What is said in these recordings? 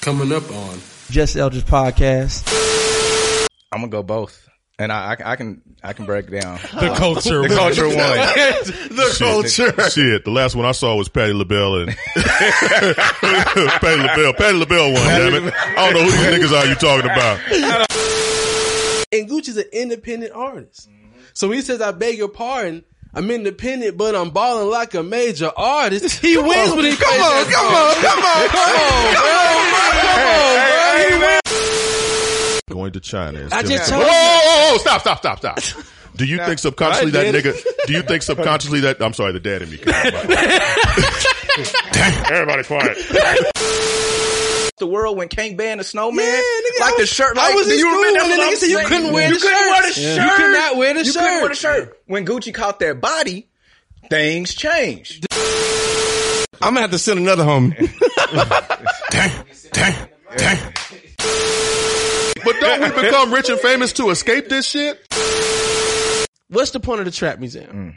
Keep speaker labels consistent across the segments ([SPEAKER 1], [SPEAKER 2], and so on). [SPEAKER 1] coming up on?
[SPEAKER 2] Just Elders podcast.
[SPEAKER 3] I'm gonna go both, and I, I can- I can I can break down
[SPEAKER 4] The culture.
[SPEAKER 3] the culture one.
[SPEAKER 1] the
[SPEAKER 5] Shit, the- shit, the last one I saw was Patty LaBelle and Patty LaBelle. Patty LaBelle one, damn it. I don't know who these niggas are you talking about.
[SPEAKER 1] And Gucci's an independent artist. So when he says, I beg your pardon, I'm independent, but I'm balling like a major artist. He wins when he Come on, come on, come on, come on, bro. Come on, bro. He wins.
[SPEAKER 5] Going to China. and
[SPEAKER 1] I
[SPEAKER 5] stealing-
[SPEAKER 1] just
[SPEAKER 5] Whoa,
[SPEAKER 1] told you.
[SPEAKER 5] whoa, whoa, stop, stop, stop, stop. Do you think subconsciously
[SPEAKER 1] Right,
[SPEAKER 5] that nigga? Do you think subconsciously that? I'm sorry, the dad in me. came out. Everybody quiet.
[SPEAKER 3] the world when King banned the snowman,
[SPEAKER 1] Yeah, nigga, I
[SPEAKER 3] like the
[SPEAKER 1] was-
[SPEAKER 3] shirt.
[SPEAKER 1] I
[SPEAKER 3] Like,
[SPEAKER 1] was
[SPEAKER 3] do
[SPEAKER 1] in
[SPEAKER 3] you
[SPEAKER 1] school
[SPEAKER 3] remember
[SPEAKER 1] when the nigga
[SPEAKER 3] that's what I'm
[SPEAKER 1] said you
[SPEAKER 3] saying?
[SPEAKER 1] couldn't wear
[SPEAKER 3] you
[SPEAKER 1] the
[SPEAKER 3] Couldn't wear the
[SPEAKER 1] shirt.
[SPEAKER 3] shirt.
[SPEAKER 1] You could not wear the
[SPEAKER 3] You couldn't
[SPEAKER 1] shirt.
[SPEAKER 3] wear the shirt. When Gucci caught that body, things changed.
[SPEAKER 6] I'm gonna have to send another homie.
[SPEAKER 5] But don't we become rich and famous to escape this shit?
[SPEAKER 1] What's the point of the trap
[SPEAKER 5] Mm.
[SPEAKER 1] museum?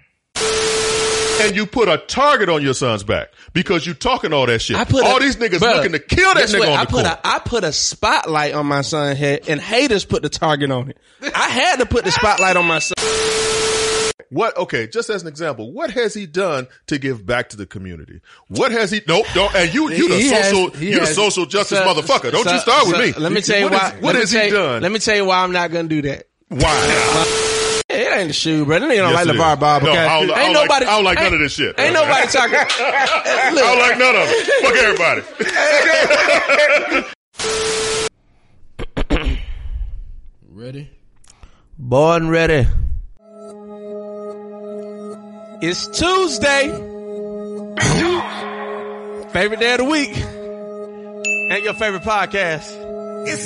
[SPEAKER 5] And you put a target on your son's back because you talking all that shit.
[SPEAKER 6] I put
[SPEAKER 5] all
[SPEAKER 6] a-
[SPEAKER 5] these niggas
[SPEAKER 6] Bruh,
[SPEAKER 5] looking to kill that
[SPEAKER 6] guess
[SPEAKER 5] nigga
[SPEAKER 6] what?
[SPEAKER 5] on
[SPEAKER 6] I
[SPEAKER 5] the
[SPEAKER 6] put
[SPEAKER 5] court.
[SPEAKER 6] a, I put a spotlight on my son's head, and haters put the target on it. I had to put the spotlight on my son.
[SPEAKER 5] What? Okay, just as an example, what has he done to give back to the community? What has he? Nope, don't. And you, you the
[SPEAKER 6] He has-
[SPEAKER 5] social,
[SPEAKER 6] he
[SPEAKER 5] you the
[SPEAKER 6] has-
[SPEAKER 5] social justice
[SPEAKER 6] so-
[SPEAKER 5] motherfucker. Don't
[SPEAKER 6] so-
[SPEAKER 5] you start with
[SPEAKER 6] so
[SPEAKER 5] me.
[SPEAKER 6] Let me tell you
[SPEAKER 5] What
[SPEAKER 6] why.
[SPEAKER 5] is- what
[SPEAKER 6] let me
[SPEAKER 5] has he
[SPEAKER 6] tell you-
[SPEAKER 5] done?
[SPEAKER 6] Let me tell you why I'm not gonna do that.
[SPEAKER 5] Why?
[SPEAKER 6] Yeah, It ain't the shoe, bro. That nigga don't
[SPEAKER 5] Yes,
[SPEAKER 6] like
[SPEAKER 5] it
[SPEAKER 6] LeVar
[SPEAKER 5] is.
[SPEAKER 6] Ball.
[SPEAKER 5] No,
[SPEAKER 6] Okay?
[SPEAKER 5] I don't- I
[SPEAKER 6] ain't
[SPEAKER 5] don't like-
[SPEAKER 6] nobody.
[SPEAKER 5] I don't like none
[SPEAKER 6] ain't-
[SPEAKER 5] of this shit.
[SPEAKER 6] Ain't nobody talking. Look,
[SPEAKER 5] I don't like none of it. Fuck everybody.
[SPEAKER 1] Ready?
[SPEAKER 2] Born ready.
[SPEAKER 6] It's Tuesday. favorite day of the week. And your favorite podcast. Let's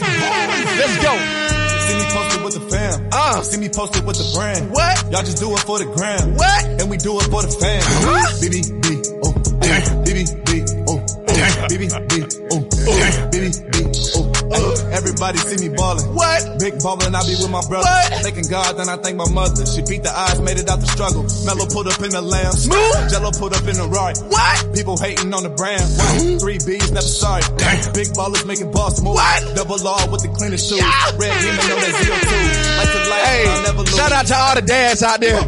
[SPEAKER 6] go.
[SPEAKER 7] See me posted with the fam.
[SPEAKER 6] Uh.
[SPEAKER 7] See me posted with the brand.
[SPEAKER 6] What?
[SPEAKER 7] Y'all just do it for the gram.
[SPEAKER 6] What?
[SPEAKER 7] And we do it for the fam.
[SPEAKER 6] Huh?
[SPEAKER 7] BBB. Oh. BBB. Oh. BBB. Oh. BBB. Oh. Everybody see me ballin'.
[SPEAKER 6] What?
[SPEAKER 7] Big ballin', I be with my brother.
[SPEAKER 6] What?
[SPEAKER 7] Thanking God, then I thank my mother. She beat the odds, made it out the struggle. Mellow pulled up in the lamb.
[SPEAKER 6] Move.
[SPEAKER 7] Jello pulled up in the right.
[SPEAKER 6] What?
[SPEAKER 7] People hating on the brand. Three B's, never sorry. Big ballers making boss moves.
[SPEAKER 6] What?
[SPEAKER 7] Double R with the cleanest shoes.
[SPEAKER 6] Yeah.
[SPEAKER 7] Red demon know that zero two. Like the light,
[SPEAKER 6] Hey,
[SPEAKER 7] I never lose.
[SPEAKER 6] shout out to all the dads out there.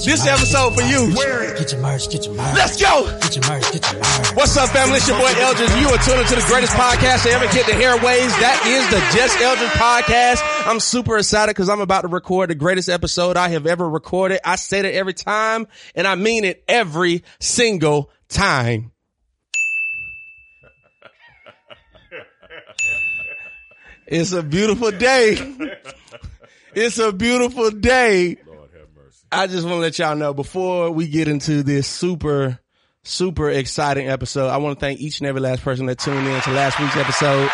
[SPEAKER 6] This episode for you.
[SPEAKER 8] Get your merch, get your merch.
[SPEAKER 6] Let's go.
[SPEAKER 8] Get your merch, get your merch.
[SPEAKER 6] What's up, family? It's your boy Eldridge. You are tuning to the greatest podcast to ever hit the airways. That is the Just Eldridge podcast. I'm super excited because I'm about to record the greatest episode I have ever recorded. I said it every time, and I mean it every single time. It's a beautiful day. It's a beautiful day. I just want to let y'all know before we get into this super, super exciting episode, I want to thank each and every last person that tuned in to last week's episode.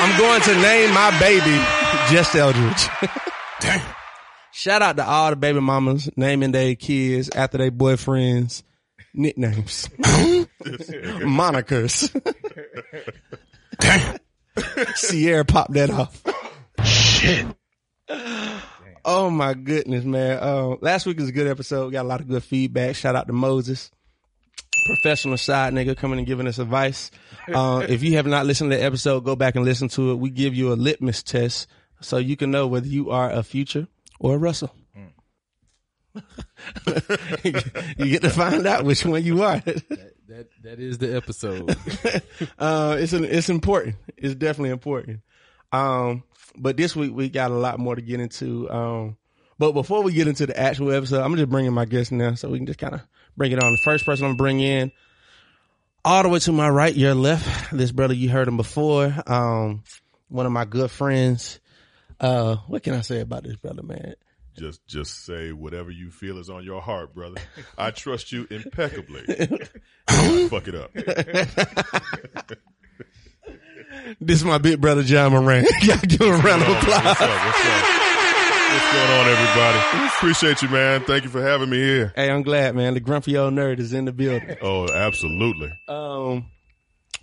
[SPEAKER 6] I'm going to name my baby Just Eldridge. Shout out to all the baby mamas naming their kids after their boyfriends nicknames, monikers. Sierra popped that off. Oh my goodness, man. Uh, last week was a good episode. We got a lot of good feedback. Shout out to Moses, professional side nigga, coming and giving us advice. Uh, if you have not listened to the episode, go back and listen to it. We give you a litmus test so you can know whether you are a future or a Russell. you get to find out which one you are.
[SPEAKER 1] That, that is the episode.
[SPEAKER 6] Uh, it's an, it's important. It's definitely important. Um, but this week we got a lot more to get into. Um, but before we get into the actual episode, I'm just bringing my guest now so we can just kind of bring it on. The first person I'm bringing in, all the way to my right, your left, this brother you heard him before. Um, one of my good friends. Uh, what can I say about this brother, man?
[SPEAKER 5] Just, just say whatever you feel is on your heart, brother. I trust you impeccably. I fuck it up.
[SPEAKER 6] This is my big brother John Moran. Y'all give him a round of
[SPEAKER 5] What's up?
[SPEAKER 6] applause.
[SPEAKER 5] What's up? What's going on, everybody? Appreciate you, man. Thank you for having me here.
[SPEAKER 6] Hey, I'm glad, man. The grumpy old nerd is in the building.
[SPEAKER 5] Oh, absolutely.
[SPEAKER 6] Um,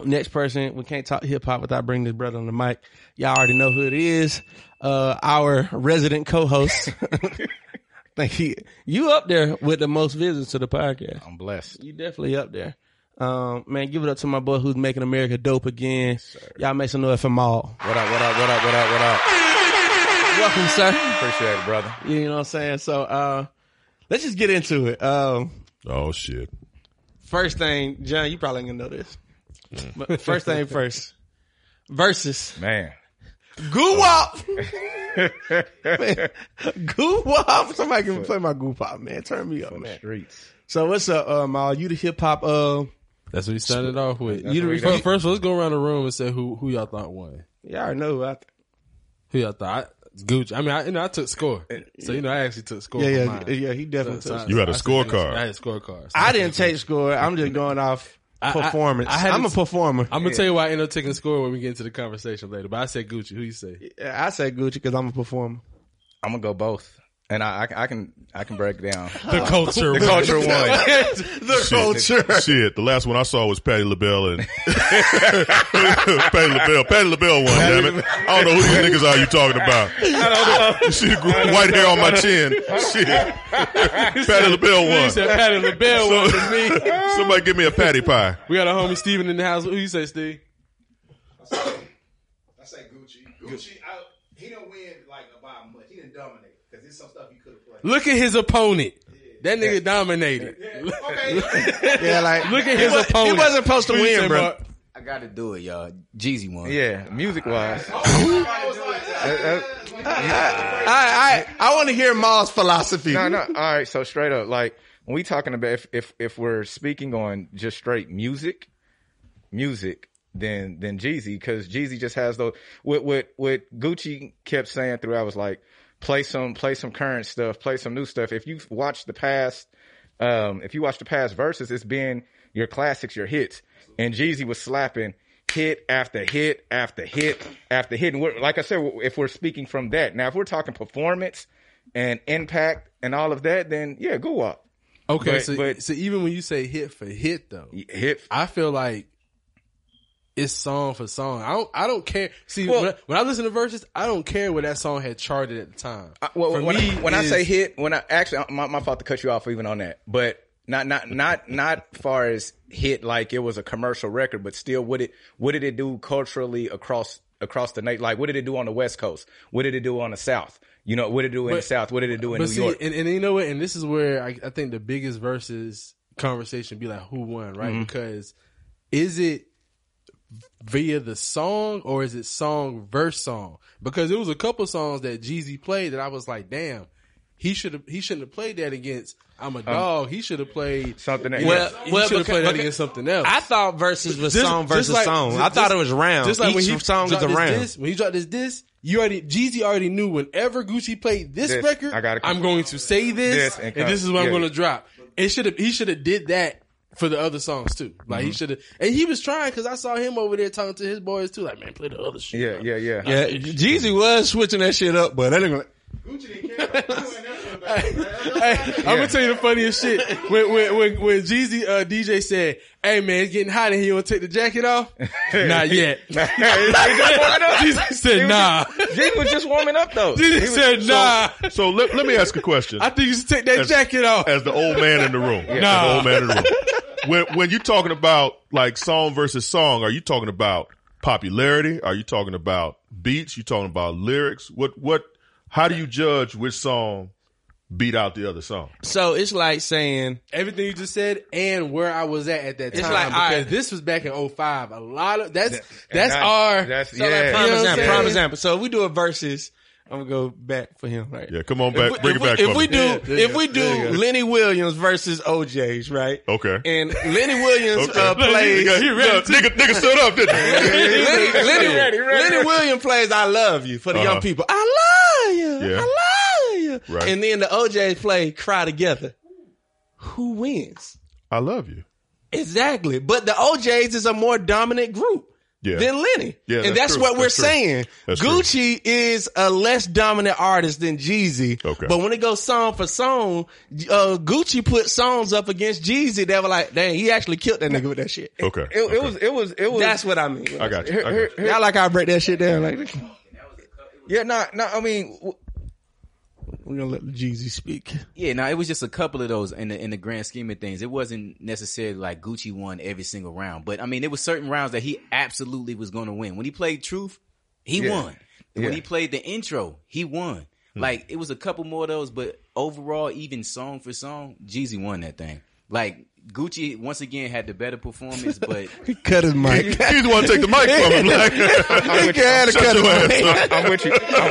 [SPEAKER 6] next person, we can't talk hip hop without bringing this brother on the mic. Y'all already know who it is. Uh, our resident co-host. Thank you. You up there with the most visits to the podcast.
[SPEAKER 3] I'm blessed.
[SPEAKER 6] You definitely up there. Um, man, give it up to my boy who's making America dope again. Y'all make some noise for Maul.
[SPEAKER 3] What up? What up? What up? What up? What up?
[SPEAKER 6] Welcome, sir.
[SPEAKER 3] Appreciate it, brother.
[SPEAKER 6] You know what I'm saying? So, uh, let's just get into it. Um,
[SPEAKER 5] Oh shit.
[SPEAKER 6] first thing, John, you probably ain't gonna know this, but first thing first. Versus
[SPEAKER 3] Man,
[SPEAKER 6] Goo Wop. Man, Goo Wop. Somebody can play my Goo Pop, man. Turn me up, man.
[SPEAKER 3] streets.
[SPEAKER 6] So what's up, uh, Maul? You the hip hop, uh,
[SPEAKER 1] That's what he started off with.
[SPEAKER 3] That's
[SPEAKER 1] You
[SPEAKER 3] what
[SPEAKER 1] the,
[SPEAKER 3] we
[SPEAKER 1] first,
[SPEAKER 3] got.
[SPEAKER 1] first, let's go around the room and say who who y'all thought won.
[SPEAKER 6] y'all already know who I think.
[SPEAKER 1] Who y'all thought? I, Gucci. I mean, I, you know, I took score, so you know, I actually took score.
[SPEAKER 6] Yeah,
[SPEAKER 1] for
[SPEAKER 6] yeah,
[SPEAKER 1] mine.
[SPEAKER 6] yeah. He definitely.
[SPEAKER 1] So I-
[SPEAKER 5] You had a
[SPEAKER 1] I took-
[SPEAKER 5] scorecard.
[SPEAKER 1] I had a scorecard.
[SPEAKER 6] I didn't take score. I'm just going off
[SPEAKER 1] I- I-
[SPEAKER 6] performance.
[SPEAKER 1] I
[SPEAKER 6] I,
[SPEAKER 1] had
[SPEAKER 6] am
[SPEAKER 1] to-
[SPEAKER 6] a performer.
[SPEAKER 1] I'm gonna tell you why I ended up taking score when we get into the conversation later. But I said Gucci. Who you say?
[SPEAKER 6] I say Gucci because I'm a performer.
[SPEAKER 3] I'm gonna go both, and I, I, I can I can break down
[SPEAKER 1] The culture.
[SPEAKER 3] the culture one.
[SPEAKER 5] Shit. Shit. The last one I saw was Patty LaBelle and Patty LaBelle. Patty LaBelle one, damn it. I don't know who these niggas are you talking about. You see the gr- white hair on my chin. Shit. Patty LaBelle
[SPEAKER 1] You
[SPEAKER 5] one.
[SPEAKER 1] said Patty LaBelle
[SPEAKER 5] So-
[SPEAKER 1] one to me.
[SPEAKER 5] Somebody give me a patty pie.
[SPEAKER 1] We got a homie Steven in the house. Who you say, Steve?
[SPEAKER 4] I say Gucci. Gucci, I, he don't win like by much. He didn't dominate because there's some stuff he could have played.
[SPEAKER 1] Look at his opponent. That nigga dominated.
[SPEAKER 6] Yeah, like
[SPEAKER 1] Look at his
[SPEAKER 6] he was,
[SPEAKER 1] opponent.
[SPEAKER 6] He wasn't supposed to
[SPEAKER 1] Who you
[SPEAKER 6] win,
[SPEAKER 1] say,
[SPEAKER 6] bro.
[SPEAKER 1] Mark?
[SPEAKER 4] I got to do it, y'all. Jeezy won.
[SPEAKER 3] Yeah, music wise.
[SPEAKER 6] I I, I want to hear Maul's philosophy.
[SPEAKER 3] No, no. All right. So straight up, like when we talking about if if if we're speaking on just straight music, music, then then Jeezy because Jeezy just has those. What what what Gucci kept saying throughout was like, play some play some current stuff, play some new stuff. If you watch the past, um, if you watch the past verses, it's been your classics, your hits, and Jeezy was slapping. Hit after hit after hit after hit, and we're, like I said, if we're speaking from that now, if we're talking performance, and impact and all of that, then yeah, go up.
[SPEAKER 1] Okay,
[SPEAKER 3] But-
[SPEAKER 1] so,
[SPEAKER 3] but-
[SPEAKER 1] so even when you say hit for hit though,
[SPEAKER 3] Hit.
[SPEAKER 1] I feel like it's song for song. I don't. I don't care. See,
[SPEAKER 3] Well-
[SPEAKER 1] when, I, when I listen to verses, I don't care where that song had charted at the time.
[SPEAKER 3] I- well,
[SPEAKER 1] For
[SPEAKER 3] when,
[SPEAKER 1] me,
[SPEAKER 3] when I
[SPEAKER 1] it's-
[SPEAKER 3] say hit, when I actually my, my fault to cut you off even on that, but not not not not far as hit like it was a commercial record, but still, what it what did it do culturally across across the night? Like, what did it do on the West Coast? What did it do on the South? You know, what did it do in the
[SPEAKER 1] But-
[SPEAKER 3] South? What did it do in
[SPEAKER 1] but
[SPEAKER 3] New
[SPEAKER 1] see,
[SPEAKER 3] York?
[SPEAKER 1] and, and you know what? And this is where I, I think the biggest versus conversation be like, who won, right?
[SPEAKER 3] Mm-hmm.
[SPEAKER 1] Because is it via the song or is it song verse song? Because it was a couple songs that Jeezy played that I was like, damn, he should have he shouldn't have played that against I'm a dog. he should have played
[SPEAKER 3] Um, Something that-
[SPEAKER 1] you know,
[SPEAKER 3] Well-
[SPEAKER 1] he
[SPEAKER 6] well,
[SPEAKER 1] should have
[SPEAKER 6] beca-
[SPEAKER 1] played that
[SPEAKER 6] beca-
[SPEAKER 1] against something else.
[SPEAKER 6] I thought verses was
[SPEAKER 1] Just-
[SPEAKER 6] song
[SPEAKER 1] just
[SPEAKER 6] versus
[SPEAKER 1] like-
[SPEAKER 6] song. I
[SPEAKER 1] just-
[SPEAKER 6] thought it was round.
[SPEAKER 1] Just like
[SPEAKER 6] Each
[SPEAKER 1] when he
[SPEAKER 6] song is
[SPEAKER 1] dropped
[SPEAKER 6] a
[SPEAKER 1] this
[SPEAKER 6] round.
[SPEAKER 1] diss, when he dropped this disc, you already Jeezy already knew whenever Gucci played this,
[SPEAKER 3] This,
[SPEAKER 1] record,
[SPEAKER 3] I gotta
[SPEAKER 1] I'm
[SPEAKER 3] come-
[SPEAKER 1] going to say this,
[SPEAKER 3] This and
[SPEAKER 1] and,
[SPEAKER 3] come-
[SPEAKER 1] this is what I'm
[SPEAKER 3] yeah.
[SPEAKER 1] going to drop. It should have he should have did that for the other songs too. Like
[SPEAKER 3] Mm-hmm.
[SPEAKER 1] he should have, and he was trying because I saw him over there talking to his boys too. Like man, play the other shit.
[SPEAKER 3] yeah, yeah, yeah,
[SPEAKER 6] Yeah, Jeezy was switching that shit up, but that ain't gonna.
[SPEAKER 1] I'm gonna tell you the funniest shit. When when when, when Jeezy uh, DJ said, "Hey man, it's getting hot in here. You want to take the jacket off?" Not yet. Jeezy said, "Nah."
[SPEAKER 3] Jig was just warming up though.
[SPEAKER 1] Jeezy said, "Nah."
[SPEAKER 5] So let, let me ask a question.
[SPEAKER 1] I think you should take that
[SPEAKER 5] As-
[SPEAKER 1] jacket off.
[SPEAKER 5] as the old man in the room. As the old man in the room. When when you're talking about like song versus song, are you talking about popularity? Are you talking about beats? You talking about lyrics? What what? How do you judge which song beat out the other song?
[SPEAKER 6] So it's like saying
[SPEAKER 1] Everything you just said and where I was at at that
[SPEAKER 6] It's
[SPEAKER 1] time.
[SPEAKER 6] like, all
[SPEAKER 1] because
[SPEAKER 6] right.
[SPEAKER 1] this was back in 05. A lot of that's that's
[SPEAKER 3] I-
[SPEAKER 1] our
[SPEAKER 3] that's-
[SPEAKER 1] so like,
[SPEAKER 3] yeah.
[SPEAKER 1] you know
[SPEAKER 6] prime
[SPEAKER 1] what I'm
[SPEAKER 6] example.
[SPEAKER 1] saying?
[SPEAKER 6] Prime example. So if we do a versus, I'm gonna go back for him, right?
[SPEAKER 5] Yeah, come on
[SPEAKER 6] If
[SPEAKER 5] back,
[SPEAKER 6] we- if
[SPEAKER 5] bring it
[SPEAKER 6] we-
[SPEAKER 5] back.
[SPEAKER 6] If
[SPEAKER 5] for
[SPEAKER 6] we
[SPEAKER 5] me.
[SPEAKER 6] do,
[SPEAKER 1] you
[SPEAKER 6] if we do Lenny Williams versus OJ's, right?
[SPEAKER 5] Okay.
[SPEAKER 6] And Lenny Williams
[SPEAKER 5] Okay.
[SPEAKER 6] uh, plays
[SPEAKER 5] Nigga, nigga, nigga, nigga stood up, didn't he?
[SPEAKER 6] Lenny, Lenny, Lenny Williams plays "I Love You" for the young
[SPEAKER 5] Uh-huh.
[SPEAKER 6] people. I love you. I
[SPEAKER 5] Yeah.
[SPEAKER 6] love you.
[SPEAKER 5] Right.
[SPEAKER 6] And then the OJ's play "Cry Together." Who wins?
[SPEAKER 5] I love you.
[SPEAKER 6] Exactly. But the OJ's is a more dominant group.
[SPEAKER 5] Yeah.
[SPEAKER 6] Than Lenny,
[SPEAKER 5] Yeah,
[SPEAKER 6] and that's
[SPEAKER 5] that's true.
[SPEAKER 6] what we're
[SPEAKER 5] That's true.
[SPEAKER 6] saying.
[SPEAKER 5] That's true.
[SPEAKER 6] Gucci is a less dominant artist than Jeezy,
[SPEAKER 5] Okay.
[SPEAKER 6] but when it goes song for song, uh, Gucci put songs up against Jeezy that were like, "Dang, he actually killed that nigga with that shit."
[SPEAKER 5] Okay.
[SPEAKER 3] It, it was, it was, it was.
[SPEAKER 6] That's what I mean.
[SPEAKER 5] I got you. I got you.
[SPEAKER 6] Y'all like how I break that shit down like this.
[SPEAKER 3] Yeah, no, no. I mean, w-
[SPEAKER 6] We're gonna let Jeezy speak.
[SPEAKER 9] Yeah, no, it was just a couple of those in the in the grand scheme of things. It wasn't necessarily like Gucci won every single round, but I mean, there were certain rounds that he absolutely was going to win. When he played Truth, he
[SPEAKER 3] Yeah.
[SPEAKER 9] won. When
[SPEAKER 3] Yeah.
[SPEAKER 9] he played the intro, he won. Like it was a couple more of those, but overall, even song for song, Jeezy won that thing. Like Gucci once again had the better performance, but
[SPEAKER 6] He cut his mic.
[SPEAKER 5] He's the one to take the mic from him. Like,
[SPEAKER 6] He had to cut his mic.
[SPEAKER 3] I'm, I'm with you. I'm,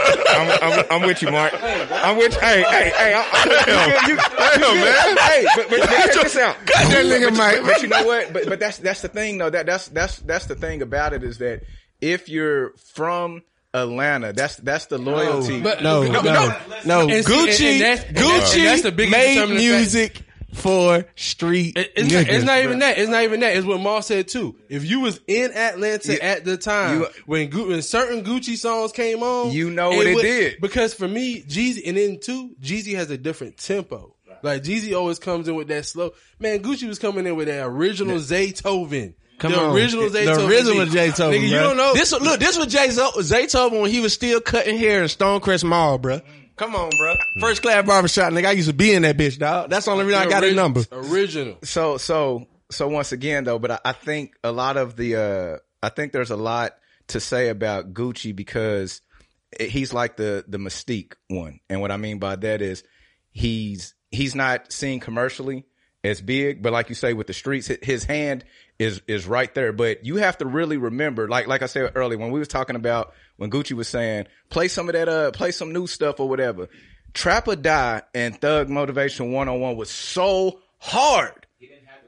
[SPEAKER 3] I'm, I'm, I'm with you, Mark. I'm with you. Hey, hey, hey. I'm, I'm, you, you,
[SPEAKER 5] damn, man.
[SPEAKER 3] hey, but, but, but check this out. Cut
[SPEAKER 6] that nigga mic.
[SPEAKER 3] But, but you know what? But but that's that's the thing though. That that's that's that's the thing about it is that if you're from Atlanta, that's that's the loyalty.
[SPEAKER 1] But-
[SPEAKER 6] No,
[SPEAKER 1] No,
[SPEAKER 6] no, no.
[SPEAKER 1] no. And see,
[SPEAKER 6] Gucci,
[SPEAKER 1] and- and that's- and
[SPEAKER 6] Gucci
[SPEAKER 1] that's the biggest
[SPEAKER 6] made
[SPEAKER 1] determining factor.
[SPEAKER 6] music for street
[SPEAKER 1] It- It's,
[SPEAKER 6] niggas.
[SPEAKER 1] not, it's not even that. It's not even that. It's what Maul said too. If you was in Atlanta
[SPEAKER 3] Yeah.
[SPEAKER 1] at the time
[SPEAKER 3] You-
[SPEAKER 1] when, Gu- when certain Gucci songs came on,
[SPEAKER 3] You know what it
[SPEAKER 1] would-
[SPEAKER 3] did.
[SPEAKER 1] Because for me, Jeezy, and then too, Jeezy has a different tempo. Like Jeezy always comes in with that slow. Man, Gucci was coming in with that original Zaytoven.
[SPEAKER 6] Come
[SPEAKER 1] the
[SPEAKER 6] on.
[SPEAKER 1] original
[SPEAKER 6] The
[SPEAKER 1] Zaytoven.
[SPEAKER 6] original
[SPEAKER 1] beat.
[SPEAKER 6] Zaytoven,
[SPEAKER 1] Nigga, you
[SPEAKER 6] bruh.
[SPEAKER 1] don't know.
[SPEAKER 6] This look, this was Jay Zo- Zaytoven when he was still cutting hair in Stonecrest Mall, bruh. Come on, bruh.
[SPEAKER 1] Mm.
[SPEAKER 6] First class barbershop, nigga. I used to be in that bitch, dog. That's the only reason I got a
[SPEAKER 1] Orig-
[SPEAKER 6] number.
[SPEAKER 1] Original.
[SPEAKER 3] so so so once again though but I, I think a lot of the uh i think there's a lot to say about gucci because it- he's like the the mystique one and what i mean by that is he's he's not seen commercially as big but like you say with the streets hi- his hand is is right there but you have to really remember like like i said earlier when we was talking about when gucci was saying play some of that uh play some new stuff or whatever trap or die and thug motivation 101 was so hard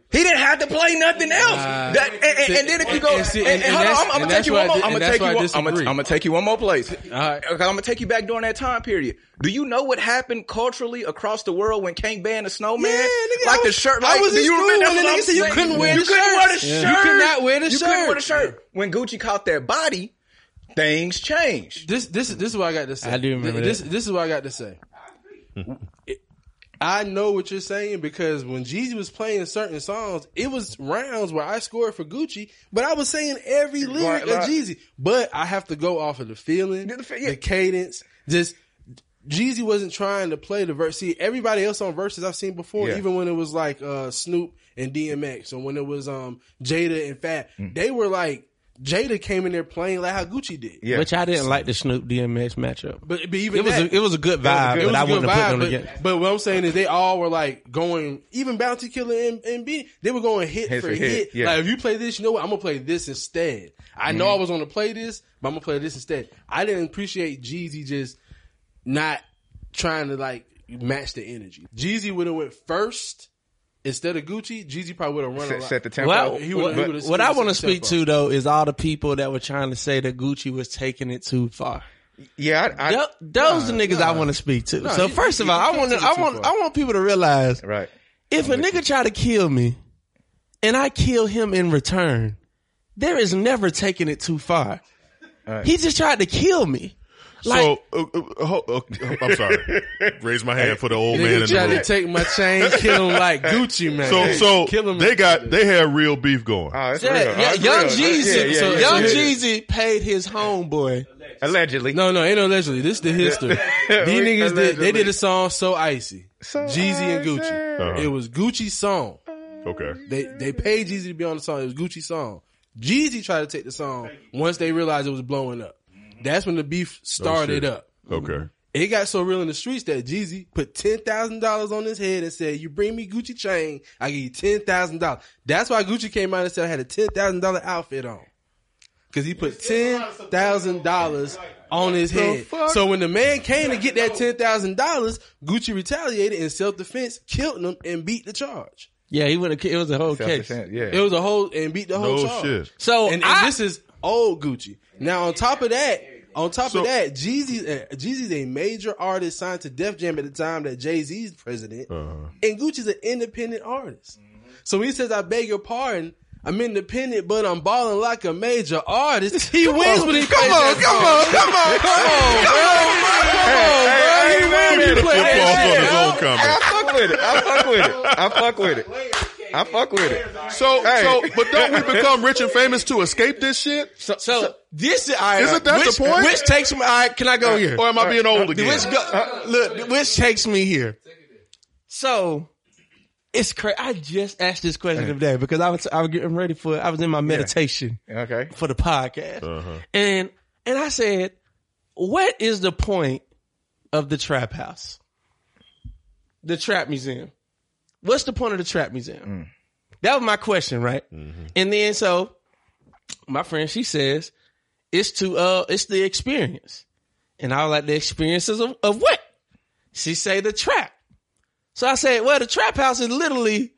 [SPEAKER 3] he didn't have to play nothing else. That- and, and- and then if you go,
[SPEAKER 1] And see,
[SPEAKER 3] and- and
[SPEAKER 1] and
[SPEAKER 3] hold on,
[SPEAKER 1] that's-
[SPEAKER 3] I'm,
[SPEAKER 1] and
[SPEAKER 3] I'm gonna take
[SPEAKER 1] that's
[SPEAKER 3] you
[SPEAKER 1] why I
[SPEAKER 3] one more.
[SPEAKER 1] di-
[SPEAKER 3] I'm
[SPEAKER 1] and
[SPEAKER 3] gonna
[SPEAKER 1] that's
[SPEAKER 3] take
[SPEAKER 1] why I
[SPEAKER 3] you one. I'm gonna,
[SPEAKER 1] disagree.
[SPEAKER 3] I'm gonna take you one more place.
[SPEAKER 1] right.
[SPEAKER 3] Okay, I'm gonna take you back during that time period. Do you know what happened culturally across the world when King banned the snowman?
[SPEAKER 1] Yeah, nigga,
[SPEAKER 3] like
[SPEAKER 1] I
[SPEAKER 3] the
[SPEAKER 1] was-
[SPEAKER 3] shirt.
[SPEAKER 1] I
[SPEAKER 3] Like,
[SPEAKER 1] was
[SPEAKER 3] do
[SPEAKER 1] in
[SPEAKER 3] you
[SPEAKER 1] school
[SPEAKER 3] remember
[SPEAKER 1] when the
[SPEAKER 3] That's what
[SPEAKER 1] nigga
[SPEAKER 3] I'm
[SPEAKER 1] said you
[SPEAKER 3] saying.
[SPEAKER 1] couldn't wear
[SPEAKER 3] You
[SPEAKER 1] the
[SPEAKER 3] couldn't wear the
[SPEAKER 1] shirts.
[SPEAKER 3] shirt.
[SPEAKER 1] Yeah. You could not wear the
[SPEAKER 3] You couldn't wear the
[SPEAKER 1] shirt.
[SPEAKER 3] shirt. When Gucci caught that body, things changed.
[SPEAKER 1] This this this is what I got to say.
[SPEAKER 6] I do remember
[SPEAKER 1] this.
[SPEAKER 6] that.
[SPEAKER 1] This is what I got to say.
[SPEAKER 3] Hmm.
[SPEAKER 1] I know what you're saying because when Jeezy was playing certain songs, it was rounds where I scored for Gucci, but I was saying every lyric
[SPEAKER 3] Right, right.
[SPEAKER 1] of Jeezy. But I have to go off of the feeling,
[SPEAKER 3] The fe- yeah.
[SPEAKER 1] the cadence. Just Jeezy wasn't trying to play the verse. See, everybody else on verses I've seen before,
[SPEAKER 3] Yeah.
[SPEAKER 1] even when it was like uh, Snoop and DMX, or when it was um, Jada and Fat,
[SPEAKER 3] Hmm.
[SPEAKER 1] they were like Jada came in there playing like how Gucci did.
[SPEAKER 3] Yeah.
[SPEAKER 6] Which I didn't like the Snoop DMX matchup.
[SPEAKER 1] But, but even
[SPEAKER 6] it was
[SPEAKER 1] that,
[SPEAKER 6] a, it was a good vibe,
[SPEAKER 1] it
[SPEAKER 6] but
[SPEAKER 1] was
[SPEAKER 6] I
[SPEAKER 1] a good
[SPEAKER 6] wouldn't have put them
[SPEAKER 1] vibe,
[SPEAKER 6] together.
[SPEAKER 1] but, but what I'm saying is they all were like going, even Bounty Killer and, and B, they were going hit
[SPEAKER 3] Hit
[SPEAKER 1] for
[SPEAKER 3] for
[SPEAKER 1] hit.
[SPEAKER 3] hit, yeah.
[SPEAKER 1] Like if you play this, you know what? I'm gonna play this instead. I know I was gonna play this, but I'm gonna play this instead. I didn't appreciate Jeezy just not trying to like match the energy. Jeezy would have went first instead of Gucci. Jeezy probably would have run a
[SPEAKER 3] Set,
[SPEAKER 1] lot.
[SPEAKER 3] set the tempo.
[SPEAKER 6] Well,
[SPEAKER 1] he
[SPEAKER 6] what,
[SPEAKER 1] would've- he would've-
[SPEAKER 6] what I want to
[SPEAKER 1] would've
[SPEAKER 6] speak
[SPEAKER 1] stepped
[SPEAKER 6] to though is all the people that were trying to say that Gucci was taking it too far.
[SPEAKER 3] yeah, I, I,
[SPEAKER 6] Tho- those the niggas I want to speak to. so
[SPEAKER 1] you-
[SPEAKER 6] first of
[SPEAKER 1] you-
[SPEAKER 6] all,
[SPEAKER 1] you
[SPEAKER 6] I
[SPEAKER 1] can't
[SPEAKER 6] want to,
[SPEAKER 1] take it
[SPEAKER 6] I
[SPEAKER 1] too
[SPEAKER 6] want,
[SPEAKER 1] far.
[SPEAKER 6] I want people to realize
[SPEAKER 3] right.
[SPEAKER 6] if a nigga try to kill me, and I kill him in return, there is never taking it too far. He just tried to kill me. Like
[SPEAKER 5] so, uh, uh, ho- uh, I'm sorry. Raise my hand for the old man in
[SPEAKER 1] Nigga tried
[SPEAKER 5] the room.
[SPEAKER 1] to take my chain, kill him like Gucci man.
[SPEAKER 5] So, so
[SPEAKER 1] Kill him
[SPEAKER 5] they
[SPEAKER 1] like-
[SPEAKER 5] got they had real beef going.
[SPEAKER 3] Oh, it's
[SPEAKER 6] yeah,
[SPEAKER 3] real.
[SPEAKER 6] yeah,
[SPEAKER 3] It's
[SPEAKER 6] Young
[SPEAKER 3] real.
[SPEAKER 6] Jeezy,
[SPEAKER 3] Yeah, yeah,
[SPEAKER 6] so
[SPEAKER 3] yeah.
[SPEAKER 6] Young Jeezy paid his homeboy.
[SPEAKER 3] Allegedly.
[SPEAKER 1] No, no, ain't no allegedly. This the history. These niggas did. They
[SPEAKER 3] Allegedly.
[SPEAKER 1] did a song so icy. Jeezy and Gucci.
[SPEAKER 5] Uh-huh.
[SPEAKER 1] It was Gucci's song.
[SPEAKER 5] Okay.
[SPEAKER 1] They they paid Jeezy to be on the song. It was Gucci's song. Jeezy tried to take the song once they realized it was blowing up. That's when the beef started
[SPEAKER 5] shit.
[SPEAKER 1] up.
[SPEAKER 5] Okay.
[SPEAKER 1] It got so real in the streets that Jeezy put ten thousand dollars on his head and said, "You bring me Gucci chain, I give you ten thousand dollars." That's why Gucci came out and said I had a ten thousand dollar outfit on, because he put ten thousand dollars on his head. So when the man came to get that ten thousand dollars, Gucci retaliated in self defense, killed him, and beat the charge.
[SPEAKER 6] Yeah, he went. It was a whole case.
[SPEAKER 3] Self-defense, Yeah.
[SPEAKER 1] It was a whole and beat the whole
[SPEAKER 5] No
[SPEAKER 1] charge. Oh,
[SPEAKER 5] shit.
[SPEAKER 6] So
[SPEAKER 1] And, and
[SPEAKER 6] I,
[SPEAKER 1] this is old Gucci. Now on top of that, on top
[SPEAKER 5] So-
[SPEAKER 1] of that, Jeezy, uh, Jeezy's a major artist signed to Def Jam at the time that Jay Z's president,
[SPEAKER 5] Uh-huh.
[SPEAKER 1] and Gucci's an independent artist. So when he says, "I beg your pardon." I'm independent, but I'm balling like a major artist. He wins when he plays that song.
[SPEAKER 6] come on,
[SPEAKER 3] Hey, hey, hey,
[SPEAKER 5] Football
[SPEAKER 3] hey,
[SPEAKER 5] from
[SPEAKER 3] hey,
[SPEAKER 5] his own comment.
[SPEAKER 3] I fuck with it. I fuck with it. I fuck with it. I fuck with it.
[SPEAKER 5] So,
[SPEAKER 3] Hey.
[SPEAKER 5] so, but don't we become rich and famous to escape this shit?
[SPEAKER 6] So, this all right,
[SPEAKER 5] Isn't that the
[SPEAKER 6] which-
[SPEAKER 5] point?
[SPEAKER 6] Which takes me. All right, can I go here?
[SPEAKER 5] Or am I being old again?
[SPEAKER 6] Which go, look, which takes me here. So it's crazy. I just asked this question today because I was I was getting ready for. I was in my meditation
[SPEAKER 3] Okay.
[SPEAKER 6] for the podcast,
[SPEAKER 5] Uh-huh.
[SPEAKER 6] and and I said, "What is the point of the trap house, the trap museum? What's the point of the trap museum?" That was my question, right? And then so my friend she says, "It's to uh, it's the experience." And I was like, the experiences of, of what? She say the trap. So I said, well, the trap house is literally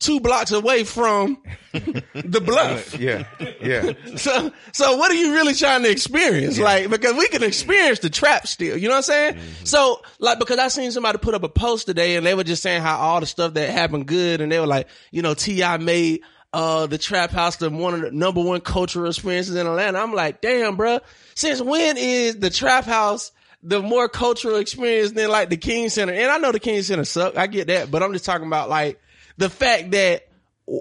[SPEAKER 6] two blocks away from the bluff.
[SPEAKER 3] Yeah. Yeah.
[SPEAKER 6] So, so what are you really trying to experience? Like, because we can experience the trap still, you know what I'm saying? So, like, because I seen somebody put up a post today and they were just saying how all the stuff that happened good and they were like, you know, T.I. made, uh, the trap house the one of the number one cultural experiences in Atlanta. I'm like, damn, bruh, since when is the trap house the more cultural experience than like the King Center? And I know the King Center suck. I get that, but I'm just talking about like the fact that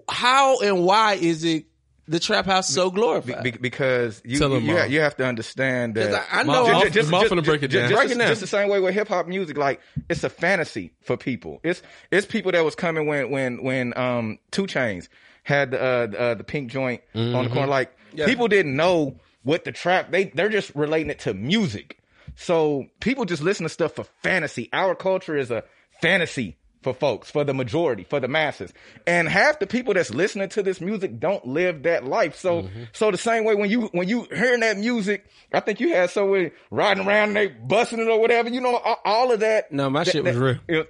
[SPEAKER 6] how and why is it the trap house so glorified?
[SPEAKER 3] Be- because you
[SPEAKER 1] Tell
[SPEAKER 3] you,
[SPEAKER 1] them
[SPEAKER 3] you,
[SPEAKER 1] all.
[SPEAKER 3] ha- you have to understand that
[SPEAKER 6] 'Cause I- I know Mom, all-
[SPEAKER 1] Mom finna break it
[SPEAKER 3] ju-
[SPEAKER 1] down.
[SPEAKER 3] Just,
[SPEAKER 6] Break it down.
[SPEAKER 3] just the same way with hip hop music, like it's a fantasy for people. It's it's people that was coming when when when um Two Chains had uh, uh the pink joint on the
[SPEAKER 1] Mm-hmm.
[SPEAKER 3] corner. Like people didn't know what the trap they they're just relating it to music. So people just listen to stuff for fantasy. Our culture is a fantasy for folks, for the majority, for the masses. And half the people that's listening to this music don't live that life. So
[SPEAKER 1] Mm-hmm.
[SPEAKER 3] so the same way when you when you hearing that music, I think you had someone riding around and they busting it or whatever, you know, all, all of that.
[SPEAKER 6] No, my shit was real.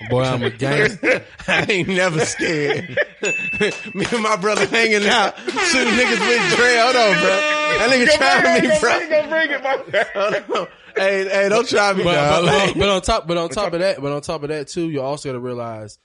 [SPEAKER 3] It-
[SPEAKER 6] Boy, I'm a gangster. I ain't never scared. me and my brother hanging out, shooting niggas with Dre. Hold on, bro. That nigga trying me, bro.
[SPEAKER 3] Go bring it, bro.
[SPEAKER 6] Hold on. Hey, hey, don't try me,
[SPEAKER 1] but, but,
[SPEAKER 6] dog. Like,
[SPEAKER 1] on, but on top, but on top of that, but on top of that too, you also got to realize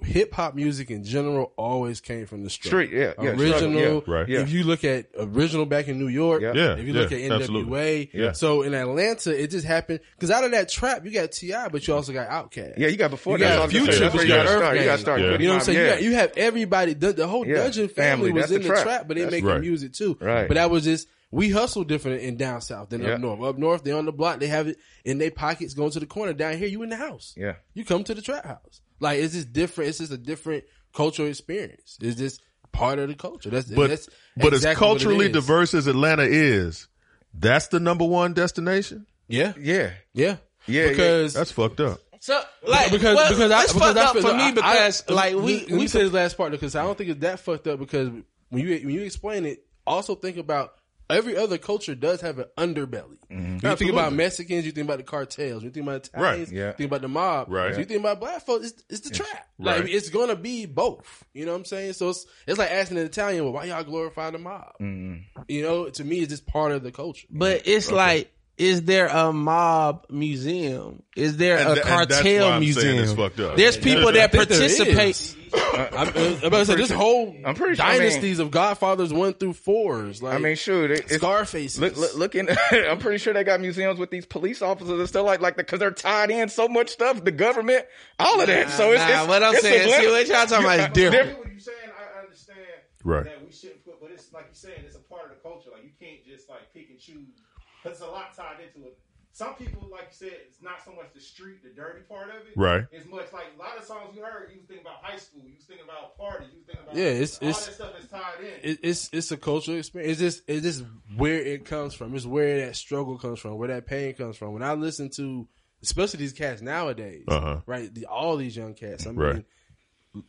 [SPEAKER 1] hip hop music in general always came from the struggle.
[SPEAKER 3] Street, yeah, yeah,
[SPEAKER 1] original.
[SPEAKER 3] struggle,
[SPEAKER 5] yeah, right.
[SPEAKER 1] If you look at original back in New York,
[SPEAKER 3] Yeah.
[SPEAKER 5] Yeah,
[SPEAKER 1] If you
[SPEAKER 5] yeah,
[SPEAKER 1] look at NWA,
[SPEAKER 5] absolutely. Yeah.
[SPEAKER 1] so in Atlanta, it just happened because out of that trap, you got Ti, but you also got Outkast.
[SPEAKER 3] Yeah, you got before
[SPEAKER 1] You
[SPEAKER 3] that.
[SPEAKER 1] got
[SPEAKER 3] so I'm
[SPEAKER 1] Future,
[SPEAKER 3] just saying, that's
[SPEAKER 5] you
[SPEAKER 3] where
[SPEAKER 5] got
[SPEAKER 3] gotta
[SPEAKER 1] Earth
[SPEAKER 3] start. You
[SPEAKER 1] Gang.
[SPEAKER 3] gotta start.
[SPEAKER 5] Yeah.
[SPEAKER 3] with
[SPEAKER 1] You know what I'm
[SPEAKER 3] hip-hop,
[SPEAKER 1] saying? You,
[SPEAKER 3] yeah.
[SPEAKER 1] got, you have everybody. The, the whole
[SPEAKER 3] Yeah.
[SPEAKER 1] Dungeon
[SPEAKER 3] Family,
[SPEAKER 1] family, was
[SPEAKER 3] that's
[SPEAKER 1] in
[SPEAKER 3] the
[SPEAKER 1] the
[SPEAKER 3] trap.
[SPEAKER 1] trap, but they
[SPEAKER 3] That's
[SPEAKER 1] making
[SPEAKER 5] right.
[SPEAKER 1] music too.
[SPEAKER 3] Right.
[SPEAKER 1] But that was just we hustle different in down south than
[SPEAKER 3] Yeah.
[SPEAKER 1] up north. Up north, they on the block, they have it in their pockets, going to the corner. Down here, you in the house.
[SPEAKER 3] Yeah.
[SPEAKER 1] you come to the trap house. Like it's just different. It's just a different cultural experience. It's just part of the culture. That's
[SPEAKER 5] But,
[SPEAKER 1] that's
[SPEAKER 5] but as
[SPEAKER 1] exactly what it
[SPEAKER 5] culturally
[SPEAKER 1] is.
[SPEAKER 5] diverse as Atlanta is, that's the number one destination?
[SPEAKER 1] Yeah,
[SPEAKER 3] Yeah.
[SPEAKER 1] yeah,
[SPEAKER 3] Yeah, yeah.
[SPEAKER 1] Because
[SPEAKER 5] That's fucked up.
[SPEAKER 6] so, like,
[SPEAKER 1] because
[SPEAKER 6] well,
[SPEAKER 1] because I
[SPEAKER 6] it's
[SPEAKER 1] because
[SPEAKER 6] fucked
[SPEAKER 1] I
[SPEAKER 6] up
[SPEAKER 1] feel-
[SPEAKER 6] for
[SPEAKER 1] I-
[SPEAKER 6] me because
[SPEAKER 1] I-
[SPEAKER 6] like we
[SPEAKER 1] let me
[SPEAKER 6] we
[SPEAKER 1] say this last part because I don't think it's that fucked up because when you when you explain it, also think about every other culture does have an underbelly.
[SPEAKER 3] Mm-hmm.
[SPEAKER 1] When you think about Mexicans, you think about the cartels. When you think about Italians,
[SPEAKER 5] Right,
[SPEAKER 3] yeah.
[SPEAKER 1] you think about the mob.
[SPEAKER 5] Right.
[SPEAKER 1] So you think about black folks, it's, it's the trap. Like
[SPEAKER 5] Right.
[SPEAKER 1] it's gonna be both. You know what I'm saying? So it's it's like asking an Italian, well, why y'all glorify the mob?
[SPEAKER 3] Mm-hmm.
[SPEAKER 1] You know, to me, it's just part of the culture.
[SPEAKER 6] But it's like, is there a mob museum? Is there a
[SPEAKER 5] And tha- and that's why
[SPEAKER 6] cartel
[SPEAKER 5] I'm saying
[SPEAKER 6] museum?
[SPEAKER 5] it's fucked up.
[SPEAKER 6] There's people that
[SPEAKER 1] think there
[SPEAKER 6] participate.
[SPEAKER 1] is. I'm, I'm about to say this whole
[SPEAKER 3] I'm pretty sure- I mean-
[SPEAKER 1] dynasties of Godfathers one through fours. Like
[SPEAKER 3] I mean, shoot, it, it's
[SPEAKER 1] Scarface.
[SPEAKER 3] Look, look, look in, I'm pretty sure they got museums with these police officers and stuff like like because they're tied in so much stuff, the government, all of that. so it's,
[SPEAKER 6] nah,
[SPEAKER 3] it's
[SPEAKER 6] what I'm
[SPEAKER 3] it's a
[SPEAKER 6] saying,
[SPEAKER 3] blend-
[SPEAKER 6] see what y'all talking about is different.
[SPEAKER 4] I get what you're saying. I understand
[SPEAKER 5] Right.
[SPEAKER 4] that we shouldn't put, but it's like you're saying, it's a part of the culture. Like you can't just like pick and choose because there's a lot tied into it. Some people, like you said, it's not so much the street, the dirty part of it.
[SPEAKER 5] Right.
[SPEAKER 4] It's much like a lot of songs you heard. You was thinking about high school. You was thinking about parties. You was thinking about
[SPEAKER 1] Yeah, it's-
[SPEAKER 4] all
[SPEAKER 1] it's-
[SPEAKER 4] that stuff is tied in.
[SPEAKER 1] it, it's it's a cultural experience. It's just it's just where it comes from. It's where that struggle comes from. Where that pain comes from. When I listen to, especially these cats nowadays,
[SPEAKER 5] Uh-huh.
[SPEAKER 1] right? The, all these young cats. I mean,
[SPEAKER 5] Right.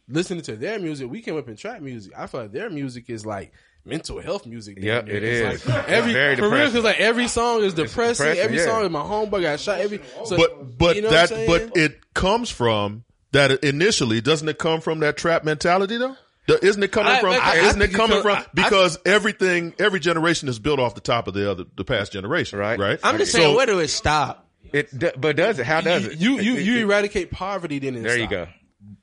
[SPEAKER 1] listening to their music, we came up in trap music. I feel like their music is like mental health music. damn
[SPEAKER 3] Yeah,
[SPEAKER 1] near.
[SPEAKER 3] it
[SPEAKER 1] It's
[SPEAKER 3] is.
[SPEAKER 1] like every
[SPEAKER 3] Very
[SPEAKER 1] for real
[SPEAKER 3] depressing.
[SPEAKER 1] because like every song is depressing.
[SPEAKER 3] depressing,
[SPEAKER 1] every
[SPEAKER 3] yeah.
[SPEAKER 1] song is my homeboy got shot. Every so,
[SPEAKER 5] but but
[SPEAKER 1] you know
[SPEAKER 5] that
[SPEAKER 1] what I'm saying?
[SPEAKER 5] but it comes from that initially doesn't it come from that trap mentality though Do- isn't it coming
[SPEAKER 1] I-
[SPEAKER 5] from
[SPEAKER 1] I- I
[SPEAKER 5] isn't it
[SPEAKER 1] think it
[SPEAKER 5] coming
[SPEAKER 1] come-
[SPEAKER 5] from
[SPEAKER 1] I- I-
[SPEAKER 5] because everything every generation is built off the top of the other the past generation
[SPEAKER 3] Right.
[SPEAKER 5] right
[SPEAKER 6] I'm just
[SPEAKER 5] So-
[SPEAKER 6] saying, where do it stop?
[SPEAKER 3] It do- but does it? How does it?
[SPEAKER 1] you you
[SPEAKER 3] It-
[SPEAKER 1] you
[SPEAKER 3] it-
[SPEAKER 1] eradicate poverty then. it
[SPEAKER 3] there you
[SPEAKER 1] stop.
[SPEAKER 3] go.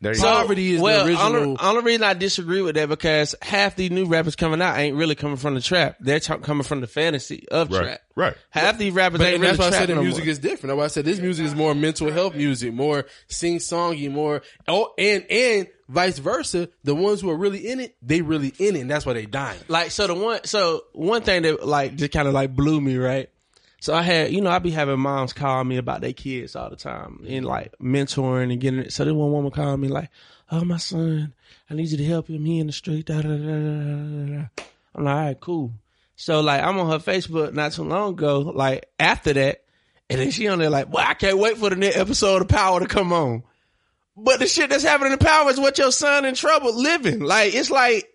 [SPEAKER 3] There you go.
[SPEAKER 6] Poverty is the
[SPEAKER 1] well,
[SPEAKER 6] original-
[SPEAKER 1] honor-
[SPEAKER 6] only reason I disagree with that because half the new rappers coming out ain't really coming from the trap. They're t- coming from the fantasy of
[SPEAKER 5] Right.
[SPEAKER 6] trap.
[SPEAKER 5] Right.
[SPEAKER 6] Half these rappers
[SPEAKER 1] But
[SPEAKER 6] ain't
[SPEAKER 1] and
[SPEAKER 6] really
[SPEAKER 1] that's why I
[SPEAKER 6] trap
[SPEAKER 1] said the
[SPEAKER 6] no
[SPEAKER 1] music
[SPEAKER 6] more.
[SPEAKER 1] is different. That's why I said this music is more mental health music, more sing songy, more oh, and and vice versa. The ones who are really in it, they really in it, and that's why they dying.
[SPEAKER 6] like so the one so one thing that like just kind of like blew me right. So I had you know I be having moms call me about their kids all the time and like mentoring and getting it. So this one woman called me like, "Oh my son, I need you to help him. He in the street." Da, da, da, da, da, da, da." I'm like, "All right, cool." So like I'm on her Facebook not too long ago. Like after that, and then she on there like, "Well, I can't wait for the next episode of Power to come on." But the shit that's happening in Power is what your son in trouble living. Like it's like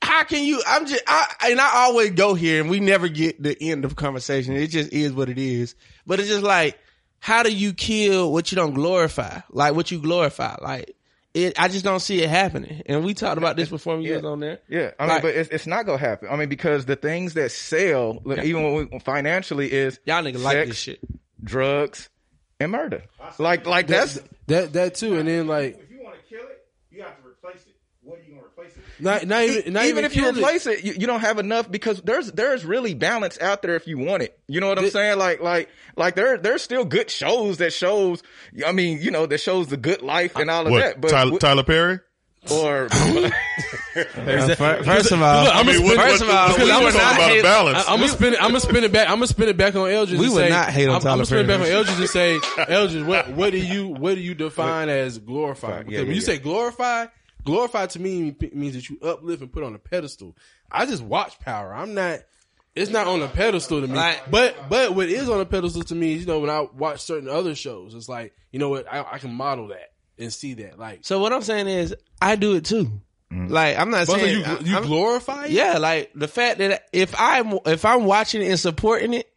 [SPEAKER 6] how can you i'm just i and i always go here and we never get the end of conversation it just is what it is but it's just like how do you kill what you don't glorify like what you glorify like it i just don't see it happening and we talked about this before we was on there
[SPEAKER 3] Yeah, I mean,
[SPEAKER 6] Like-
[SPEAKER 3] but it's, it's not gonna happen. I mean, because the things that sell, look, even when we, financially, is
[SPEAKER 6] y'all nigga like
[SPEAKER 3] sex,
[SPEAKER 6] this shit
[SPEAKER 3] drugs, and murder. Like, like that's
[SPEAKER 1] That that too, and then like
[SPEAKER 4] If you want to kill it, you have to replace it. What are you going to replace it with?
[SPEAKER 1] not not even not
[SPEAKER 3] even if you
[SPEAKER 1] kill it.
[SPEAKER 3] replace it, you, you don't have enough because there's there's really balance out there if you want it. You know what I'm saying? Like like like there there's still good shows that shows. I mean, you know, that shows the good life and all of that.
[SPEAKER 5] What?
[SPEAKER 3] But
[SPEAKER 5] Tyler,
[SPEAKER 3] w-
[SPEAKER 5] Tyler Perry?
[SPEAKER 3] or
[SPEAKER 1] Uh,
[SPEAKER 6] first of all
[SPEAKER 5] I mean, what,
[SPEAKER 6] first
[SPEAKER 5] what,
[SPEAKER 6] of all
[SPEAKER 5] what,
[SPEAKER 6] we
[SPEAKER 5] we
[SPEAKER 6] were
[SPEAKER 5] talking
[SPEAKER 6] not
[SPEAKER 5] about
[SPEAKER 6] hate-
[SPEAKER 5] balance.
[SPEAKER 1] I'm gonna spin it. I'm gonna spin it back. I'm gonna spin it back on Eldridge.
[SPEAKER 6] We
[SPEAKER 1] and
[SPEAKER 6] would
[SPEAKER 1] say-
[SPEAKER 6] not hate on
[SPEAKER 1] I'm, I'm
[SPEAKER 6] Tyler
[SPEAKER 1] gonna spin it back on
[SPEAKER 6] Perry.
[SPEAKER 1] Eldridge and say, Eldridge, what what do you what do you define as glorify? Because
[SPEAKER 3] yeah,
[SPEAKER 1] when you
[SPEAKER 3] yeah.
[SPEAKER 1] say glorify, glorify to me means that you uplift and put on a pedestal. I just watch Power. I'm not. It's not on a pedestal to me,
[SPEAKER 6] Like-
[SPEAKER 1] but but what is on a pedestal to me is you know when I watch certain other shows, it's like you know what I, I can model that and see that like.
[SPEAKER 6] so what i'm saying is i do it too like i'm not
[SPEAKER 1] But Mm. so
[SPEAKER 6] saying
[SPEAKER 1] you
[SPEAKER 6] I-
[SPEAKER 1] you
[SPEAKER 6] I'm-
[SPEAKER 1] glorify it?
[SPEAKER 6] yeah like the fact that if i'm if i'm watching it and supporting it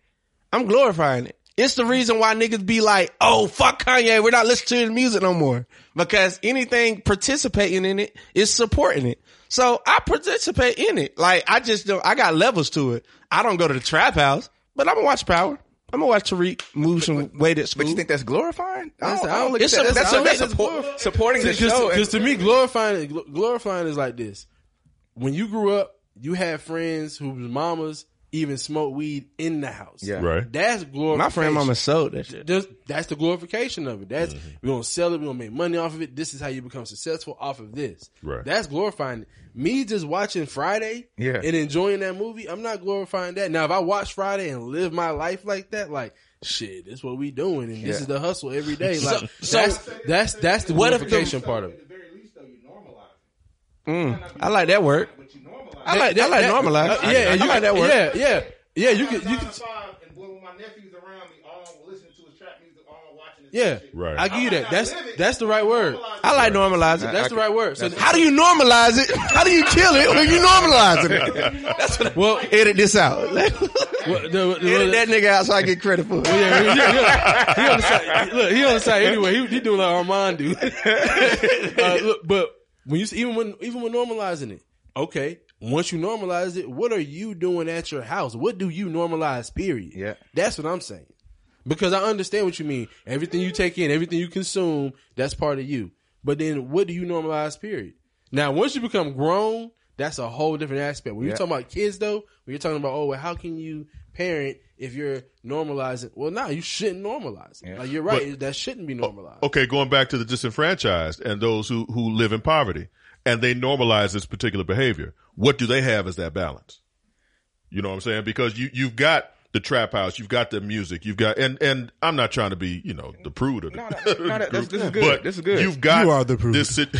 [SPEAKER 6] i'm glorifying it it's the reason why niggas be like oh fuck kanye we're not listening to his music no more because anything participating in it is supporting it so i participate in it like i just don't i got levels to it i don't go to the trap house but i'm gonna watch power i'm gonna watch tariq move some weight at school
[SPEAKER 3] but you think that's glorifying? I
[SPEAKER 1] That's-
[SPEAKER 3] don't,
[SPEAKER 1] I
[SPEAKER 3] I
[SPEAKER 1] don't
[SPEAKER 3] don't look at
[SPEAKER 6] it's a-
[SPEAKER 3] that. That's,
[SPEAKER 6] that's a-
[SPEAKER 3] that's,
[SPEAKER 6] that's a-
[SPEAKER 3] support, supporting the show.
[SPEAKER 1] Because to me, glorifying gl- glorifying is like this: when you grew up, you had friends whose mamas even smoked weed in the house.
[SPEAKER 3] Yeah.
[SPEAKER 5] Right.
[SPEAKER 1] that's glorification.
[SPEAKER 6] my friend mama sold that shit
[SPEAKER 1] There's- that's the glorification of it. That's
[SPEAKER 6] Mm-hmm.
[SPEAKER 1] we're gonna sell it. We're gonna make money off of it. This is how you become successful off of this.
[SPEAKER 5] Right.
[SPEAKER 1] That's glorifying. it. Me just watching Friday
[SPEAKER 3] Yeah.
[SPEAKER 1] and enjoying that movie. I'm not glorifying that. Now, if I watch Friday and live my life like that, like shit, this what we doing, and this
[SPEAKER 3] Yeah.
[SPEAKER 1] is the hustle every day.
[SPEAKER 6] So-
[SPEAKER 1] Like
[SPEAKER 6] so-
[SPEAKER 1] that's that's that's the
[SPEAKER 6] What if the-
[SPEAKER 1] glorification part of it.
[SPEAKER 4] At the very least, though, you normalize it.
[SPEAKER 6] Mm, i like that word
[SPEAKER 4] But you normalize
[SPEAKER 6] I like- I like normalize.
[SPEAKER 1] uh,
[SPEAKER 6] I-
[SPEAKER 1] yeah,
[SPEAKER 6] I
[SPEAKER 1] you
[SPEAKER 6] like that word.
[SPEAKER 1] Yeah, yeah, yeah. You
[SPEAKER 4] it.
[SPEAKER 1] could, you
[SPEAKER 4] Nine
[SPEAKER 1] could.
[SPEAKER 4] to five, and when my nephews around me, all listening to his trap music, all watching his
[SPEAKER 1] Yeah,
[SPEAKER 4] shit.
[SPEAKER 5] Right.
[SPEAKER 1] I give you
[SPEAKER 4] might
[SPEAKER 1] that.
[SPEAKER 4] not
[SPEAKER 1] That's
[SPEAKER 4] live it,
[SPEAKER 1] that's the right word.
[SPEAKER 4] Normalize it.
[SPEAKER 6] i like normalizing
[SPEAKER 1] That's the right word. So
[SPEAKER 6] How do you normalize it? How do you kill it when you normalize it? That's what
[SPEAKER 1] well,
[SPEAKER 6] edit this out. edit
[SPEAKER 1] well, the- the-
[SPEAKER 6] that nigga out so I get credit for it.
[SPEAKER 1] yeah, he, he, he, on the side. Look, he on the side anyway. He, he doing like Armand do. uh, look, but when you see- even when even when normalizing it, okay. Once you normalize it, what are you doing at your house? What do you normalize? Period.
[SPEAKER 3] Yeah.
[SPEAKER 1] that's what I'm saying. Because I understand what you mean. Everything you take in, everything you consume, that's part of you. But then, what do you normalize? Period. Now, once you become grown, that's a whole different aspect. When you're
[SPEAKER 3] Yeah.
[SPEAKER 1] talking about kids, though, when you're talking about, oh, well, how can you parent if you're normalizing? Well, nah, you shouldn't normalize. It.
[SPEAKER 3] Yeah. Oh,
[SPEAKER 1] Like you're right, that shouldn't be normalized.
[SPEAKER 5] Okay, going back to the disenfranchised and those who, who live in poverty and they normalize this particular behavior. What do they have as that balance? You know what I'm saying? Because you, you've got the trap house, you've got the music, you've got, and, and I'm not trying to be, you know, the prude of the
[SPEAKER 3] No, no, no, that- that's- this is good.
[SPEAKER 5] But
[SPEAKER 3] This is good.
[SPEAKER 5] You've got
[SPEAKER 6] You are the prude.
[SPEAKER 5] this sit-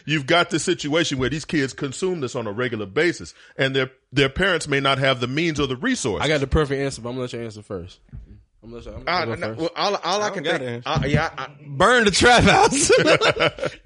[SPEAKER 5] you've got the situation where these kids consume this on a regular basis and their, their parents may not have the means or the resource.
[SPEAKER 1] I got the perfect answer, but I'm gonna let you answer first. I'm gonna let you, I'm
[SPEAKER 3] I,
[SPEAKER 1] gonna go
[SPEAKER 3] no,
[SPEAKER 1] first.
[SPEAKER 3] Ah, well, all, all I,
[SPEAKER 6] don't
[SPEAKER 3] can
[SPEAKER 6] got
[SPEAKER 3] think,
[SPEAKER 6] it.
[SPEAKER 3] I, yeah, I,
[SPEAKER 6] Burn the trap house.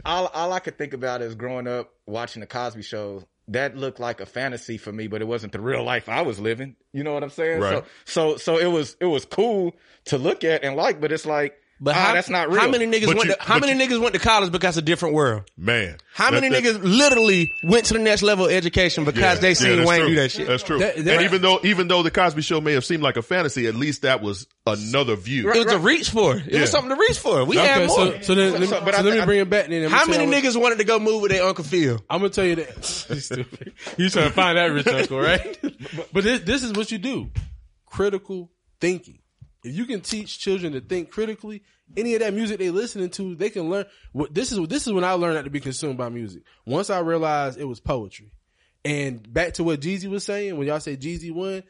[SPEAKER 3] all all I could think about is growing up watching the Cosby Show. That looked like a fantasy for me, but it wasn't the real life I was living. You know what I'm saying?
[SPEAKER 5] Right.
[SPEAKER 3] So so so it was it was cool to look at and like, but it's like
[SPEAKER 6] But
[SPEAKER 3] Ah,
[SPEAKER 6] how,
[SPEAKER 3] that's not
[SPEAKER 6] How
[SPEAKER 3] real.
[SPEAKER 6] many niggas
[SPEAKER 5] But
[SPEAKER 6] went?
[SPEAKER 5] you-
[SPEAKER 6] to, how
[SPEAKER 5] but
[SPEAKER 6] many niggas went to college because of different world?
[SPEAKER 5] Man.
[SPEAKER 6] How
[SPEAKER 5] That-
[SPEAKER 6] many
[SPEAKER 5] that-
[SPEAKER 6] niggas literally went to the next level of education because they
[SPEAKER 5] yeah,
[SPEAKER 6] seen
[SPEAKER 5] that's
[SPEAKER 6] Wayne
[SPEAKER 5] true. Uh,
[SPEAKER 6] do that shit?
[SPEAKER 5] That's true.
[SPEAKER 1] That-
[SPEAKER 5] and
[SPEAKER 1] that-
[SPEAKER 5] even though even though the Cosby Show may have seemed like a fantasy, at least that was another view.
[SPEAKER 6] it was a reach for. It
[SPEAKER 5] Yeah.
[SPEAKER 6] was something to reach for. We had
[SPEAKER 1] Okay,
[SPEAKER 6] more.
[SPEAKER 1] so, so then, let me,
[SPEAKER 3] So- but
[SPEAKER 1] so
[SPEAKER 3] I
[SPEAKER 1] let
[SPEAKER 3] thi-
[SPEAKER 1] me bring it back then.
[SPEAKER 6] how many niggas wanted to go move with their Uncle Phil?
[SPEAKER 1] I'm gonna tell you that. You stupid. You trying to find that rich uncle, right? but this, this is what you do: critical thinking. If you can teach children to think critically, any of that music they listening to, they can learn. What this is, this is when I learned not to be consumed by music. Once I realized it was poetry, and back to what Jeezy was saying when y'all say Jeezy won,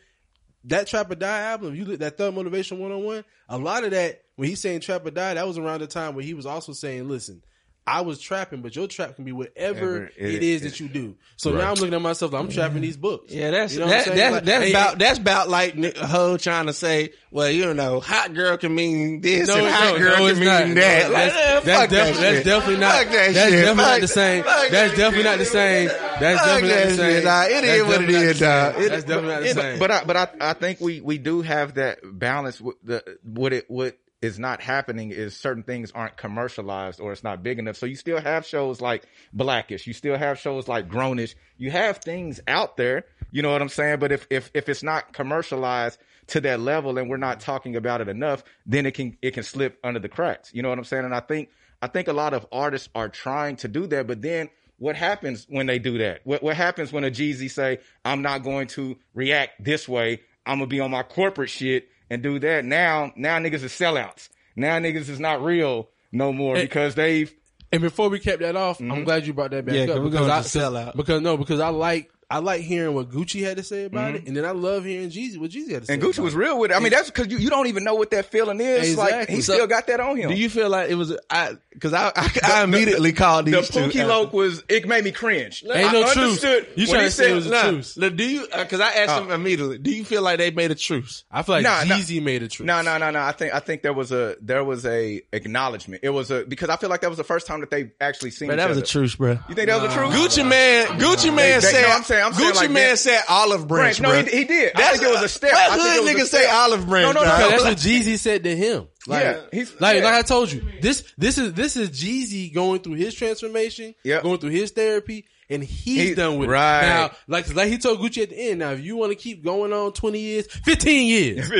[SPEAKER 1] that Trap or Die album, you look that Thug Motivation One on One, a lot of that when he's saying Trap or Die, that was around the time where he was also saying, listen. I was trapping, but your trap can be whatever
[SPEAKER 3] Ever- it-
[SPEAKER 1] it is that you do. So now I'm looking at myself like I'm trapping these books.
[SPEAKER 6] Yeah, that's
[SPEAKER 1] You know what I'm saying?
[SPEAKER 6] that, that's
[SPEAKER 1] Like,
[SPEAKER 6] that's
[SPEAKER 1] hey,
[SPEAKER 6] about that's about like ni- a hoe trying to say, well, you know, hot girl can mean this
[SPEAKER 1] No,
[SPEAKER 6] and
[SPEAKER 1] no,
[SPEAKER 6] hot girl
[SPEAKER 1] no,
[SPEAKER 6] can
[SPEAKER 1] it's
[SPEAKER 6] mean
[SPEAKER 1] not. No,
[SPEAKER 6] that. like,
[SPEAKER 1] that's,
[SPEAKER 6] eh,
[SPEAKER 1] that's
[SPEAKER 6] fuck
[SPEAKER 1] defi-
[SPEAKER 6] that
[SPEAKER 1] that's
[SPEAKER 6] shit.
[SPEAKER 1] definitely not.
[SPEAKER 6] Fuck that
[SPEAKER 1] that's
[SPEAKER 6] shit.
[SPEAKER 1] definitely
[SPEAKER 6] Fuck
[SPEAKER 1] not the same.
[SPEAKER 6] that- fuck
[SPEAKER 1] That's
[SPEAKER 6] that
[SPEAKER 1] definitely not the
[SPEAKER 6] shit.
[SPEAKER 1] same. That's
[SPEAKER 6] Fuck
[SPEAKER 1] definitely not
[SPEAKER 6] that
[SPEAKER 1] the
[SPEAKER 6] shit,
[SPEAKER 1] same.
[SPEAKER 6] dog. It is
[SPEAKER 1] That's
[SPEAKER 6] what it
[SPEAKER 1] definitely not
[SPEAKER 6] is,
[SPEAKER 1] the same.
[SPEAKER 6] dog. It-
[SPEAKER 1] That's definitely not the
[SPEAKER 3] It-
[SPEAKER 1] same.
[SPEAKER 3] But I, but I, I think we we do have that balance. With the what it what is not happening is certain things aren't commercialized or it's not big enough. So you still have shows like Blackish. You still have shows like Grownish. You have things out there. You know what I'm saying? But if if if it's not commercialized to that level and we're not talking about it enough, then it can it can slip under the cracks. You know what I'm saying? And I think I think a lot of artists are trying to do that, but then what happens when they do that? What what happens when a Jeezy say, "I'm not going to react this way. I'm gonna be on my corporate shit and do that." Now, now niggas is sellouts. Now niggas is not real no more because they've
[SPEAKER 1] And before we kept that off,
[SPEAKER 3] Mm-hmm.
[SPEAKER 1] I'm glad you brought that back
[SPEAKER 6] Yeah, 'cause
[SPEAKER 1] up
[SPEAKER 6] we're
[SPEAKER 1] because
[SPEAKER 6] going
[SPEAKER 1] I
[SPEAKER 6] to sell out.
[SPEAKER 1] because no because I like I like hearing what Gucci had to say about it, and then I love hearing Jeezy what Jeezy had to say.
[SPEAKER 3] Mm-hmm. and Gucci
[SPEAKER 1] about
[SPEAKER 3] was
[SPEAKER 1] it.
[SPEAKER 3] real with it. I mean, that's because you, you don't even know what that feeling is. Like
[SPEAKER 1] Exactly.
[SPEAKER 3] he
[SPEAKER 1] So-
[SPEAKER 3] still got that on him.
[SPEAKER 6] Do you feel like it was I? Because I, I, I immediately called
[SPEAKER 3] the
[SPEAKER 6] these two.
[SPEAKER 3] Pookie
[SPEAKER 6] out.
[SPEAKER 3] Loke was it made me cringe.
[SPEAKER 6] Uh,
[SPEAKER 1] Ain't no
[SPEAKER 3] I
[SPEAKER 1] truth.
[SPEAKER 3] understood
[SPEAKER 1] You
[SPEAKER 3] when
[SPEAKER 1] trying
[SPEAKER 3] he
[SPEAKER 1] to say it was a
[SPEAKER 6] Nah,
[SPEAKER 1] truth? Uh.
[SPEAKER 6] look, do you? Because I asked them immediately. Do you feel like they made a truce?
[SPEAKER 1] I feel like
[SPEAKER 3] Nah, nah.
[SPEAKER 1] Jeezy made a truth.
[SPEAKER 3] No, no, no, no. I think I think there was a there was a acknowledgement. It was a because I feel like that was the first time that they actually seen.
[SPEAKER 6] But
[SPEAKER 3] each
[SPEAKER 6] that was a
[SPEAKER 3] other.
[SPEAKER 6] truce, bro.
[SPEAKER 3] You think that was a truth?
[SPEAKER 6] Gucci man, Gucci man
[SPEAKER 3] They- they-
[SPEAKER 6] said.
[SPEAKER 3] no, I'm saying- I'm saying
[SPEAKER 6] Gucci
[SPEAKER 3] like
[SPEAKER 6] man
[SPEAKER 3] that.
[SPEAKER 6] said olive branch.
[SPEAKER 3] Branch. No,
[SPEAKER 6] bro.
[SPEAKER 3] he- he did. I think it was a step.
[SPEAKER 6] What
[SPEAKER 3] I think
[SPEAKER 6] hood
[SPEAKER 3] it was a
[SPEAKER 6] nigga say
[SPEAKER 3] step.
[SPEAKER 6] olive branch?
[SPEAKER 3] No, no, no,
[SPEAKER 6] dog?
[SPEAKER 1] Because that's what Jeezy said to him. Like,
[SPEAKER 3] Yeah, he's-
[SPEAKER 1] like,
[SPEAKER 3] yeah.
[SPEAKER 1] like I told you, this this is this is Jeezy going through his transformation,
[SPEAKER 3] Yep.
[SPEAKER 1] going through his therapy, and he's
[SPEAKER 3] He-
[SPEAKER 1] done with
[SPEAKER 3] right.
[SPEAKER 1] it. Now, like like he told Gucci at the end, now if you want to keep going on twenty years, fifteen years,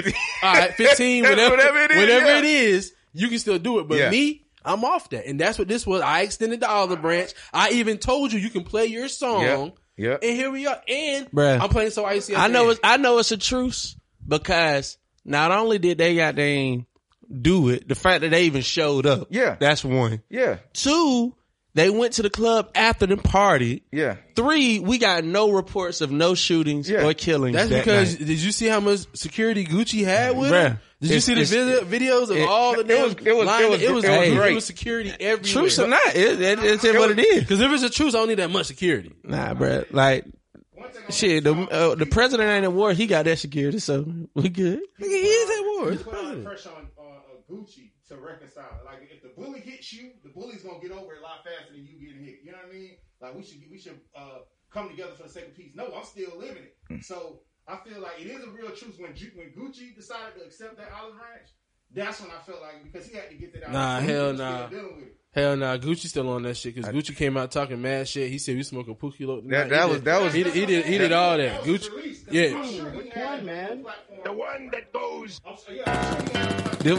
[SPEAKER 1] all right, fifteen, whatever, whatever it is,
[SPEAKER 3] yeah.
[SPEAKER 1] you can still do it. But
[SPEAKER 3] Yeah.
[SPEAKER 1] me. I'm off that, and that's what this was. I extended the olive branch. I even told you you can play your song,
[SPEAKER 3] Yep.
[SPEAKER 1] and here we are. And
[SPEAKER 6] Bruh.
[SPEAKER 1] I'm playing so icy. at
[SPEAKER 6] I
[SPEAKER 1] the
[SPEAKER 6] know
[SPEAKER 1] end.
[SPEAKER 6] it's I know it's a truce because not only did they goddamn do it, the fact that they even showed up.
[SPEAKER 3] Yeah.
[SPEAKER 6] That's one.
[SPEAKER 3] Yeah,
[SPEAKER 6] Two, they went to the club after the party.
[SPEAKER 3] yeah.
[SPEAKER 6] Three, we got no reports of no shootings
[SPEAKER 3] Yeah.
[SPEAKER 6] or killings.
[SPEAKER 1] That's
[SPEAKER 6] that
[SPEAKER 1] because
[SPEAKER 6] night.
[SPEAKER 1] did you see how much security Gucci had with
[SPEAKER 6] Bruh,
[SPEAKER 1] him? Did you
[SPEAKER 6] it's-
[SPEAKER 1] see the
[SPEAKER 6] it's-
[SPEAKER 1] vid- videos of
[SPEAKER 6] it-
[SPEAKER 1] all the
[SPEAKER 3] it was- it was- it
[SPEAKER 1] it
[SPEAKER 3] was-
[SPEAKER 1] was,
[SPEAKER 3] it was
[SPEAKER 1] it was
[SPEAKER 3] great.
[SPEAKER 1] security everywhere.
[SPEAKER 6] truce or not, it, it, it's what it is.
[SPEAKER 1] Because if it's a truce, I don't need that much security.
[SPEAKER 6] Nah, bruh. Like shit, the uh, the president ain't at war. He got that security, so we good.
[SPEAKER 4] put a lot of pressure on uh, uh, Gucci to reconcile. Like if the bully hits you, the bully's gonna get over it a lot faster than you getting hit. You know what I mean? Like we should we should uh, come together for the sake of peace. No, I'm still living it. So I feel like it is a real truth when Ju- when Gucci decided to accept that olive branch. That's when I felt like because he had to get that out.
[SPEAKER 1] Nah,
[SPEAKER 4] He
[SPEAKER 1] hell
[SPEAKER 4] was still
[SPEAKER 1] nah.
[SPEAKER 4] Dealing with it.
[SPEAKER 1] Hell nah, Gucci still on that shit because Gucci came out talking mad shit. He said we smoking Pookie Loke. tonight."
[SPEAKER 3] That- that
[SPEAKER 1] He
[SPEAKER 3] was-
[SPEAKER 1] did-
[SPEAKER 3] that was-
[SPEAKER 1] he, did- he did he did all that.
[SPEAKER 4] That was
[SPEAKER 1] Gucci,
[SPEAKER 4] released. That's
[SPEAKER 1] yeah.
[SPEAKER 4] I'm sure he had
[SPEAKER 10] one,
[SPEAKER 4] a
[SPEAKER 10] man?
[SPEAKER 4] platform.
[SPEAKER 5] one that goes.
[SPEAKER 4] I'm sure- yeah, I'm sure he had a platform.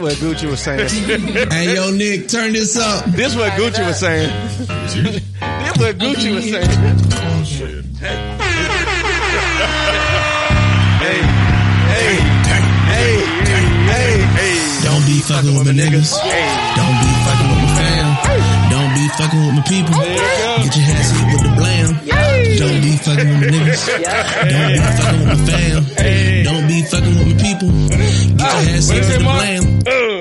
[SPEAKER 6] This what Gucci was saying.
[SPEAKER 2] Hey, yo, Nick, turn this up.
[SPEAKER 6] This what Gucci was saying. this what Gucci was saying.
[SPEAKER 2] Don't be fucking with my niggas. Don't be fucking with my fam. Don't be fucking with my people. Get your hands up with the blam. Don't be fucking with my niggas. Don't be fucking with my fam. Don't be fucking with my people. Get your hands up with the blam.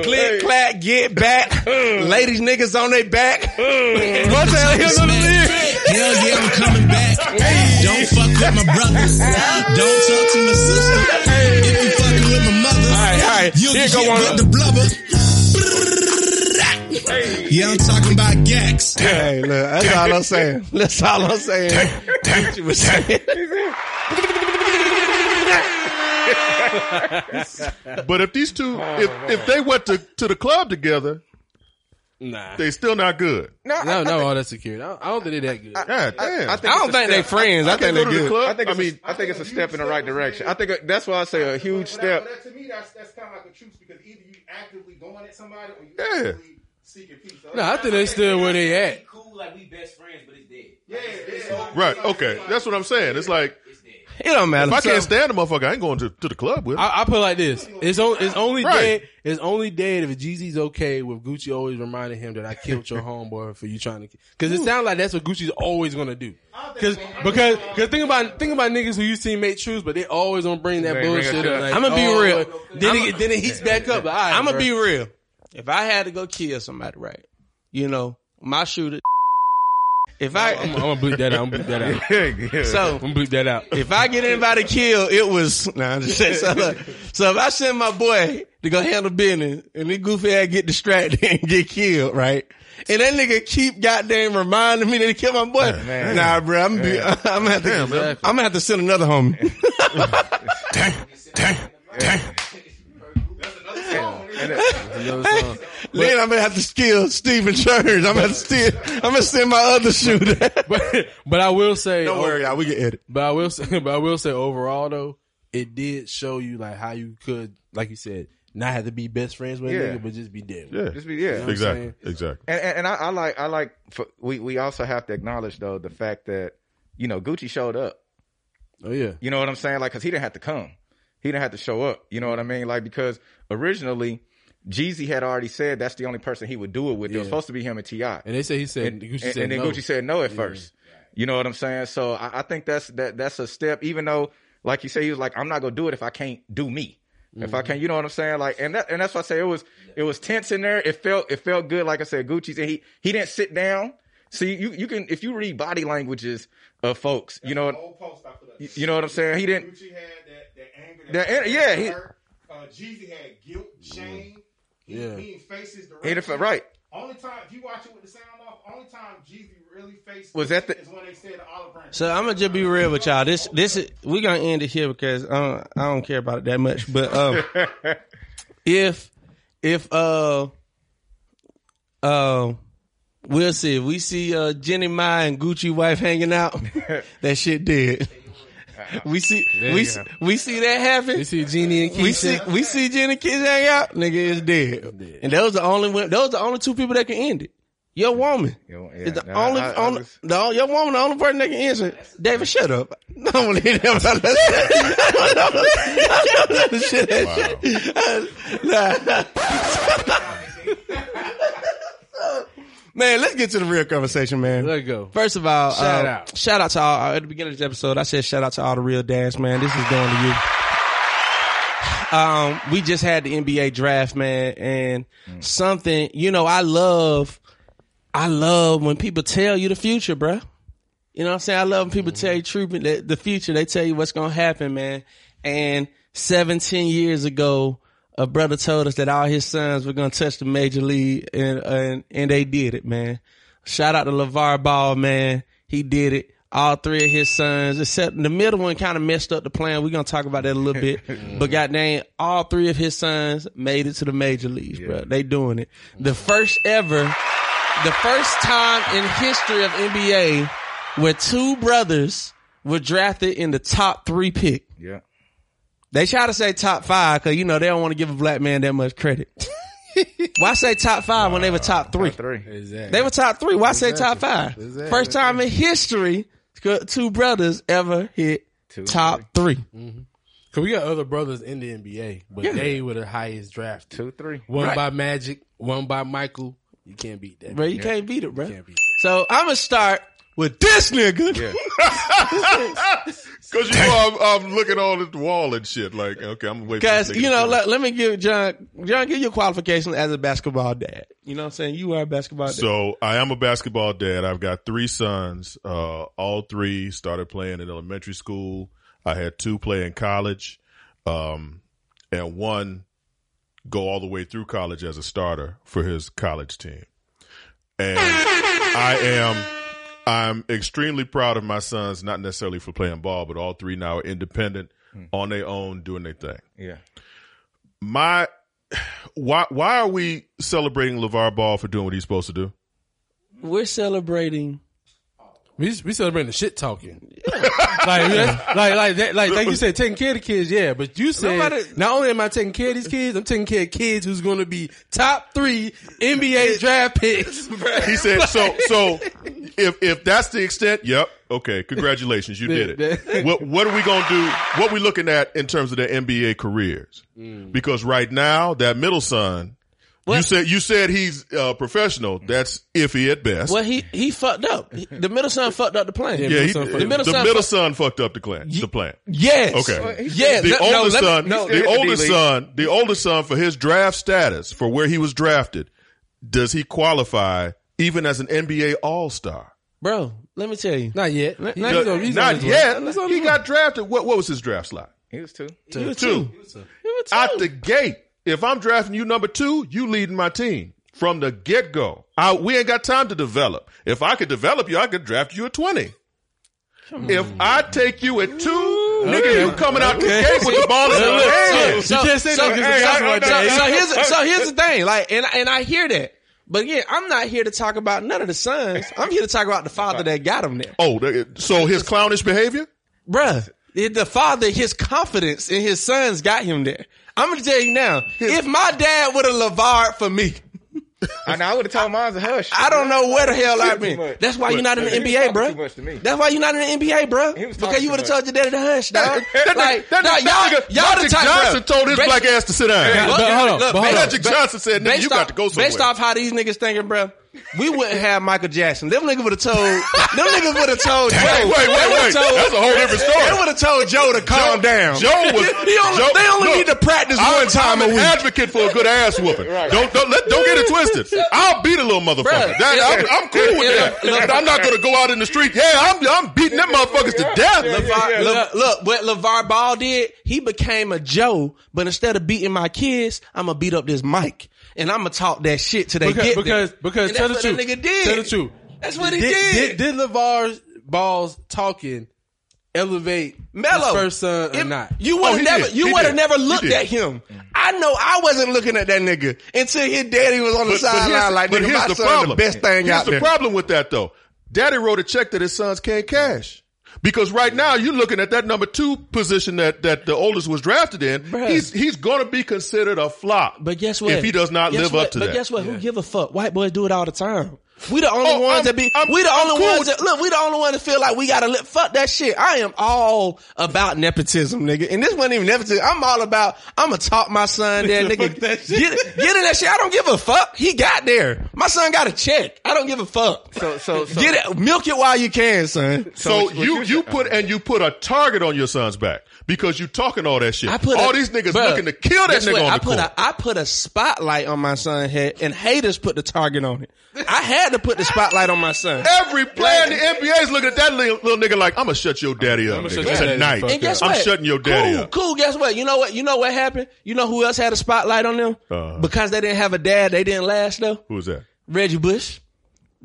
[SPEAKER 6] Click, clack, get back. Ladies, niggas on their back. What the hell is
[SPEAKER 2] Hell yeah, I'm coming back. Don't fuck with my brothers. Don't talk to my sister. If you fucking with my mother,
[SPEAKER 6] right, all right.
[SPEAKER 2] you'll
[SPEAKER 6] Here
[SPEAKER 2] get
[SPEAKER 6] go
[SPEAKER 2] hit
[SPEAKER 6] one
[SPEAKER 2] with
[SPEAKER 6] up.
[SPEAKER 2] the blubber. Yeah, I'm talking about gags.
[SPEAKER 6] Hey, look, that's all I'm saying. That's all I'm saying. Gucci was saying.
[SPEAKER 5] But if these two, if if they went to, to the club together,
[SPEAKER 1] Nah.
[SPEAKER 5] they still not good.
[SPEAKER 3] No,
[SPEAKER 1] No, no, all that security. I don't, I don't think they're that good.
[SPEAKER 5] God damn.
[SPEAKER 3] I think,
[SPEAKER 6] I don't
[SPEAKER 3] it's a
[SPEAKER 6] think they
[SPEAKER 3] step-
[SPEAKER 6] friends. I, think
[SPEAKER 5] go
[SPEAKER 6] they
[SPEAKER 5] to the
[SPEAKER 6] good.
[SPEAKER 5] club.
[SPEAKER 3] I think
[SPEAKER 5] I
[SPEAKER 3] it's a-
[SPEAKER 5] mean,
[SPEAKER 3] I think it's a step in the right direction. I think that's why I say a huge
[SPEAKER 4] But
[SPEAKER 3] step.
[SPEAKER 4] that- but that to me, that's that's kind of like a truce because either you actively going at somebody or you
[SPEAKER 5] Yeah.
[SPEAKER 4] actively seeking peace. So
[SPEAKER 1] No, I think they still where they at.
[SPEAKER 9] Cool, like we best friends, but it's dead.
[SPEAKER 4] yeah, yeah.
[SPEAKER 5] right? Okay, that's what I'm saying. It's like
[SPEAKER 9] It's dead.
[SPEAKER 6] It don't matter.
[SPEAKER 5] if I can't
[SPEAKER 6] So-
[SPEAKER 5] stand the motherfucker, I ain't going to, to the club with. Him.
[SPEAKER 1] I, I put it like this: it's, on, it's only
[SPEAKER 5] Right.
[SPEAKER 1] dead. It's only dead if Jeezy's okay with Gucci always reminding him that I killed your homeboy for you trying to. Because it sounds like that's what Gucci's always gonna do. Cause, because because think about think about niggas who you see make truths, but they always gonna bring that
[SPEAKER 3] They bring
[SPEAKER 1] bullshit
[SPEAKER 3] it
[SPEAKER 1] up.
[SPEAKER 3] up.
[SPEAKER 1] Like,
[SPEAKER 6] I'ma be
[SPEAKER 1] oh,
[SPEAKER 6] real.
[SPEAKER 1] Then it, then it heats back up. Like, all right,
[SPEAKER 6] I'm gonna
[SPEAKER 1] bro.
[SPEAKER 6] be real. If I had to go kill somebody, right? You know, my shooter. If
[SPEAKER 1] I'm,
[SPEAKER 6] I
[SPEAKER 1] I'm gonna bleep that out. I'm gonna bleep that out.
[SPEAKER 6] so
[SPEAKER 1] I'm gonna bleep that out.
[SPEAKER 6] if I get anybody killed, it was nah, I'm just saying, so, look, so if I send my boy to go handle business and this goofy ass get distracted and get killed, right? And that nigga keep goddamn reminding me that he killed my boy.
[SPEAKER 3] Man.
[SPEAKER 6] Nah, bro, I'm gonna be, I'm gonna have to, I'm gonna have to send another homie. Then I'm gonna have to kill Stephen Church. I'm gonna have to steal, I'm gonna send my other shooter.
[SPEAKER 1] But but I will say,
[SPEAKER 6] Don't worry, y'all. We can edit.
[SPEAKER 1] But I will say, but I will say overall though, it did show you like how you could, like you said, not have to be best friends with
[SPEAKER 3] Yeah.
[SPEAKER 1] a nigga, but just be dead.
[SPEAKER 5] yeah,
[SPEAKER 3] Just be yeah.
[SPEAKER 1] what I'm
[SPEAKER 5] exactly,
[SPEAKER 1] saying?
[SPEAKER 5] exactly.
[SPEAKER 3] And, and, and I, I like I like for, we we also have to acknowledge though the fact that you know Gucci showed up.
[SPEAKER 1] Oh yeah.
[SPEAKER 3] You know what I'm saying? Like, cause he didn't have to come. He didn't have to show up. You know what I mean? Like, because originally Jeezy had already said that's the only person he would do it with. It was
[SPEAKER 1] Yeah.
[SPEAKER 3] supposed to be him and Ti.
[SPEAKER 1] And they say he said
[SPEAKER 3] and,
[SPEAKER 1] Gucci
[SPEAKER 3] and-
[SPEAKER 1] said
[SPEAKER 3] and then
[SPEAKER 1] no.
[SPEAKER 3] Gucci said no at first. You know what I'm saying? So I, I think that's that that's a step. Even though, like you say, he was like, I'm not gonna do it if I can't do me. If I can't, you know what I'm saying? Like, and that, and that's why I say it was it was tense in there. It felt it felt good. Like I said, Gucci's and he he didn't sit down. See, you you can if you read body languages of folks, you know.
[SPEAKER 4] Old post I put up.
[SPEAKER 3] You you know what I'm saying? He didn't.
[SPEAKER 4] Gucci had that, that anger. That,
[SPEAKER 3] That anger, yeah, he-
[SPEAKER 4] hurt. uh, Jeezy had guilt, shame. He,
[SPEAKER 1] Yeah.
[SPEAKER 4] yeah. he faces the
[SPEAKER 3] He didn't feel right.
[SPEAKER 4] Only time if you watch it with the sound off, only time Jeezy really faced
[SPEAKER 3] Was that the-
[SPEAKER 4] is when they said the olive branch.
[SPEAKER 6] So I'm gonna just be real with y'all. This this is we gonna end it here because uh, I don't care about it that much. But um, if if uh uh we'll see. If we see uh Jenny Ma and Gucci wife hanging out, that shit dead. We see we see, we see that happen.
[SPEAKER 1] You see Genie and Keisha.
[SPEAKER 6] We see we see Jenny kids hang out, nigga is dead. And those the only one- those the only two people that can end it. Your woman. It's the only, only the only, your woman, the only person that can answer. David, shut up. I don't want to hear that. about that shit. Nah. Man, let's get to the real conversation, man.
[SPEAKER 1] Let go.
[SPEAKER 6] First of all,
[SPEAKER 1] Shout
[SPEAKER 6] uh,
[SPEAKER 1] out.
[SPEAKER 6] shout out to all uh, at the beginning of this episode. I said shout out to all the real dads, man. This is going to you. Um, we just had the NBA draft, man, and
[SPEAKER 1] Mm.
[SPEAKER 6] something you know I love. I love when people tell you the future, bruh. You know what I'm saying? I love when people tell you truth, the, the future. They tell you what's gonna happen, man. And 17 years ago, a brother told us that all his sons were gonna touch the major league, and and, and they did it, man. Shout out to LeVar Ball, man. He did it. All three of his sons, except the middle one kind of messed up the plan. We're going to talk about that a little bit. but goddamn, all three of his sons made it to the major leagues, bro. They doing it. The first ever, the first time in history of NBA where two brothers were drafted in the top three pick.
[SPEAKER 3] Yeah.
[SPEAKER 6] They try to say top five because, you know, they don't want to give a black man that much credit. Why say top five when they were top three?
[SPEAKER 3] Three.
[SPEAKER 6] They were top three. Why say top five? First time in history, two brothers ever hit top three.
[SPEAKER 1] Cause we got other brothers in the NBA, but they were the highest draft.
[SPEAKER 3] Two, three.
[SPEAKER 1] One by Magic, one by Michael. You can't beat that.
[SPEAKER 6] Bro, you can't beat it, bro.
[SPEAKER 1] You can't beat that.
[SPEAKER 6] So I'm gonna start with this nigga.
[SPEAKER 5] Because you know I'm, I'm looking on at the wall and shit. Like, okay, I'm waiting.
[SPEAKER 6] Because
[SPEAKER 5] for this nigga
[SPEAKER 6] you
[SPEAKER 5] to
[SPEAKER 6] know,
[SPEAKER 5] come.
[SPEAKER 6] let, let me give John John give your qualifications as a basketball dad. You know what I'm saying? You are a basketball dad.
[SPEAKER 5] So I am a basketball dad. I've got three sons. Uh, all three started playing in elementary school. I had two play in college, um, and one go all the way through college as a starter for his college team. And I am, I'm extremely proud of my sons, not necessarily for playing ball, but all three now are independent. on their own doing their thing.
[SPEAKER 3] Yeah.
[SPEAKER 5] My why why are we celebrating LeVar Ball for doing what he's supposed to do?
[SPEAKER 6] We're celebrating.
[SPEAKER 1] We we celebrating the shit talking. like, yeah, like like that, like like you said, taking care of the kids, yeah. But you said
[SPEAKER 6] Nobody-
[SPEAKER 1] not only am I taking care of these kids, I'm taking care of kids who's going to be top three NBA draft picks.
[SPEAKER 5] He said, "So, so if if that's the extent, yep, okay, congratulations, you did it. What what are we gonna do? What we looking at in terms of their NBA careers?
[SPEAKER 6] Mm.
[SPEAKER 5] Because right now, that middle son, you said you said he's a professional. That's iffy at best.
[SPEAKER 6] Well, he he fucked up. He- The middle son fucked up the plan.
[SPEAKER 1] Yeah,
[SPEAKER 5] yeah,
[SPEAKER 1] middle
[SPEAKER 5] he,
[SPEAKER 1] son
[SPEAKER 5] the,
[SPEAKER 1] fucked-
[SPEAKER 5] middle,
[SPEAKER 6] the
[SPEAKER 5] son,
[SPEAKER 6] middle
[SPEAKER 5] fucked up the plan. The plan.
[SPEAKER 6] Yes.
[SPEAKER 5] Okay.
[SPEAKER 6] Yeah.
[SPEAKER 5] The
[SPEAKER 6] no- no,
[SPEAKER 5] oldest
[SPEAKER 6] let me-
[SPEAKER 5] son,
[SPEAKER 6] no.
[SPEAKER 5] the
[SPEAKER 3] hit the
[SPEAKER 5] oldest
[SPEAKER 3] D-League.
[SPEAKER 5] son, the oldest son for his draft status, for where he was drafted, does he qualify even as an NBA All Star?
[SPEAKER 6] bro. Let me tell you.
[SPEAKER 1] Not yet. Not, he's on- he's on
[SPEAKER 5] Not
[SPEAKER 1] his way.
[SPEAKER 5] yet. He got drafted. What what was his draft slot?
[SPEAKER 3] He was two.
[SPEAKER 6] You were
[SPEAKER 5] Two.
[SPEAKER 6] two. You were two.
[SPEAKER 5] Out the gate. If I'm drafting you number two, you leading my team from the get go. I we ain't got time to develop. If I could develop you, I could draft you at twenty. If I take you at two, nigga, you coming out the gate with the ball in your hand.
[SPEAKER 1] You can't say that 'cause it's something like
[SPEAKER 6] so,
[SPEAKER 1] that.
[SPEAKER 6] so here's so here's the thing, like, and and I hear that, but again, I'm not here to talk about none of the sons. I'm here to talk about the father that got him there,
[SPEAKER 5] Oh, that- so his clownish behavior?
[SPEAKER 6] bruh. it- The father, his confidence in his sons got him there. I'm gonna tell you now, if my dad would have Lavard for me,
[SPEAKER 3] And I would have told mine's a hush.
[SPEAKER 6] I don't know where the hell I've
[SPEAKER 3] Too
[SPEAKER 6] been.
[SPEAKER 3] much.
[SPEAKER 6] That's why you're not in the
[SPEAKER 3] He was
[SPEAKER 6] NBA,
[SPEAKER 3] talking
[SPEAKER 6] bro.
[SPEAKER 3] too much to me.
[SPEAKER 6] That's why you're not in the NBA, bro.
[SPEAKER 3] He was talking
[SPEAKER 6] Because you
[SPEAKER 3] too
[SPEAKER 6] would have
[SPEAKER 3] much.
[SPEAKER 6] told your daddy to hush, dog.
[SPEAKER 5] That,
[SPEAKER 6] Like,
[SPEAKER 5] that,
[SPEAKER 6] nah,
[SPEAKER 5] that, that
[SPEAKER 6] y'all, y'all the
[SPEAKER 5] nigga, Magic
[SPEAKER 6] type.
[SPEAKER 5] Johnson
[SPEAKER 6] bruh,
[SPEAKER 5] told his
[SPEAKER 6] based-
[SPEAKER 5] black ass to sit down.
[SPEAKER 1] But hold on,
[SPEAKER 6] Look,
[SPEAKER 1] but hold on.
[SPEAKER 5] Magic Johnson said, nigga,
[SPEAKER 6] based
[SPEAKER 5] you got
[SPEAKER 6] off-
[SPEAKER 5] to go somewhere.
[SPEAKER 6] Based off how these niggas thinking, bro, we wouldn't have Michael Jackson. Them niggas would have told. them niggas would have told.
[SPEAKER 5] Hey,
[SPEAKER 6] Joe,
[SPEAKER 5] wait, wait,
[SPEAKER 6] they would've
[SPEAKER 5] wait.
[SPEAKER 6] told-
[SPEAKER 5] That's a whole different
[SPEAKER 6] They
[SPEAKER 5] story.
[SPEAKER 6] would have told Joe to calm down.
[SPEAKER 5] Joe was.
[SPEAKER 6] He only-
[SPEAKER 5] Joe-
[SPEAKER 6] they only
[SPEAKER 5] look,
[SPEAKER 6] need to practice
[SPEAKER 5] I'm-
[SPEAKER 6] one time
[SPEAKER 5] I'm
[SPEAKER 6] a
[SPEAKER 5] an
[SPEAKER 6] week.
[SPEAKER 5] advocate for a good ass whooping. Don't don't let, don't get it twisted. I'll beat a little motherfucker.
[SPEAKER 6] Bruh,
[SPEAKER 5] That-
[SPEAKER 6] it-
[SPEAKER 5] I'm, I'm cool with
[SPEAKER 6] it-
[SPEAKER 5] that.
[SPEAKER 6] look-
[SPEAKER 5] I'm not going to go out in the street. Yeah, I'm I'm beating them motherfuckers to death.
[SPEAKER 6] LeVar, Le- look, what LeVar Ball did, he became a Joe, but instead of beating my kids, I'm gonna beat up this mic. And I'm gonna talk that shit till they
[SPEAKER 1] because
[SPEAKER 6] get there.
[SPEAKER 1] because, because
[SPEAKER 6] And
[SPEAKER 1] tell the
[SPEAKER 6] that's
[SPEAKER 1] truth.
[SPEAKER 6] what that nigga did.
[SPEAKER 1] Tell the truth.
[SPEAKER 6] That's what he
[SPEAKER 1] Did,
[SPEAKER 6] did.
[SPEAKER 1] did, did LeVar's balls talking elevate
[SPEAKER 6] Mellow.
[SPEAKER 1] his first son or
[SPEAKER 6] It-
[SPEAKER 1] not?
[SPEAKER 6] You
[SPEAKER 5] Oh,
[SPEAKER 6] would
[SPEAKER 5] he
[SPEAKER 6] have never
[SPEAKER 5] did.
[SPEAKER 6] you
[SPEAKER 5] He
[SPEAKER 6] would have
[SPEAKER 5] did.
[SPEAKER 6] never
[SPEAKER 5] He
[SPEAKER 6] looked
[SPEAKER 5] did. Mm.
[SPEAKER 6] at him. I know I wasn't looking at that nigga until his daddy was on the sideline like
[SPEAKER 5] but
[SPEAKER 6] nigga, my
[SPEAKER 5] here's
[SPEAKER 6] son the best thing
[SPEAKER 5] here's
[SPEAKER 6] out
[SPEAKER 5] the
[SPEAKER 6] there.
[SPEAKER 5] problem with that though. Daddy wrote a check that his sons can't cash. Because right now you're looking at that number two position that, that the oldest was drafted in.
[SPEAKER 6] Bruh.
[SPEAKER 5] He's he's gonna be considered a flop.
[SPEAKER 6] But guess what?
[SPEAKER 5] If he does not
[SPEAKER 6] Guess
[SPEAKER 5] live
[SPEAKER 6] what?
[SPEAKER 5] up to
[SPEAKER 6] but
[SPEAKER 5] that.
[SPEAKER 6] guess what? Who give a fuck? White boys do it all the time. We the only
[SPEAKER 5] Oh,
[SPEAKER 6] ones
[SPEAKER 5] I'm-
[SPEAKER 6] that be.
[SPEAKER 5] I'm-
[SPEAKER 6] we the
[SPEAKER 5] I'm
[SPEAKER 6] only
[SPEAKER 5] cool
[SPEAKER 6] ones
[SPEAKER 5] with-
[SPEAKER 6] that look. We the only ones that feel like we gotta live. Fuck that shit. I am all about nepotism, nigga. And this wasn't even nepotism. I'm all about. I'm gonna talk my son there, nigga. Get get in that shit. I don't give a fuck. He got there. My son got a check. I don't give a fuck.
[SPEAKER 3] So- so- so-
[SPEAKER 6] get it. Milk it while you can, son.
[SPEAKER 5] So,
[SPEAKER 3] what
[SPEAKER 5] you
[SPEAKER 3] you
[SPEAKER 5] you
[SPEAKER 3] said-
[SPEAKER 5] put and you put a target on your son's back because you talking all that shit.
[SPEAKER 6] I put
[SPEAKER 5] all
[SPEAKER 6] a-
[SPEAKER 5] these niggas
[SPEAKER 6] bruh,
[SPEAKER 5] looking to kill that
[SPEAKER 6] guess
[SPEAKER 5] nigga
[SPEAKER 6] what?
[SPEAKER 5] on
[SPEAKER 6] I
[SPEAKER 5] the
[SPEAKER 6] put
[SPEAKER 5] court.
[SPEAKER 6] A, I put a spotlight on my son's head, and haters put the target on it. I had to put the spotlight on my son.
[SPEAKER 5] Every player in the NBA is looking at that little, little nigga like, I'm gonna shut your daddy up nigga,
[SPEAKER 1] shut your daddy the
[SPEAKER 5] tonight.
[SPEAKER 1] fuck
[SPEAKER 6] And guess
[SPEAKER 5] I'm
[SPEAKER 6] what?
[SPEAKER 5] shutting your daddy
[SPEAKER 6] cool,
[SPEAKER 5] up.
[SPEAKER 6] Cool. Guess what? You know what? You know what happened? You know who else had a spotlight on them?
[SPEAKER 5] Uh-huh.
[SPEAKER 6] Because they didn't have a dad, they didn't last though.
[SPEAKER 5] Who's that?
[SPEAKER 6] Reggie Bush.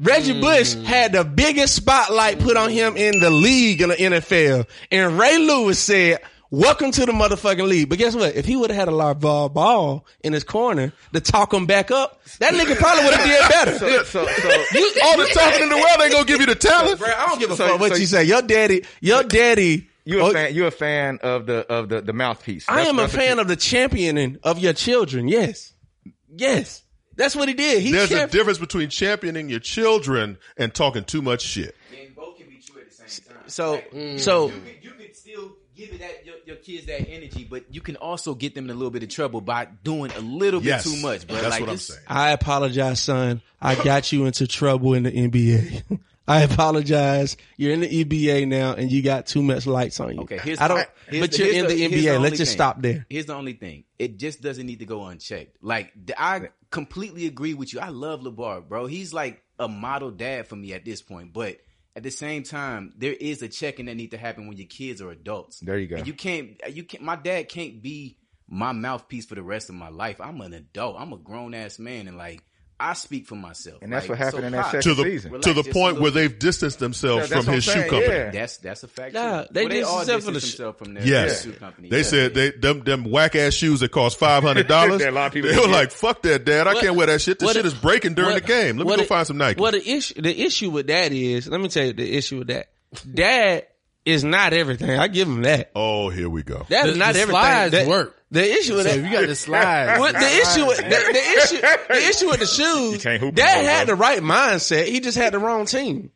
[SPEAKER 6] Reggie Bush had the biggest spotlight put on him in the league in the NFL. And Ray Lewis said, Welcome to the motherfucking league. But guess what? If he would have had a LaVar ball in his corner to talk him back up, that nigga probably would have did better.
[SPEAKER 3] So, so, so
[SPEAKER 6] You-
[SPEAKER 5] All the talking in the world ain't gonna give you the talent.
[SPEAKER 6] Bruh, I don't give a
[SPEAKER 3] So-
[SPEAKER 6] fuck what
[SPEAKER 3] so-
[SPEAKER 6] you say. Your daddy, your daddy.
[SPEAKER 3] you a
[SPEAKER 6] oh,
[SPEAKER 3] fan? You a fan of the of the the mouthpiece?
[SPEAKER 6] I am a fan of the championing of your children. Yes. Yes. That's what he did. He
[SPEAKER 5] There's a
[SPEAKER 6] champ-
[SPEAKER 5] difference between championing your children and talking too much shit.
[SPEAKER 9] And both can be true at the same time.
[SPEAKER 6] so,
[SPEAKER 9] Like,
[SPEAKER 6] so,
[SPEAKER 9] you could, you could still give it that your, your kids that energy, but you can also get them in a little bit of trouble by doing a little
[SPEAKER 5] Yes,
[SPEAKER 9] bit too much. But
[SPEAKER 5] that's
[SPEAKER 9] like
[SPEAKER 5] what I'm
[SPEAKER 9] just-
[SPEAKER 5] saying.
[SPEAKER 6] I apologize, son. I got you into trouble in the NBA. I apologize. You're in the EBA now, and you got too much lights on you.
[SPEAKER 9] Okay, here's
[SPEAKER 6] I don't.
[SPEAKER 9] I- here's
[SPEAKER 6] but
[SPEAKER 9] the-
[SPEAKER 6] you're
[SPEAKER 9] here's
[SPEAKER 6] in the,
[SPEAKER 9] here's
[SPEAKER 6] NBA.
[SPEAKER 9] only
[SPEAKER 6] Let's just
[SPEAKER 9] thing.
[SPEAKER 6] stop there.
[SPEAKER 9] Here's the only thing. It just doesn't need to go unchecked. Like th- I completely agree with you. I love LeBar, bro. He's like a model dad for me at this point. But at the same time, there is a checking that need to happen when your kids are adults.
[SPEAKER 3] There you go.
[SPEAKER 9] And you can't. You can't. My dad can't be my mouthpiece for the rest of my life. I'm an adult. I'm a grown ass man, and like I speak for myself,
[SPEAKER 3] And that's
[SPEAKER 9] Like,
[SPEAKER 3] what happened in that
[SPEAKER 9] Pop,
[SPEAKER 3] second-
[SPEAKER 5] to the
[SPEAKER 3] season.
[SPEAKER 5] to
[SPEAKER 9] Relax
[SPEAKER 5] the
[SPEAKER 9] just a
[SPEAKER 5] point where
[SPEAKER 9] little
[SPEAKER 5] they've distanced themselves
[SPEAKER 3] That's
[SPEAKER 5] from
[SPEAKER 3] what
[SPEAKER 5] his
[SPEAKER 3] I'm
[SPEAKER 5] shoe
[SPEAKER 3] saying,
[SPEAKER 5] company.
[SPEAKER 3] yeah.
[SPEAKER 9] That's that's a fact.
[SPEAKER 6] Nah,
[SPEAKER 9] too.
[SPEAKER 6] they
[SPEAKER 9] well, they
[SPEAKER 6] did
[SPEAKER 9] all
[SPEAKER 6] something for the
[SPEAKER 9] distanced
[SPEAKER 6] sh-
[SPEAKER 9] themselves from their
[SPEAKER 5] Yes.
[SPEAKER 9] shoe company.
[SPEAKER 5] They
[SPEAKER 9] Yeah.
[SPEAKER 5] said they them them whack ass shoes that cost five hundred dollars.
[SPEAKER 3] That a lot of
[SPEAKER 5] they
[SPEAKER 3] people
[SPEAKER 5] were
[SPEAKER 3] didn't get.
[SPEAKER 5] like, "Fuck that, Dad! I
[SPEAKER 6] What-
[SPEAKER 5] can't wear that shit. This
[SPEAKER 6] what-
[SPEAKER 5] shit is breaking during
[SPEAKER 6] what-
[SPEAKER 5] the game. Let me
[SPEAKER 6] what
[SPEAKER 5] go
[SPEAKER 6] it-
[SPEAKER 5] find some Nike."
[SPEAKER 6] Well, the issue the issue with that is, let me tell you the issue with that. Dad is not everything. I give him that.
[SPEAKER 5] oh, here we go.
[SPEAKER 6] That is
[SPEAKER 1] The-
[SPEAKER 6] not
[SPEAKER 1] the
[SPEAKER 6] everything.
[SPEAKER 1] slides
[SPEAKER 6] That-
[SPEAKER 1] work.
[SPEAKER 6] The issue with
[SPEAKER 1] So
[SPEAKER 6] that.
[SPEAKER 1] if you got the slides.
[SPEAKER 6] Well, the issue, with, the, the issue, the issue with the shoes.
[SPEAKER 3] can't hoop
[SPEAKER 6] Dad
[SPEAKER 3] anymore,
[SPEAKER 6] had
[SPEAKER 3] bro.
[SPEAKER 6] the right mindset. He just had the wrong team.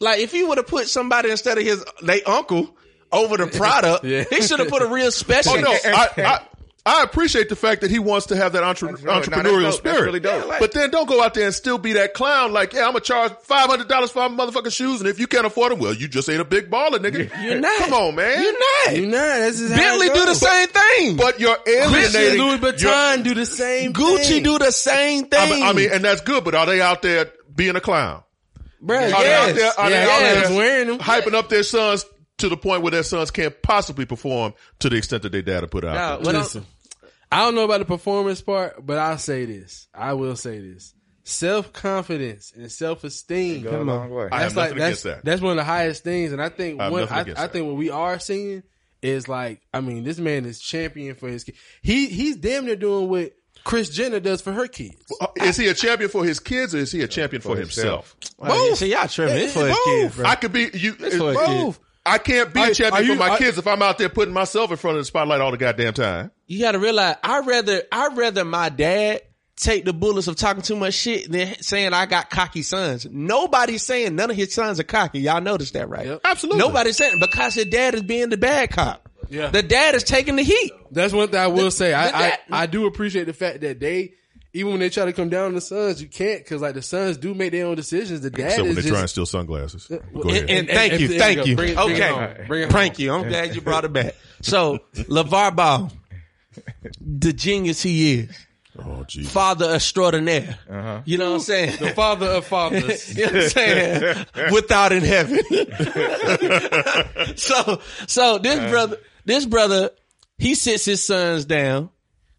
[SPEAKER 6] Like if he would have put somebody instead of his they uncle over the product,
[SPEAKER 1] Yeah.
[SPEAKER 6] he should have put a real special.
[SPEAKER 5] Oh no, I, I I appreciate the fact that he wants to have that entre-
[SPEAKER 3] That's really- no, that's
[SPEAKER 5] entrepreneurial
[SPEAKER 3] dope.
[SPEAKER 5] spirit.
[SPEAKER 3] That's really dope.
[SPEAKER 6] Yeah, like-
[SPEAKER 5] but then don't go out there and still be that clown. Like, yeah, I'm gonna charge five hundred dollars for my motherfucking shoes, and if you can't afford them, well, you just ain't a big baller, nigga.
[SPEAKER 6] You're not.
[SPEAKER 5] Come on, man.
[SPEAKER 6] You're not.
[SPEAKER 1] You know, that's just how
[SPEAKER 6] Bentley
[SPEAKER 1] it
[SPEAKER 6] do the
[SPEAKER 1] goes.
[SPEAKER 6] same thing.
[SPEAKER 5] But you're
[SPEAKER 1] Gucci,
[SPEAKER 5] alienating.
[SPEAKER 1] Louis
[SPEAKER 5] you're-
[SPEAKER 1] Vuitton do the same.
[SPEAKER 6] Gucci
[SPEAKER 1] thing.
[SPEAKER 6] do the same
[SPEAKER 5] I
[SPEAKER 6] thing.
[SPEAKER 5] mean, I mean, and that's good. But are they out there being a clown?
[SPEAKER 1] Bruh,
[SPEAKER 5] Are
[SPEAKER 1] yes.
[SPEAKER 5] they out there? Are
[SPEAKER 1] yeah,
[SPEAKER 5] they out
[SPEAKER 1] yes.
[SPEAKER 5] there
[SPEAKER 1] wearing them.
[SPEAKER 5] hyping up their sons to the point where their sons can't possibly perform to the extent that their dad had put out?
[SPEAKER 6] Nah,
[SPEAKER 5] there?
[SPEAKER 6] what I'm-
[SPEAKER 1] Listen, I don't know about the performance part, but I'll say this. I will say this. Self confidence and self esteem.
[SPEAKER 3] Go a long way.
[SPEAKER 5] I have
[SPEAKER 1] That's like
[SPEAKER 5] nothing
[SPEAKER 1] that's
[SPEAKER 5] against that.
[SPEAKER 1] that's one of the highest things, and I think
[SPEAKER 5] I have
[SPEAKER 1] what
[SPEAKER 5] nothing
[SPEAKER 1] I,
[SPEAKER 5] against
[SPEAKER 1] I
[SPEAKER 5] that.
[SPEAKER 1] think what we are seeing is like I mean this man is champion for his kid. He he's damn near doing what Chris Jenner does for her kids.
[SPEAKER 5] Uh, Is he a champion for his kids or is he a champion for himself?
[SPEAKER 6] Well, yeah, see, y'all tripping it for his kids, bro.
[SPEAKER 5] I could be you. It's
[SPEAKER 6] for his
[SPEAKER 5] both. I can't be
[SPEAKER 1] Are-
[SPEAKER 5] a champion
[SPEAKER 1] are you-
[SPEAKER 5] for my
[SPEAKER 1] are-
[SPEAKER 5] kids if I'm out there putting myself in front of the spotlight all the goddamn time.
[SPEAKER 6] you got to realize I rather I rather my dad take the bullets of talking too much shit than saying I got cocky sons. Nobody's saying none of his sons are cocky. Y'all noticed that, right?
[SPEAKER 1] Yep.
[SPEAKER 5] Absolutely.
[SPEAKER 6] Nobody's saying because your dad is being the bad cop.
[SPEAKER 1] Yeah.
[SPEAKER 6] The dad is taking the heat.
[SPEAKER 1] That's one thing I will say.
[SPEAKER 6] but
[SPEAKER 1] I, I,
[SPEAKER 6] that-
[SPEAKER 1] I do appreciate the fact that they, even when they try to come down on the sons, you can't because like the sons do make their own decisions. The dad
[SPEAKER 5] Except when
[SPEAKER 1] is
[SPEAKER 5] they
[SPEAKER 1] just
[SPEAKER 5] try and steal sunglasses. Go
[SPEAKER 6] And,
[SPEAKER 5] ahead.
[SPEAKER 6] and thank
[SPEAKER 1] and-
[SPEAKER 6] you,
[SPEAKER 1] there you
[SPEAKER 6] thank
[SPEAKER 1] go.
[SPEAKER 6] you.
[SPEAKER 1] Bring it- bring it
[SPEAKER 6] okay,
[SPEAKER 1] home. Bring it
[SPEAKER 6] thank you. I'm glad you brought it back. So LeVar Ball, the genius he is,
[SPEAKER 5] oh, geez.
[SPEAKER 6] father extraordinaire. You know what I'm saying?
[SPEAKER 1] Uh-huh. the father of fathers.
[SPEAKER 6] You know what I'm saying? Without in heaven. so, so this
[SPEAKER 1] Uh-huh.
[SPEAKER 6] brother, this brother, he sits his sons down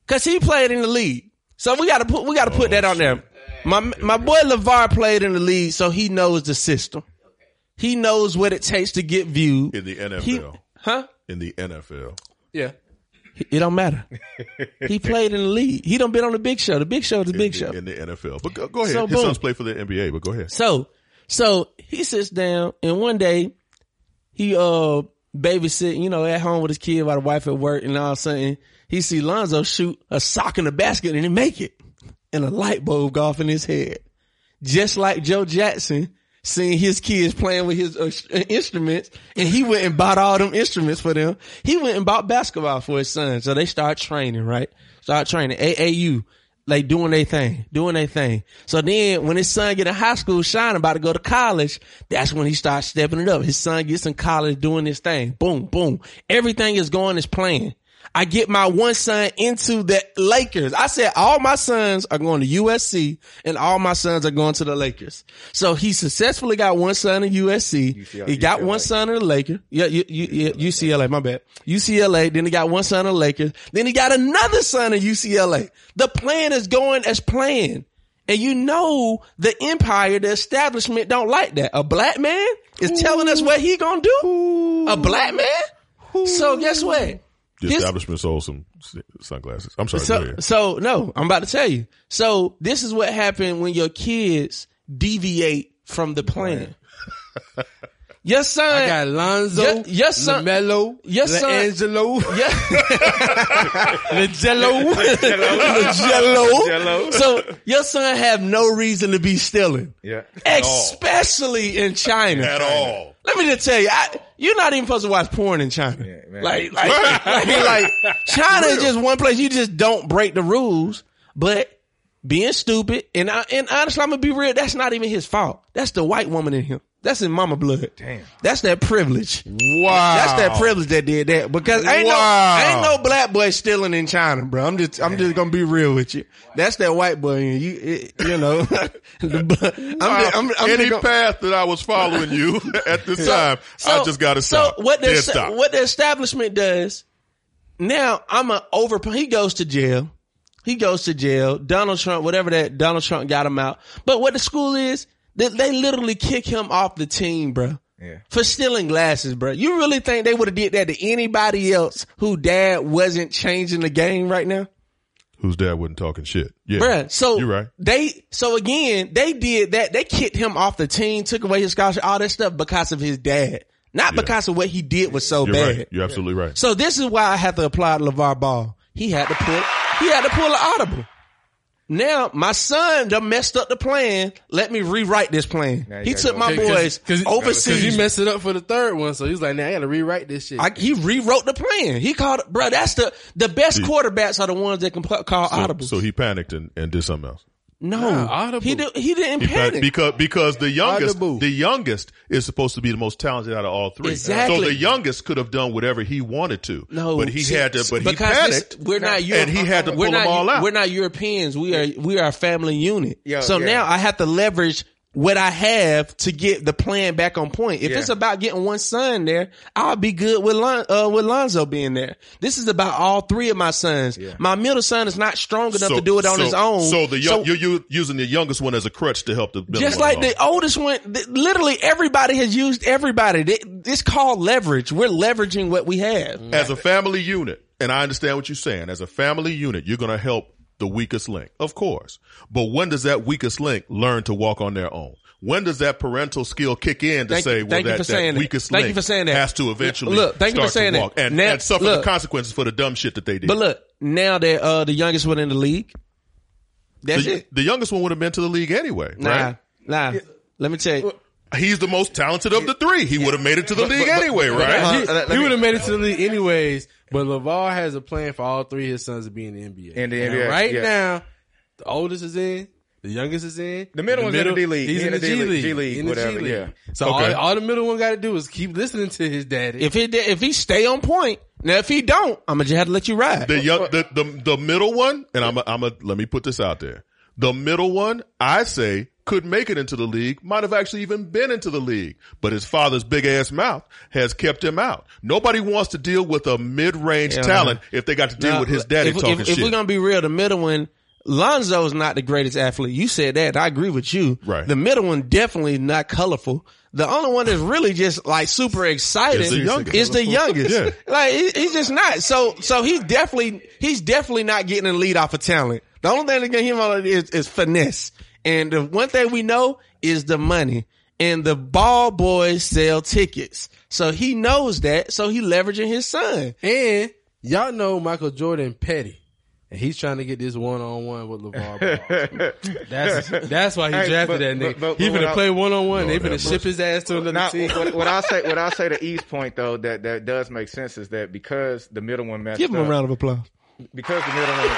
[SPEAKER 6] because he played in the league. So we gotta put, we gotta put
[SPEAKER 1] Oh,
[SPEAKER 6] that on there. My, my boy LeVar played in the league, so he knows the system. He knows what it takes to get viewed.
[SPEAKER 5] In the NFL.
[SPEAKER 6] He- huh?
[SPEAKER 5] in the NFL.
[SPEAKER 1] yeah.
[SPEAKER 6] It don't matter. he played in the league. He done been on the big show. The big show is the
[SPEAKER 5] In
[SPEAKER 6] big
[SPEAKER 5] the-
[SPEAKER 6] show.
[SPEAKER 5] In the NFL. But go, go ahead.
[SPEAKER 6] So,
[SPEAKER 5] His
[SPEAKER 6] boom.
[SPEAKER 5] sons play for the NBA, but go ahead.
[SPEAKER 6] So, so he sits down and one day he uh babysitting, you know, at home with his kid while the wife at work and all of a sudden he see Lonzo shoot a sock in the basket and he make it. And a light bulb go off in his head. Just like Joe Jackson seeing his kids playing with his uh, instruments and he went and bought all them instruments for them. He went and bought basketball for his son. So they start training, right? Start training. AAU. Like doing their thing, doing their thing. So then when his son get in high school, Sean about to go to college, that's when he starts stepping it up. His son gets in college doing this thing. Boom, boom. Everything is going as planned. I get my one son into the Lakers. I said all my sons are going to USC and all my sons are going to the Lakers. So he successfully got one son in USC. he got one son in the Lakers. Yeah, you, you, yeah, UCLA. My bad. UCLA. Then he got one son in the Lakers. Then he got another son in UCLA. The plan is going as planned. And you know the empire, the establishment don't like that. A black man is telling us what he gonna do. A black man. So guess what?
[SPEAKER 5] The
[SPEAKER 6] His-
[SPEAKER 5] establishment sold some s- sunglasses. I'm sorry. go
[SPEAKER 6] So,
[SPEAKER 5] ahead.
[SPEAKER 6] so no, I'm about to tell you. So this is what happened when your kids deviate from the plan. Your
[SPEAKER 1] I
[SPEAKER 6] son,
[SPEAKER 1] got Lonzo,
[SPEAKER 6] Your- your son-
[SPEAKER 1] LaMelo,
[SPEAKER 6] your son-
[SPEAKER 1] LaAngelo,
[SPEAKER 6] your,
[SPEAKER 1] LaJello.
[SPEAKER 6] Jello.
[SPEAKER 3] Jello.
[SPEAKER 6] So your son have no reason to be stealing,
[SPEAKER 3] Yeah.
[SPEAKER 6] especially in China.
[SPEAKER 5] At all.
[SPEAKER 6] Let me just tell you, I, you're not even supposed to watch porn in China.
[SPEAKER 3] man.
[SPEAKER 6] like, like, like, like, China is just one place you just don't break the rules, but being stupid and I, and honestly, I'm gonna be real. That's not even his fault. That's the white woman in him. That's in mama blood. Damn. That's that privilege.
[SPEAKER 5] Wow.
[SPEAKER 6] That's that privilege that did that because ain't
[SPEAKER 5] Wow.
[SPEAKER 6] no ain't no black boy stealing in China, bro. I'm just I'm just gonna be real with you. That's that white boy. in You it, you know, The bu- I'm, just- I'm, I'm
[SPEAKER 5] any
[SPEAKER 6] just gonna-
[SPEAKER 5] path that I was following you at this time, I just got to
[SPEAKER 6] so
[SPEAKER 5] stop.
[SPEAKER 6] what the
[SPEAKER 5] Dead
[SPEAKER 6] es-
[SPEAKER 5] stop.
[SPEAKER 6] what the establishment does now? I'm a over. He goes to jail. He goes to jail. Donald Trump, whatever that Donald Trump got him out. But what the school is, they, they literally kick him off the team, bruh.
[SPEAKER 3] Yeah.
[SPEAKER 6] For stealing glasses, bruh. You really think they would have did that to anybody else who dad wasn't changing the game right now?
[SPEAKER 5] Whose dad wasn't talking shit? Yeah,
[SPEAKER 6] Bruh, so
[SPEAKER 5] You're right.
[SPEAKER 6] they so again, they did that. They kicked him off the team, took away his scholarship, all that stuff because of his dad. Not
[SPEAKER 5] Yeah.
[SPEAKER 6] because of what he did was so
[SPEAKER 5] You're
[SPEAKER 6] bad.
[SPEAKER 5] right. You're absolutely right.
[SPEAKER 6] So this is why I have to apply to LeVar Ball. He had to pull he had to pull an audible. Now my son done messed up the plan. Let me rewrite this plan.
[SPEAKER 3] Now you
[SPEAKER 6] he
[SPEAKER 3] gotta
[SPEAKER 6] took
[SPEAKER 3] go.
[SPEAKER 6] my
[SPEAKER 3] 'Cause-
[SPEAKER 6] boys
[SPEAKER 1] Cause
[SPEAKER 6] overseas.
[SPEAKER 1] you messed it up for the third one, so he's like, "Now I gotta rewrite this shit."
[SPEAKER 6] I, he rewrote the plan. He called, bro. That's the the best
[SPEAKER 5] He-
[SPEAKER 6] quarterbacks are the ones that can pl- call
[SPEAKER 5] So,
[SPEAKER 6] audibles.
[SPEAKER 5] so he panicked and, and did something else.
[SPEAKER 6] no,
[SPEAKER 1] Nah, audible.
[SPEAKER 6] he did, he didn't
[SPEAKER 5] He
[SPEAKER 6] panic.
[SPEAKER 5] panicked because because the youngest
[SPEAKER 1] Audible.
[SPEAKER 5] the youngest is supposed to be the most talented out of all three.
[SPEAKER 6] Exactly.
[SPEAKER 5] So the youngest could have done whatever he wanted to.
[SPEAKER 6] No,
[SPEAKER 5] but he
[SPEAKER 6] see,
[SPEAKER 5] had to. But he
[SPEAKER 6] because this-
[SPEAKER 5] panicked.
[SPEAKER 6] we're not Europe-
[SPEAKER 5] and he had to
[SPEAKER 6] we're
[SPEAKER 5] pull
[SPEAKER 6] not,
[SPEAKER 5] them all out.
[SPEAKER 6] We're not Europeans. We are we are a family unit.
[SPEAKER 3] Yeah,
[SPEAKER 6] so
[SPEAKER 3] yeah.
[SPEAKER 6] now I have to leverage what I have to get the plan back on point. If
[SPEAKER 3] Yeah.
[SPEAKER 6] it's about getting one son there, I'll be good with Lon, uh, with Lonzo being there. This is about all three of my sons. My middle son is not strong enough to do it on
[SPEAKER 5] so-
[SPEAKER 6] his own.
[SPEAKER 5] So the young, you're, you using the youngest one as a crutch to help the middle
[SPEAKER 6] just
[SPEAKER 5] one
[SPEAKER 6] like the
[SPEAKER 5] along.
[SPEAKER 6] oldest one, th- literally everybody has used everybody. Th- It's called leverage. We're leveraging what we have.
[SPEAKER 5] as a family unit. And I understand what you're saying. As a family unit, you're going to help the weakest link, of course. But when does that weakest link learn to walk on their own? When does that parental skill kick in to
[SPEAKER 6] Thank you-
[SPEAKER 5] say, well,
[SPEAKER 6] thank you
[SPEAKER 5] that,
[SPEAKER 6] for
[SPEAKER 5] that
[SPEAKER 6] saying that.
[SPEAKER 5] weakest
[SPEAKER 6] Thank you
[SPEAKER 5] link
[SPEAKER 6] for saying that.
[SPEAKER 5] has to eventually
[SPEAKER 6] Look, thank you for
[SPEAKER 5] start to
[SPEAKER 6] saying that.
[SPEAKER 5] walk And,
[SPEAKER 6] Now-
[SPEAKER 5] and suffer the
[SPEAKER 6] look.
[SPEAKER 5] consequences for the dumb shit that they did?
[SPEAKER 6] But look, now that uh, the youngest one in the league, that's
[SPEAKER 5] the,
[SPEAKER 6] it.
[SPEAKER 5] the youngest one would have been to the league anyway,
[SPEAKER 6] Nah,
[SPEAKER 5] right?
[SPEAKER 6] nah. Let me tell you.
[SPEAKER 5] He's the most talented of the three. He would have made it to the league anyway, right?
[SPEAKER 3] Uh-huh.
[SPEAKER 1] he would have made it to the league anyways, but LeVar has a plan for all three of his sons to be in the NBA.
[SPEAKER 3] In the
[SPEAKER 1] And
[SPEAKER 3] NBA,
[SPEAKER 1] right
[SPEAKER 3] yeah.
[SPEAKER 1] now, the oldest is in, the youngest is in,
[SPEAKER 3] The middle one's in the D league.
[SPEAKER 1] He's
[SPEAKER 3] He
[SPEAKER 1] in the G League,
[SPEAKER 3] G League,
[SPEAKER 1] in the
[SPEAKER 3] whatever, yeah.
[SPEAKER 1] So
[SPEAKER 5] Okay.
[SPEAKER 1] all, all the middle one got to do is keep listening to his daddy.
[SPEAKER 6] If he did- if he stay on point, now if he don't, I'm gonna just have to let you ride.
[SPEAKER 5] The young, the, the the middle one, and I'm a, I'm a, let me put this out there. The middle one, I say, could make it into the league, might have actually even been into the league, but his father's big ass mouth has kept him out. Nobody wants to deal with a mid range
[SPEAKER 6] Yeah.
[SPEAKER 5] talent if they got to deal
[SPEAKER 6] Now,
[SPEAKER 5] with his daddy
[SPEAKER 6] if,
[SPEAKER 5] talking
[SPEAKER 6] if,
[SPEAKER 5] shit.
[SPEAKER 6] If we're gonna be real, the middle one, Lonzo's not the greatest athlete. You said that. I agree with you.
[SPEAKER 5] Right.
[SPEAKER 6] The middle one definitely not colorful. The only one that's really just like super excited
[SPEAKER 5] Is the youngest.
[SPEAKER 6] is the youngest.
[SPEAKER 5] Yeah.
[SPEAKER 6] Like he- he's just not. So so he's definitely he's definitely not getting a lead off of talent. The only thing that get him on it is, is finesse. And the one thing we know is the money. And the ball boys sell tickets. So he knows that. So he leveraging his son.
[SPEAKER 1] and y'all know Michael Jordan petty. And he's trying to get this one on one with LeVar Ball. That's that's why he
[SPEAKER 3] Hey,
[SPEAKER 1] drafted
[SPEAKER 3] but-
[SPEAKER 1] that nigga.
[SPEAKER 3] but- but-
[SPEAKER 1] he
[SPEAKER 3] but when
[SPEAKER 1] finna
[SPEAKER 3] I-
[SPEAKER 1] play one on one. They
[SPEAKER 5] Lord have
[SPEAKER 1] finna ship his ass to another
[SPEAKER 3] Now,
[SPEAKER 1] team.
[SPEAKER 3] what, what I say, what I say to Eve's point though, that that does make sense is that because the middle one messed
[SPEAKER 6] Give him
[SPEAKER 3] up,
[SPEAKER 6] a round of applause.
[SPEAKER 3] because the middle one.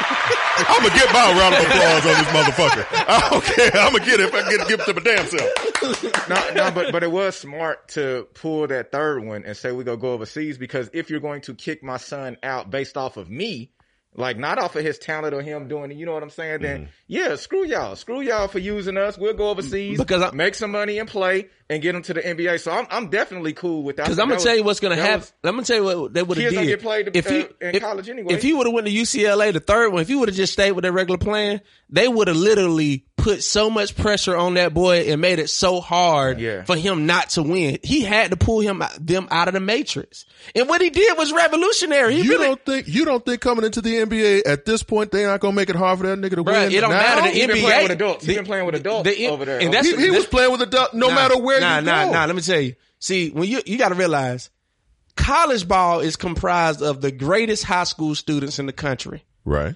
[SPEAKER 5] I'm gonna get my round of applause on this motherfucker. I don't care. I'm gonna get it if I get give it to my damn self.
[SPEAKER 3] no, no, but but it was smart to pull that third one and say we gonna go overseas because if you're going to kick my son out based off of me, like not off of his talent or him doing it, you know what I'm saying? Then
[SPEAKER 6] Mm-hmm.
[SPEAKER 3] yeah, screw y'all, screw y'all for using us. We'll go overseas
[SPEAKER 6] Because I-
[SPEAKER 3] make some money and play and get him to the NBA. So I'm I'm definitely cool with that. I
[SPEAKER 6] Because
[SPEAKER 3] think
[SPEAKER 6] I'm gonna
[SPEAKER 3] that
[SPEAKER 6] tell
[SPEAKER 3] was-
[SPEAKER 6] you what's gonna
[SPEAKER 3] that
[SPEAKER 6] happen.
[SPEAKER 3] was-
[SPEAKER 6] I'm gonna tell you what they would have
[SPEAKER 3] Kids
[SPEAKER 6] did.
[SPEAKER 3] don't get played,
[SPEAKER 6] if you,
[SPEAKER 3] uh, in
[SPEAKER 6] if,
[SPEAKER 3] college anyway.
[SPEAKER 6] If you would have went to UCLA, the third one, if you would have just stayed with their regular plan, they would have literally put so much pressure on that boy and made it so hard
[SPEAKER 3] Yeah.
[SPEAKER 6] for him not to win. He had to pull him them out of the matrix, and what he did was revolutionary. He
[SPEAKER 5] You
[SPEAKER 6] really.
[SPEAKER 5] don't think you don't think coming into the NBA at this point they not gonna make it hard for that nigga to
[SPEAKER 6] Bruh,
[SPEAKER 5] win?
[SPEAKER 6] it don't
[SPEAKER 5] now?
[SPEAKER 6] matter. The
[SPEAKER 3] He been
[SPEAKER 6] NBA
[SPEAKER 3] playing with adults. He
[SPEAKER 6] the-
[SPEAKER 3] been playing with adults
[SPEAKER 6] the-
[SPEAKER 3] over there.
[SPEAKER 6] and that's
[SPEAKER 5] He, he was playing with a duck no matter where
[SPEAKER 6] nah,
[SPEAKER 5] you
[SPEAKER 6] nah,
[SPEAKER 5] go.
[SPEAKER 6] Nah, let me tell you. See, when you you got to realize, college ball is comprised of the greatest high school students in the country.
[SPEAKER 5] Right.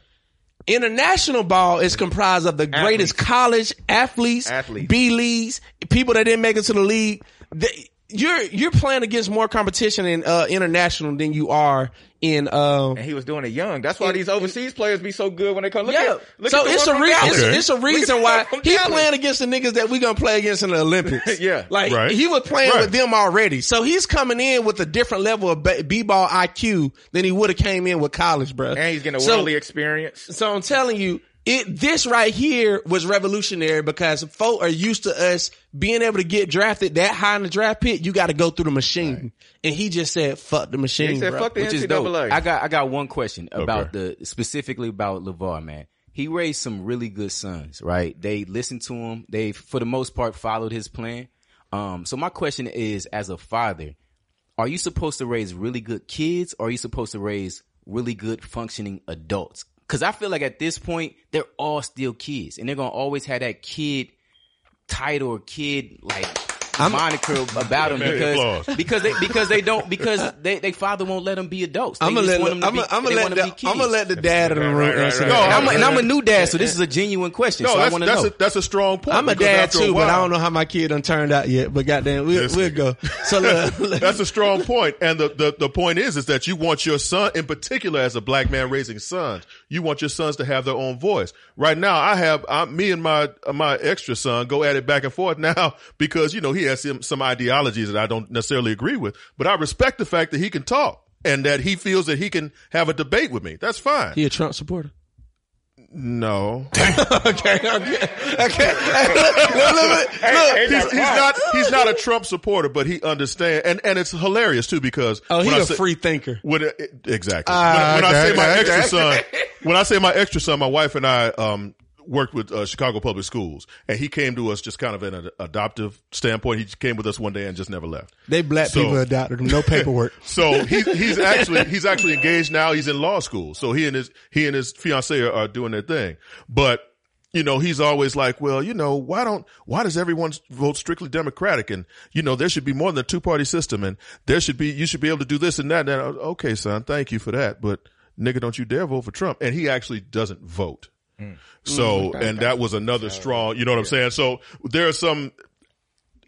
[SPEAKER 6] International ball is comprised of the greatest college athletes,
[SPEAKER 3] Athletes.
[SPEAKER 6] B leagues, people that didn't make it to the league. They- you're you're playing against more competition in uh, international than you are in. Um,
[SPEAKER 3] And he was doing it young. That's why these overseas players be so good when they come. Look
[SPEAKER 6] yeah,
[SPEAKER 3] at, look
[SPEAKER 6] so
[SPEAKER 3] at the
[SPEAKER 6] it's
[SPEAKER 3] one
[SPEAKER 6] a,
[SPEAKER 3] from
[SPEAKER 6] rea-
[SPEAKER 3] Dallas.
[SPEAKER 6] it's,
[SPEAKER 5] Okay.
[SPEAKER 6] it's a reason
[SPEAKER 3] the
[SPEAKER 6] why
[SPEAKER 3] one from
[SPEAKER 6] he's
[SPEAKER 3] Dallas.
[SPEAKER 6] playing against the niggas that we gonna play against in the Olympics.
[SPEAKER 3] Yeah.
[SPEAKER 6] like
[SPEAKER 5] Right.
[SPEAKER 6] he was playing
[SPEAKER 5] Right.
[SPEAKER 6] with them already, so he's coming in with a different level of ba- b-ball IQ than he would have came in with college, bro.
[SPEAKER 3] And he's getting a
[SPEAKER 6] So-
[SPEAKER 3] worldly experience.
[SPEAKER 6] so I'm telling you, it this right here was revolutionary because folk are used to us being able to get drafted that high in the draft pit. You got to go through the machine, and he just said, "Fuck the machine."
[SPEAKER 3] He said,
[SPEAKER 6] bro.
[SPEAKER 3] "Fuck the
[SPEAKER 9] which is
[SPEAKER 3] NCAA."
[SPEAKER 9] dope. I got I got one question about the specifically about Levar, man. he raised some really good sons, right? They listened to him. They, for the most part, followed his plan. Um, so my question is, as a father, are you supposed to raise really good kids or are you supposed to raise really good functioning adults? Cause I feel like at this point, they're all still kids and they're going to always have that kid title or kid like moniker about them
[SPEAKER 5] Man,
[SPEAKER 9] because,
[SPEAKER 5] applause.
[SPEAKER 9] because they, because they don't, because they, they father won't let them be adults. They
[SPEAKER 6] I'm gonna
[SPEAKER 9] just
[SPEAKER 6] let
[SPEAKER 9] want them to
[SPEAKER 6] I'm
[SPEAKER 9] be,
[SPEAKER 6] gonna
[SPEAKER 9] they
[SPEAKER 6] let
[SPEAKER 9] wanna
[SPEAKER 6] the,
[SPEAKER 9] be kids.
[SPEAKER 6] I'm gonna let the dad in the room
[SPEAKER 3] Right, right,
[SPEAKER 6] answer
[SPEAKER 3] right,
[SPEAKER 6] that.
[SPEAKER 5] right.
[SPEAKER 9] And I'm, a,
[SPEAKER 5] Right,
[SPEAKER 9] and I'm a new dad, so this is a genuine question.
[SPEAKER 5] Oh, No,
[SPEAKER 9] so I
[SPEAKER 5] that's
[SPEAKER 9] want to
[SPEAKER 5] that's
[SPEAKER 9] know.
[SPEAKER 5] a, that's a strong point.
[SPEAKER 6] I'm a
[SPEAKER 5] because
[SPEAKER 6] dad
[SPEAKER 5] after a
[SPEAKER 6] too, but
[SPEAKER 5] while-
[SPEAKER 6] I don't know how my kid done turned out yet. But goddamn, we'll,
[SPEAKER 5] Listen.
[SPEAKER 6] we'll go. So look, look,
[SPEAKER 5] That's a strong point. And the, the, the point is, is that you want your son, in particular, as a black man raising sons, you want your sons to have their own voice. Right now, I have, I, me and my, uh, my extra son go at it back and forth now because, you know, he has some, some ideologies that I don't necessarily agree with, but I respect the fact that he can talk and that he feels that he can have a debate with me. That's fine.
[SPEAKER 6] he a Trump supporter.
[SPEAKER 5] no.
[SPEAKER 6] Okay, okay, okay. Hey, look, look, look, look.
[SPEAKER 5] he's, he's not, he's not a Trump supporter, but he understands. And, and it's hilarious too because.
[SPEAKER 6] Oh,
[SPEAKER 5] when
[SPEAKER 6] he
[SPEAKER 5] I
[SPEAKER 6] a
[SPEAKER 5] say-
[SPEAKER 6] free thinker.
[SPEAKER 5] When it, exactly.
[SPEAKER 6] Ah,
[SPEAKER 5] when when I
[SPEAKER 6] okay,
[SPEAKER 5] say my
[SPEAKER 6] okay,
[SPEAKER 5] extra
[SPEAKER 6] okay.
[SPEAKER 5] son, when I say my extra son, my wife and I um worked with uh, Chicago Public Schools, and he came to us just kind of in an adoptive standpoint. He came with us one day and just never left.
[SPEAKER 6] They black
[SPEAKER 5] So-
[SPEAKER 6] people adopted him. No paperwork.
[SPEAKER 5] So he, he's actually he's actually engaged now. He's in law school. So he and his he and his fiancee are, are doing their thing. But you know he's always like, well, you know, why don't why does everyone vote strictly Democratic? And you know there should be more than a two party system, and there should be you should be able to do this and that. And that. I was, okay, son, thank you for that, but nigga, don't you dare vote for Trump. And he actually doesn't vote. So and that was another strong. You know what I'm saying? So there are some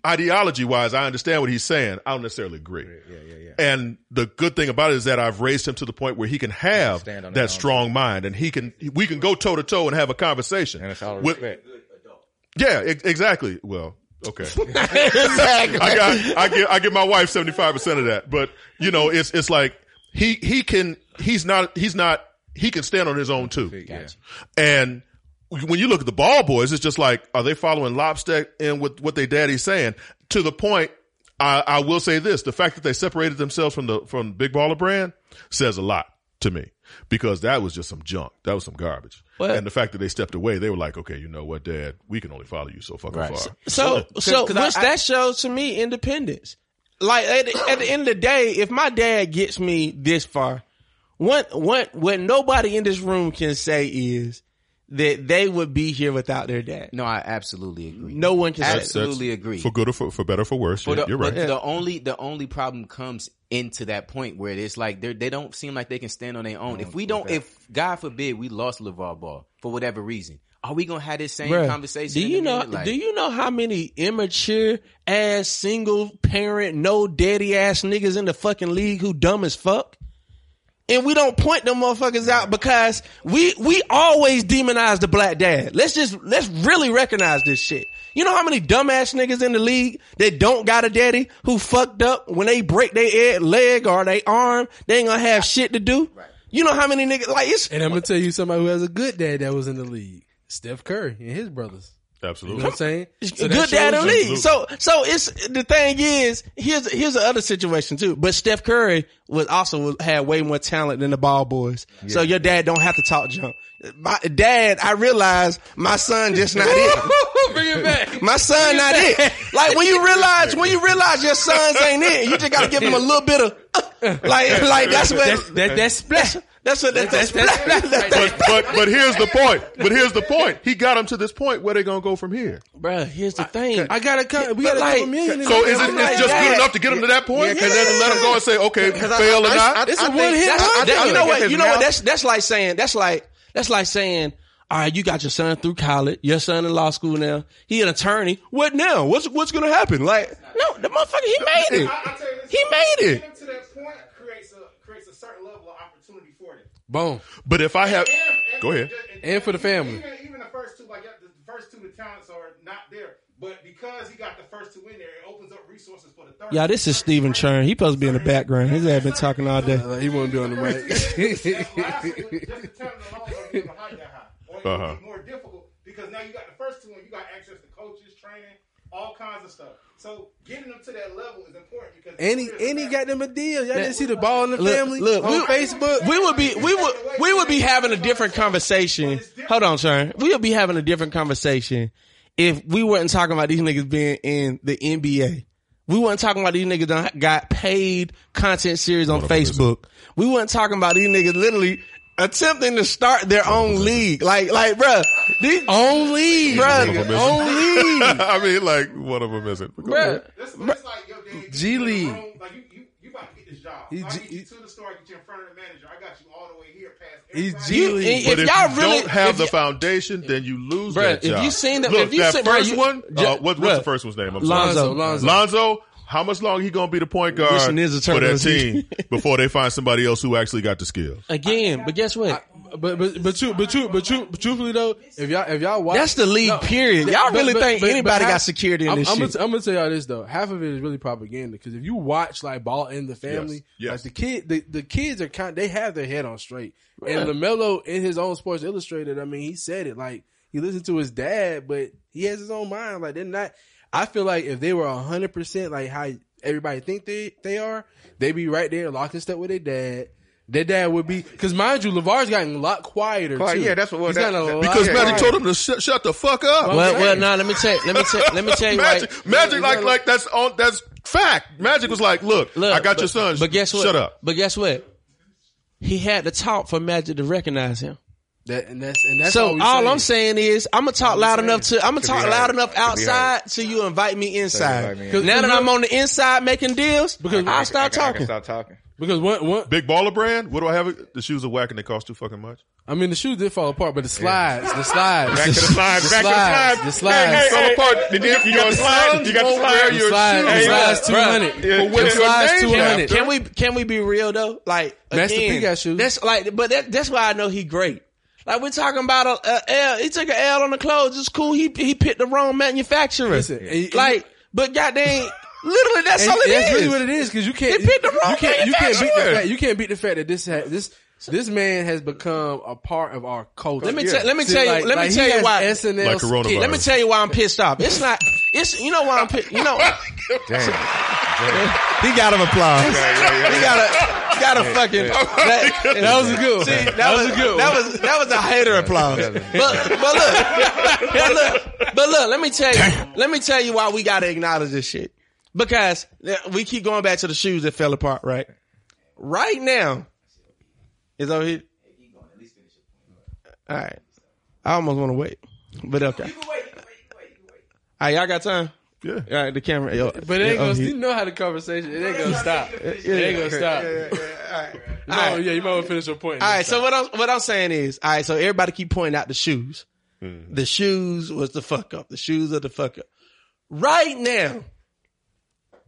[SPEAKER 5] ideology wise, I understand what he's saying. I don't necessarily agree. Yeah, yeah, yeah. And the good thing about it is that I've raised him to the point where he can have
[SPEAKER 3] Stand on
[SPEAKER 5] that
[SPEAKER 3] his own.
[SPEAKER 5] strong mind and he can, we can go toe to toe and have a conversation.
[SPEAKER 3] And it's all
[SPEAKER 5] With-
[SPEAKER 3] respect.
[SPEAKER 5] yeah, ex- exactly. Well, okay. I got, I give, I give my wife 75% of that, but you know, it's, it's like he, he can, he's not, he's not, he can stand on his own too.
[SPEAKER 3] Yeah.
[SPEAKER 5] And when you look at the ball boys, it's just like, are they following Lobster and with what their daddy's saying? To the point, I, I will say this: the fact that they separated themselves from the from Big Baller Brand says a lot to me because that was just some junk. That was some garbage. And the fact that they stepped away, they were like, okay, you know what, Dad, we can only follow you so fucking far.
[SPEAKER 6] So, so
[SPEAKER 9] Cause- cause
[SPEAKER 6] which
[SPEAKER 9] I-
[SPEAKER 6] that shows to me independence. Like at, the- at the end of the day, if my dad gets me this far, what what what nobody in this room can say is that they would be here without their dad.
[SPEAKER 9] no, I absolutely agree.
[SPEAKER 6] No one can say that.
[SPEAKER 9] absolutely agree.
[SPEAKER 5] For good or for, for better or for worse,
[SPEAKER 9] But
[SPEAKER 5] yeah,
[SPEAKER 9] the,
[SPEAKER 5] you're right.
[SPEAKER 9] but the only the only problem comes into that point where it's like they they don't seem like they can stand on their own. If we don't, if God forbid we lost LeVar Ball for whatever reason, are we gonna have this same
[SPEAKER 6] Bruh,
[SPEAKER 9] conversation?
[SPEAKER 6] Do
[SPEAKER 9] in
[SPEAKER 6] you
[SPEAKER 9] a
[SPEAKER 6] know?
[SPEAKER 9] minute? Like,
[SPEAKER 6] do you know how many immature ass single parent, no daddy ass niggas in the fucking league who dumb as fuck? And we don't point them motherfuckers out because we we always demonize the black dad. Let's just let's really recognize this shit. You know how many dumbass niggas in the league that don't got a daddy who fucked up when they break their ed- leg or they arm, they ain't gonna have shit to do. You know how many niggas like it's
[SPEAKER 1] And I'm gonna tell you somebody who has a good dad that was in the league, Steph Curry and his brothers. You know
[SPEAKER 5] Absolutely.
[SPEAKER 1] what I'm saying? So that
[SPEAKER 6] good dad
[SPEAKER 1] shows
[SPEAKER 6] in
[SPEAKER 1] you-
[SPEAKER 6] league. So so it's the thing is here's here's the other situation too. But Steph Curry was also had way more talent than the ball boys. So your dad don't have to talk junk. My dad, I realize my son just not it.
[SPEAKER 1] Bring it back.
[SPEAKER 6] My son not it. Like when you realize when you realize your sons ain't it, you just gotta give him a little bit of uh, like like that's what
[SPEAKER 1] That's that, that's splash.
[SPEAKER 6] that's what that's, that's,
[SPEAKER 1] That's splash. right there.
[SPEAKER 5] But, but but here's the point. But here's the point. He got him to this point. Where they gonna go from here?
[SPEAKER 6] Bruh, here's the thing.
[SPEAKER 1] I got a couple. We got a
[SPEAKER 6] But
[SPEAKER 1] couple
[SPEAKER 6] like-
[SPEAKER 1] million. in
[SPEAKER 5] So
[SPEAKER 1] the
[SPEAKER 5] is it
[SPEAKER 1] bank.
[SPEAKER 6] I'm like
[SPEAKER 5] it's just
[SPEAKER 6] that.
[SPEAKER 5] good enough to get him to that point,
[SPEAKER 6] Yeah.
[SPEAKER 5] and then let him go and say, okay, fail or not?
[SPEAKER 1] It's a one hit
[SPEAKER 6] That's-
[SPEAKER 1] wonder.
[SPEAKER 6] that- you know what? You know what?
[SPEAKER 3] That's
[SPEAKER 6] That's that's like saying that's like that's like saying. All right, you got your son through college. Your son in law school now. He an attorney. What now? What's what's gonna happen? Like, no, the motherfucker, he made it.
[SPEAKER 4] I, I tell you this,
[SPEAKER 6] He made it.
[SPEAKER 4] Getting to that point creates a creates a certain level of opportunity for them.
[SPEAKER 1] Boom.
[SPEAKER 5] But if I have,
[SPEAKER 4] And- and-
[SPEAKER 5] go ahead.
[SPEAKER 1] And for the family.
[SPEAKER 4] Even, even the first two, like yeah, the first two, the talents are not there. But because he got the first two in there, it opens up resources for the third.
[SPEAKER 6] Yeah, this is Stephen Chern. He supposed to be in the background. His ass been talking all
[SPEAKER 4] Uh,
[SPEAKER 6] day.
[SPEAKER 1] He won't be on the mic.
[SPEAKER 5] Uh-huh.
[SPEAKER 4] Uh-huh. More difficult because now you got the first two and you got access to coaches, training, all kinds of stuff. So getting them to that level is important because
[SPEAKER 1] And he, and he got them a deal. Y'all didn't see the ball in the
[SPEAKER 6] Look,
[SPEAKER 1] family
[SPEAKER 6] look,
[SPEAKER 1] on
[SPEAKER 6] we-
[SPEAKER 1] Facebook.
[SPEAKER 6] We would be we would we would be having a different
[SPEAKER 4] But
[SPEAKER 6] conversation
[SPEAKER 4] it's different
[SPEAKER 6] Hold on, Churn. We'll be having a different conversation if we weren't talking about these niggas being in the NBA. We weren't talking about these niggas that got paid content series on Facebook. We weren't talking about these niggas literally attempting to start their own league. Like, like, bruh, these own league, bruh, own league.
[SPEAKER 5] I mean, like one of them isn't. But go ahead.
[SPEAKER 6] Bruh,
[SPEAKER 4] This, this is like your dad.
[SPEAKER 9] G
[SPEAKER 4] you in the
[SPEAKER 9] League.
[SPEAKER 4] room, Like you, you, you about to get this job. I get you to the store, I get you in front of the manager. I got you all the way here past.
[SPEAKER 9] He's
[SPEAKER 4] everybody.
[SPEAKER 9] G
[SPEAKER 6] you, if,
[SPEAKER 9] League.
[SPEAKER 5] But if,
[SPEAKER 6] y'all
[SPEAKER 5] you
[SPEAKER 6] really
[SPEAKER 5] don't have the
[SPEAKER 6] if
[SPEAKER 5] foundation, then you lose
[SPEAKER 6] Bruh,
[SPEAKER 5] that
[SPEAKER 6] if
[SPEAKER 5] job.
[SPEAKER 6] you seen the-
[SPEAKER 5] Look,
[SPEAKER 6] if you
[SPEAKER 5] that
[SPEAKER 6] seen- bruh,
[SPEAKER 5] first
[SPEAKER 6] you-
[SPEAKER 5] one, uh,
[SPEAKER 6] ju-
[SPEAKER 5] what, what's the
[SPEAKER 6] bruh.
[SPEAKER 5] first one's name? I'm sorry.
[SPEAKER 6] Lonzo,
[SPEAKER 1] Lonzo.
[SPEAKER 6] Lonzo.
[SPEAKER 5] Lonzo, how much longer he gonna be the point guard
[SPEAKER 6] Wishing is a
[SPEAKER 5] for
[SPEAKER 6] turtle.
[SPEAKER 5] that team before they find somebody else who actually got the skills?
[SPEAKER 6] Again, but guess what?
[SPEAKER 1] But but but you but you but you but truthfully though, if y'all if y'all watch
[SPEAKER 6] That's the league, period. Y'all really think anybody got security in
[SPEAKER 1] I'm,
[SPEAKER 6] this
[SPEAKER 1] I'm
[SPEAKER 6] shit.
[SPEAKER 1] Gonna, I'm gonna tell y'all this though. Half of it is really propaganda because if you watch like Ball in the Family,
[SPEAKER 5] Yes.
[SPEAKER 1] like the kid, the, the kids are kind. They have their head on straight. And Lamelo in his own Sports Illustrated, I mean, he said it like he listened to his dad, but he has his own mind. Like they're not. I feel like if they were hundred percent like how everybody think they they are, they be right there locked in step with their dad. Their dad would be because mind you, Lavar's gotten a lot quieter.
[SPEAKER 3] Quiet,
[SPEAKER 1] too.
[SPEAKER 3] yeah, that's what- well,
[SPEAKER 1] He's
[SPEAKER 3] that-
[SPEAKER 1] gotten a
[SPEAKER 3] that-
[SPEAKER 1] lot
[SPEAKER 5] Because
[SPEAKER 3] yeah,
[SPEAKER 5] Magic
[SPEAKER 3] right.
[SPEAKER 5] told him to sh- shut the fuck up.
[SPEAKER 6] Well,
[SPEAKER 1] saying.
[SPEAKER 6] well, no, let me tell, let me tell, let me tell you right.
[SPEAKER 5] Magic, Magic like like that's on that's fact. Magic was like, look,
[SPEAKER 6] Look,
[SPEAKER 5] I got
[SPEAKER 6] but-
[SPEAKER 5] your son.
[SPEAKER 6] But guess what?
[SPEAKER 5] Shut up.
[SPEAKER 6] But guess what? He had to talk for Magic to recognize him.
[SPEAKER 1] That, and that's and that's
[SPEAKER 6] so
[SPEAKER 1] all,
[SPEAKER 6] all,
[SPEAKER 1] we
[SPEAKER 6] I'm saying is, I'm gonna talk loud enough to, I'm gonna talk
[SPEAKER 3] heard.
[SPEAKER 6] loud enough
[SPEAKER 3] To be
[SPEAKER 6] outside till you invite me inside.
[SPEAKER 3] invite me
[SPEAKER 6] 'Cause-
[SPEAKER 1] in.
[SPEAKER 6] now that I'm on the inside making deals,
[SPEAKER 1] Because-
[SPEAKER 6] I'll
[SPEAKER 3] I
[SPEAKER 6] stop
[SPEAKER 3] can- I can
[SPEAKER 6] talking.
[SPEAKER 3] stop talking.
[SPEAKER 1] because one one
[SPEAKER 5] Big baller brand. What do I have? it? The shoes are whack and they cost too fucking much.
[SPEAKER 1] I mean, the shoes did fall apart, but the slides, the slides,
[SPEAKER 3] Back to the slides. Back to the
[SPEAKER 1] slides, the
[SPEAKER 3] slides.
[SPEAKER 1] slides.
[SPEAKER 5] Fell apart. Did you, you got the slide? You got the slide.
[SPEAKER 1] the
[SPEAKER 5] Your
[SPEAKER 1] slides,
[SPEAKER 5] shoes.
[SPEAKER 1] the slides two
[SPEAKER 6] bruh.
[SPEAKER 1] hundred.
[SPEAKER 3] Yeah,
[SPEAKER 1] The
[SPEAKER 3] your
[SPEAKER 1] slides
[SPEAKER 3] name
[SPEAKER 1] two hundred.
[SPEAKER 6] Can we can we be real though? Like
[SPEAKER 1] Master P
[SPEAKER 6] again,
[SPEAKER 1] got shoes.
[SPEAKER 6] That's like, but that, that's why I know he great. Like we're talking about a, a L. He took an L on the clothes. It's cool. He he picked the wrong manufacturer.
[SPEAKER 1] Listen, and-
[SPEAKER 6] like, but goddamn, literally that's
[SPEAKER 1] And
[SPEAKER 6] all it is.
[SPEAKER 1] that's really what it is because you can't.
[SPEAKER 6] They picked the wrong
[SPEAKER 1] you can't, you can't beat the
[SPEAKER 6] manufacturer.
[SPEAKER 1] fact. You can't beat the fact that this ha- this this man has become a part of our culture.
[SPEAKER 6] Let me tell- let me tell you- let me tell you why-
[SPEAKER 1] SNL
[SPEAKER 5] Like
[SPEAKER 1] skit.
[SPEAKER 5] coronavirus.
[SPEAKER 6] Let me tell you why I'm pissed off. It's not. It's you know why I'm pissed. You know
[SPEAKER 3] Damn.
[SPEAKER 6] he got him applause. He got a got a fucking. That,
[SPEAKER 1] That was a good. One.
[SPEAKER 6] See, that, was,
[SPEAKER 1] a good.
[SPEAKER 6] That was that was a hater applause. but but look, but look, but look. Let me tell you. Let me tell you why we gotta acknowledge this shit because uh, we keep going back to the shoes that fell apart. Right, right now is over here. All right, I almost want to wait, but okay. All right, Ah, y'all got time?
[SPEAKER 5] Yeah.
[SPEAKER 6] All right, the camera. Yo,
[SPEAKER 1] But it ain't
[SPEAKER 6] yeah,
[SPEAKER 1] gonna.
[SPEAKER 6] oh, he-
[SPEAKER 1] You know how the conversation. It ain't gonna stop. It ain't gonna stop.
[SPEAKER 6] All right.
[SPEAKER 1] Oh yeah, you might want to finish your point.
[SPEAKER 6] All right, so what I'm what I'm saying is, all right, so everybody keep pointing out the shoes.
[SPEAKER 1] Mm-hmm.
[SPEAKER 6] The shoes was the fuck up. The shoes are the fuck up. Right now,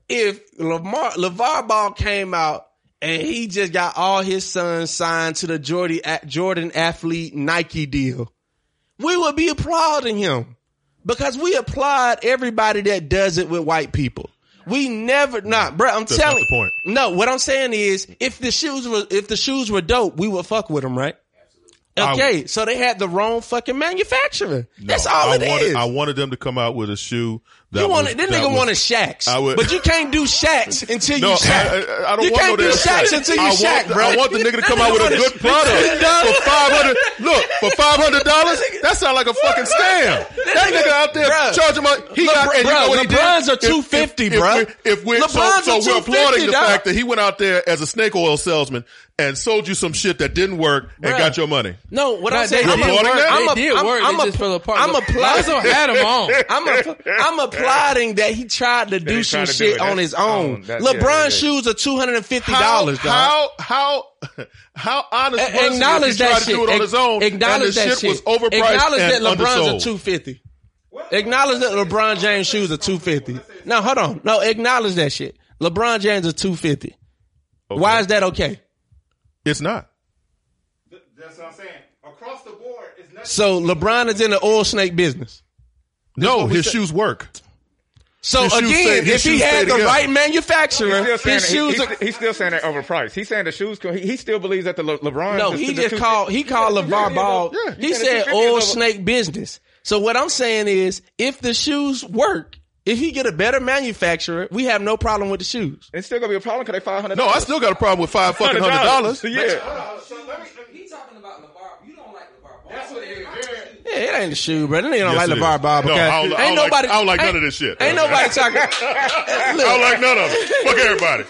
[SPEAKER 6] if Lamar Levar Ball came out and he just got all his sons signed to the Jordy, Jordan athlete Nike deal, we would be applauding him because we applaud everybody that does it with white people. We never not, bruh, I'm
[SPEAKER 5] That's
[SPEAKER 6] telling
[SPEAKER 5] not the point.
[SPEAKER 6] No, what I'm saying is, if the shoes were if the shoes were dope, we would fuck with them, right? Okay, so they had the wrong fucking manufacturer. That's all
[SPEAKER 5] I
[SPEAKER 6] it is.
[SPEAKER 5] wanted, I wanted them to come out with a shoe. That
[SPEAKER 6] you want
[SPEAKER 5] was,
[SPEAKER 6] it? This
[SPEAKER 5] that
[SPEAKER 6] nigga
[SPEAKER 5] was-
[SPEAKER 6] wanted Shacks,
[SPEAKER 5] I would-
[SPEAKER 6] but you can't do Shacks until
[SPEAKER 5] No,
[SPEAKER 6] you
[SPEAKER 5] I,
[SPEAKER 6] Shaq.
[SPEAKER 5] I, I don't
[SPEAKER 6] You
[SPEAKER 5] want
[SPEAKER 6] can't
[SPEAKER 5] no
[SPEAKER 6] do
[SPEAKER 5] damn
[SPEAKER 6] Shaq until you
[SPEAKER 5] I want,
[SPEAKER 6] Shaq,
[SPEAKER 5] the-
[SPEAKER 6] bro.
[SPEAKER 5] I want the nigga to come out with a good product
[SPEAKER 6] Done.
[SPEAKER 5] for five hundred. Look for five hundred dollars. That sound like a fucking scam. That nigga out there
[SPEAKER 6] Bruh.
[SPEAKER 5] charging my. He got. And you
[SPEAKER 6] bruh,
[SPEAKER 5] know what he did?
[SPEAKER 6] LeBrons are
[SPEAKER 5] If- if-
[SPEAKER 6] 250,
[SPEAKER 5] if
[SPEAKER 6] bruh.
[SPEAKER 5] we're- If we're so,
[SPEAKER 6] LeBrons
[SPEAKER 5] so
[SPEAKER 6] are
[SPEAKER 5] we're
[SPEAKER 6] 250,
[SPEAKER 5] applauding the
[SPEAKER 6] dog.
[SPEAKER 5] fact that he went out there as a snake oil salesman and sold you some shit that didn't work and
[SPEAKER 6] Bruh.
[SPEAKER 5] got your money.
[SPEAKER 6] No, what
[SPEAKER 1] Nah,
[SPEAKER 6] I'm saying,
[SPEAKER 1] they
[SPEAKER 6] I'm
[SPEAKER 5] did
[SPEAKER 6] a-
[SPEAKER 5] work. They
[SPEAKER 6] I'm a-
[SPEAKER 1] did
[SPEAKER 6] I'm-
[SPEAKER 1] work.
[SPEAKER 6] I'm
[SPEAKER 1] They
[SPEAKER 6] a-
[SPEAKER 1] just fell apart.
[SPEAKER 6] I'm
[SPEAKER 1] Look,
[SPEAKER 6] applauding.
[SPEAKER 1] Lonzo had 'em on.
[SPEAKER 6] I'm a, I'm applauding that he tried to do
[SPEAKER 3] he
[SPEAKER 6] some
[SPEAKER 3] tried to do
[SPEAKER 6] shit
[SPEAKER 3] it.
[SPEAKER 6] on
[SPEAKER 3] That's-
[SPEAKER 6] his own.
[SPEAKER 3] um, that- yeah,
[SPEAKER 6] LeBron's
[SPEAKER 3] yeah, yeah.
[SPEAKER 6] shoes are two hundred and fifty dollars.
[SPEAKER 5] How how how, how honest
[SPEAKER 6] A-
[SPEAKER 5] was he if
[SPEAKER 6] acknowledge
[SPEAKER 5] he tried
[SPEAKER 6] that
[SPEAKER 5] to
[SPEAKER 6] shit.
[SPEAKER 5] do it on his own? and
[SPEAKER 6] Acknowledge
[SPEAKER 5] the
[SPEAKER 6] that
[SPEAKER 5] shit,
[SPEAKER 6] shit.
[SPEAKER 5] was overpriced
[SPEAKER 6] Acknowledge
[SPEAKER 5] and
[SPEAKER 6] that LeBron's
[SPEAKER 5] undersold.
[SPEAKER 6] are two fifty. Acknowledge that LeBron James shoes are two fifty. Now hold on. No, acknowledge that shit. LeBron James is two fifty. Why is that okay?
[SPEAKER 5] It's not.
[SPEAKER 4] Th- That's what I'm saying. Across the board, it's nothing.
[SPEAKER 6] So LeBron is in the oil snake business.
[SPEAKER 5] No, his shoes work.
[SPEAKER 6] So
[SPEAKER 5] His shoes stay-
[SPEAKER 6] again,
[SPEAKER 5] his
[SPEAKER 6] if he
[SPEAKER 5] shoes stay
[SPEAKER 6] had the
[SPEAKER 5] together.
[SPEAKER 6] right manufacturer,
[SPEAKER 3] He's still
[SPEAKER 6] his
[SPEAKER 3] saying,
[SPEAKER 6] shoes
[SPEAKER 3] that- he-
[SPEAKER 6] are
[SPEAKER 3] he- he's still saying that overpriced. He's saying the shoes. co- He, he still believes that the Le- LeBron.
[SPEAKER 6] No,
[SPEAKER 3] the-
[SPEAKER 6] he
[SPEAKER 3] the
[SPEAKER 6] just
[SPEAKER 3] two-
[SPEAKER 6] called. He called
[SPEAKER 3] Yeah,
[SPEAKER 6] LeVar
[SPEAKER 3] yeah,
[SPEAKER 6] Ball.
[SPEAKER 3] yeah.
[SPEAKER 6] He
[SPEAKER 3] Yeah, the
[SPEAKER 6] said "Oh,
[SPEAKER 3] 250
[SPEAKER 6] old
[SPEAKER 3] is over-
[SPEAKER 6] snake business. So what I'm saying is, if the shoes work, if he get a better manufacturer, we have no problem with the shoes.
[SPEAKER 3] It's still gonna be a problem because they five hundred.
[SPEAKER 5] No, I still got a problem with five fucking hundred dollars.
[SPEAKER 3] Yeah.
[SPEAKER 4] That's what it is. Very
[SPEAKER 6] It ain't the shoe, bro. That nigga don't
[SPEAKER 5] Yes,
[SPEAKER 6] like
[SPEAKER 5] it
[SPEAKER 6] LeVar
[SPEAKER 5] is.
[SPEAKER 6] Ball
[SPEAKER 5] No,
[SPEAKER 6] because
[SPEAKER 5] I don't- I
[SPEAKER 6] ain't
[SPEAKER 5] don't like-
[SPEAKER 6] nobody.
[SPEAKER 5] I don't like none
[SPEAKER 6] ain't-
[SPEAKER 5] of this shit.
[SPEAKER 6] Ain't nobody talking.
[SPEAKER 5] I
[SPEAKER 6] Look,
[SPEAKER 5] don't like none of it. Fuck everybody.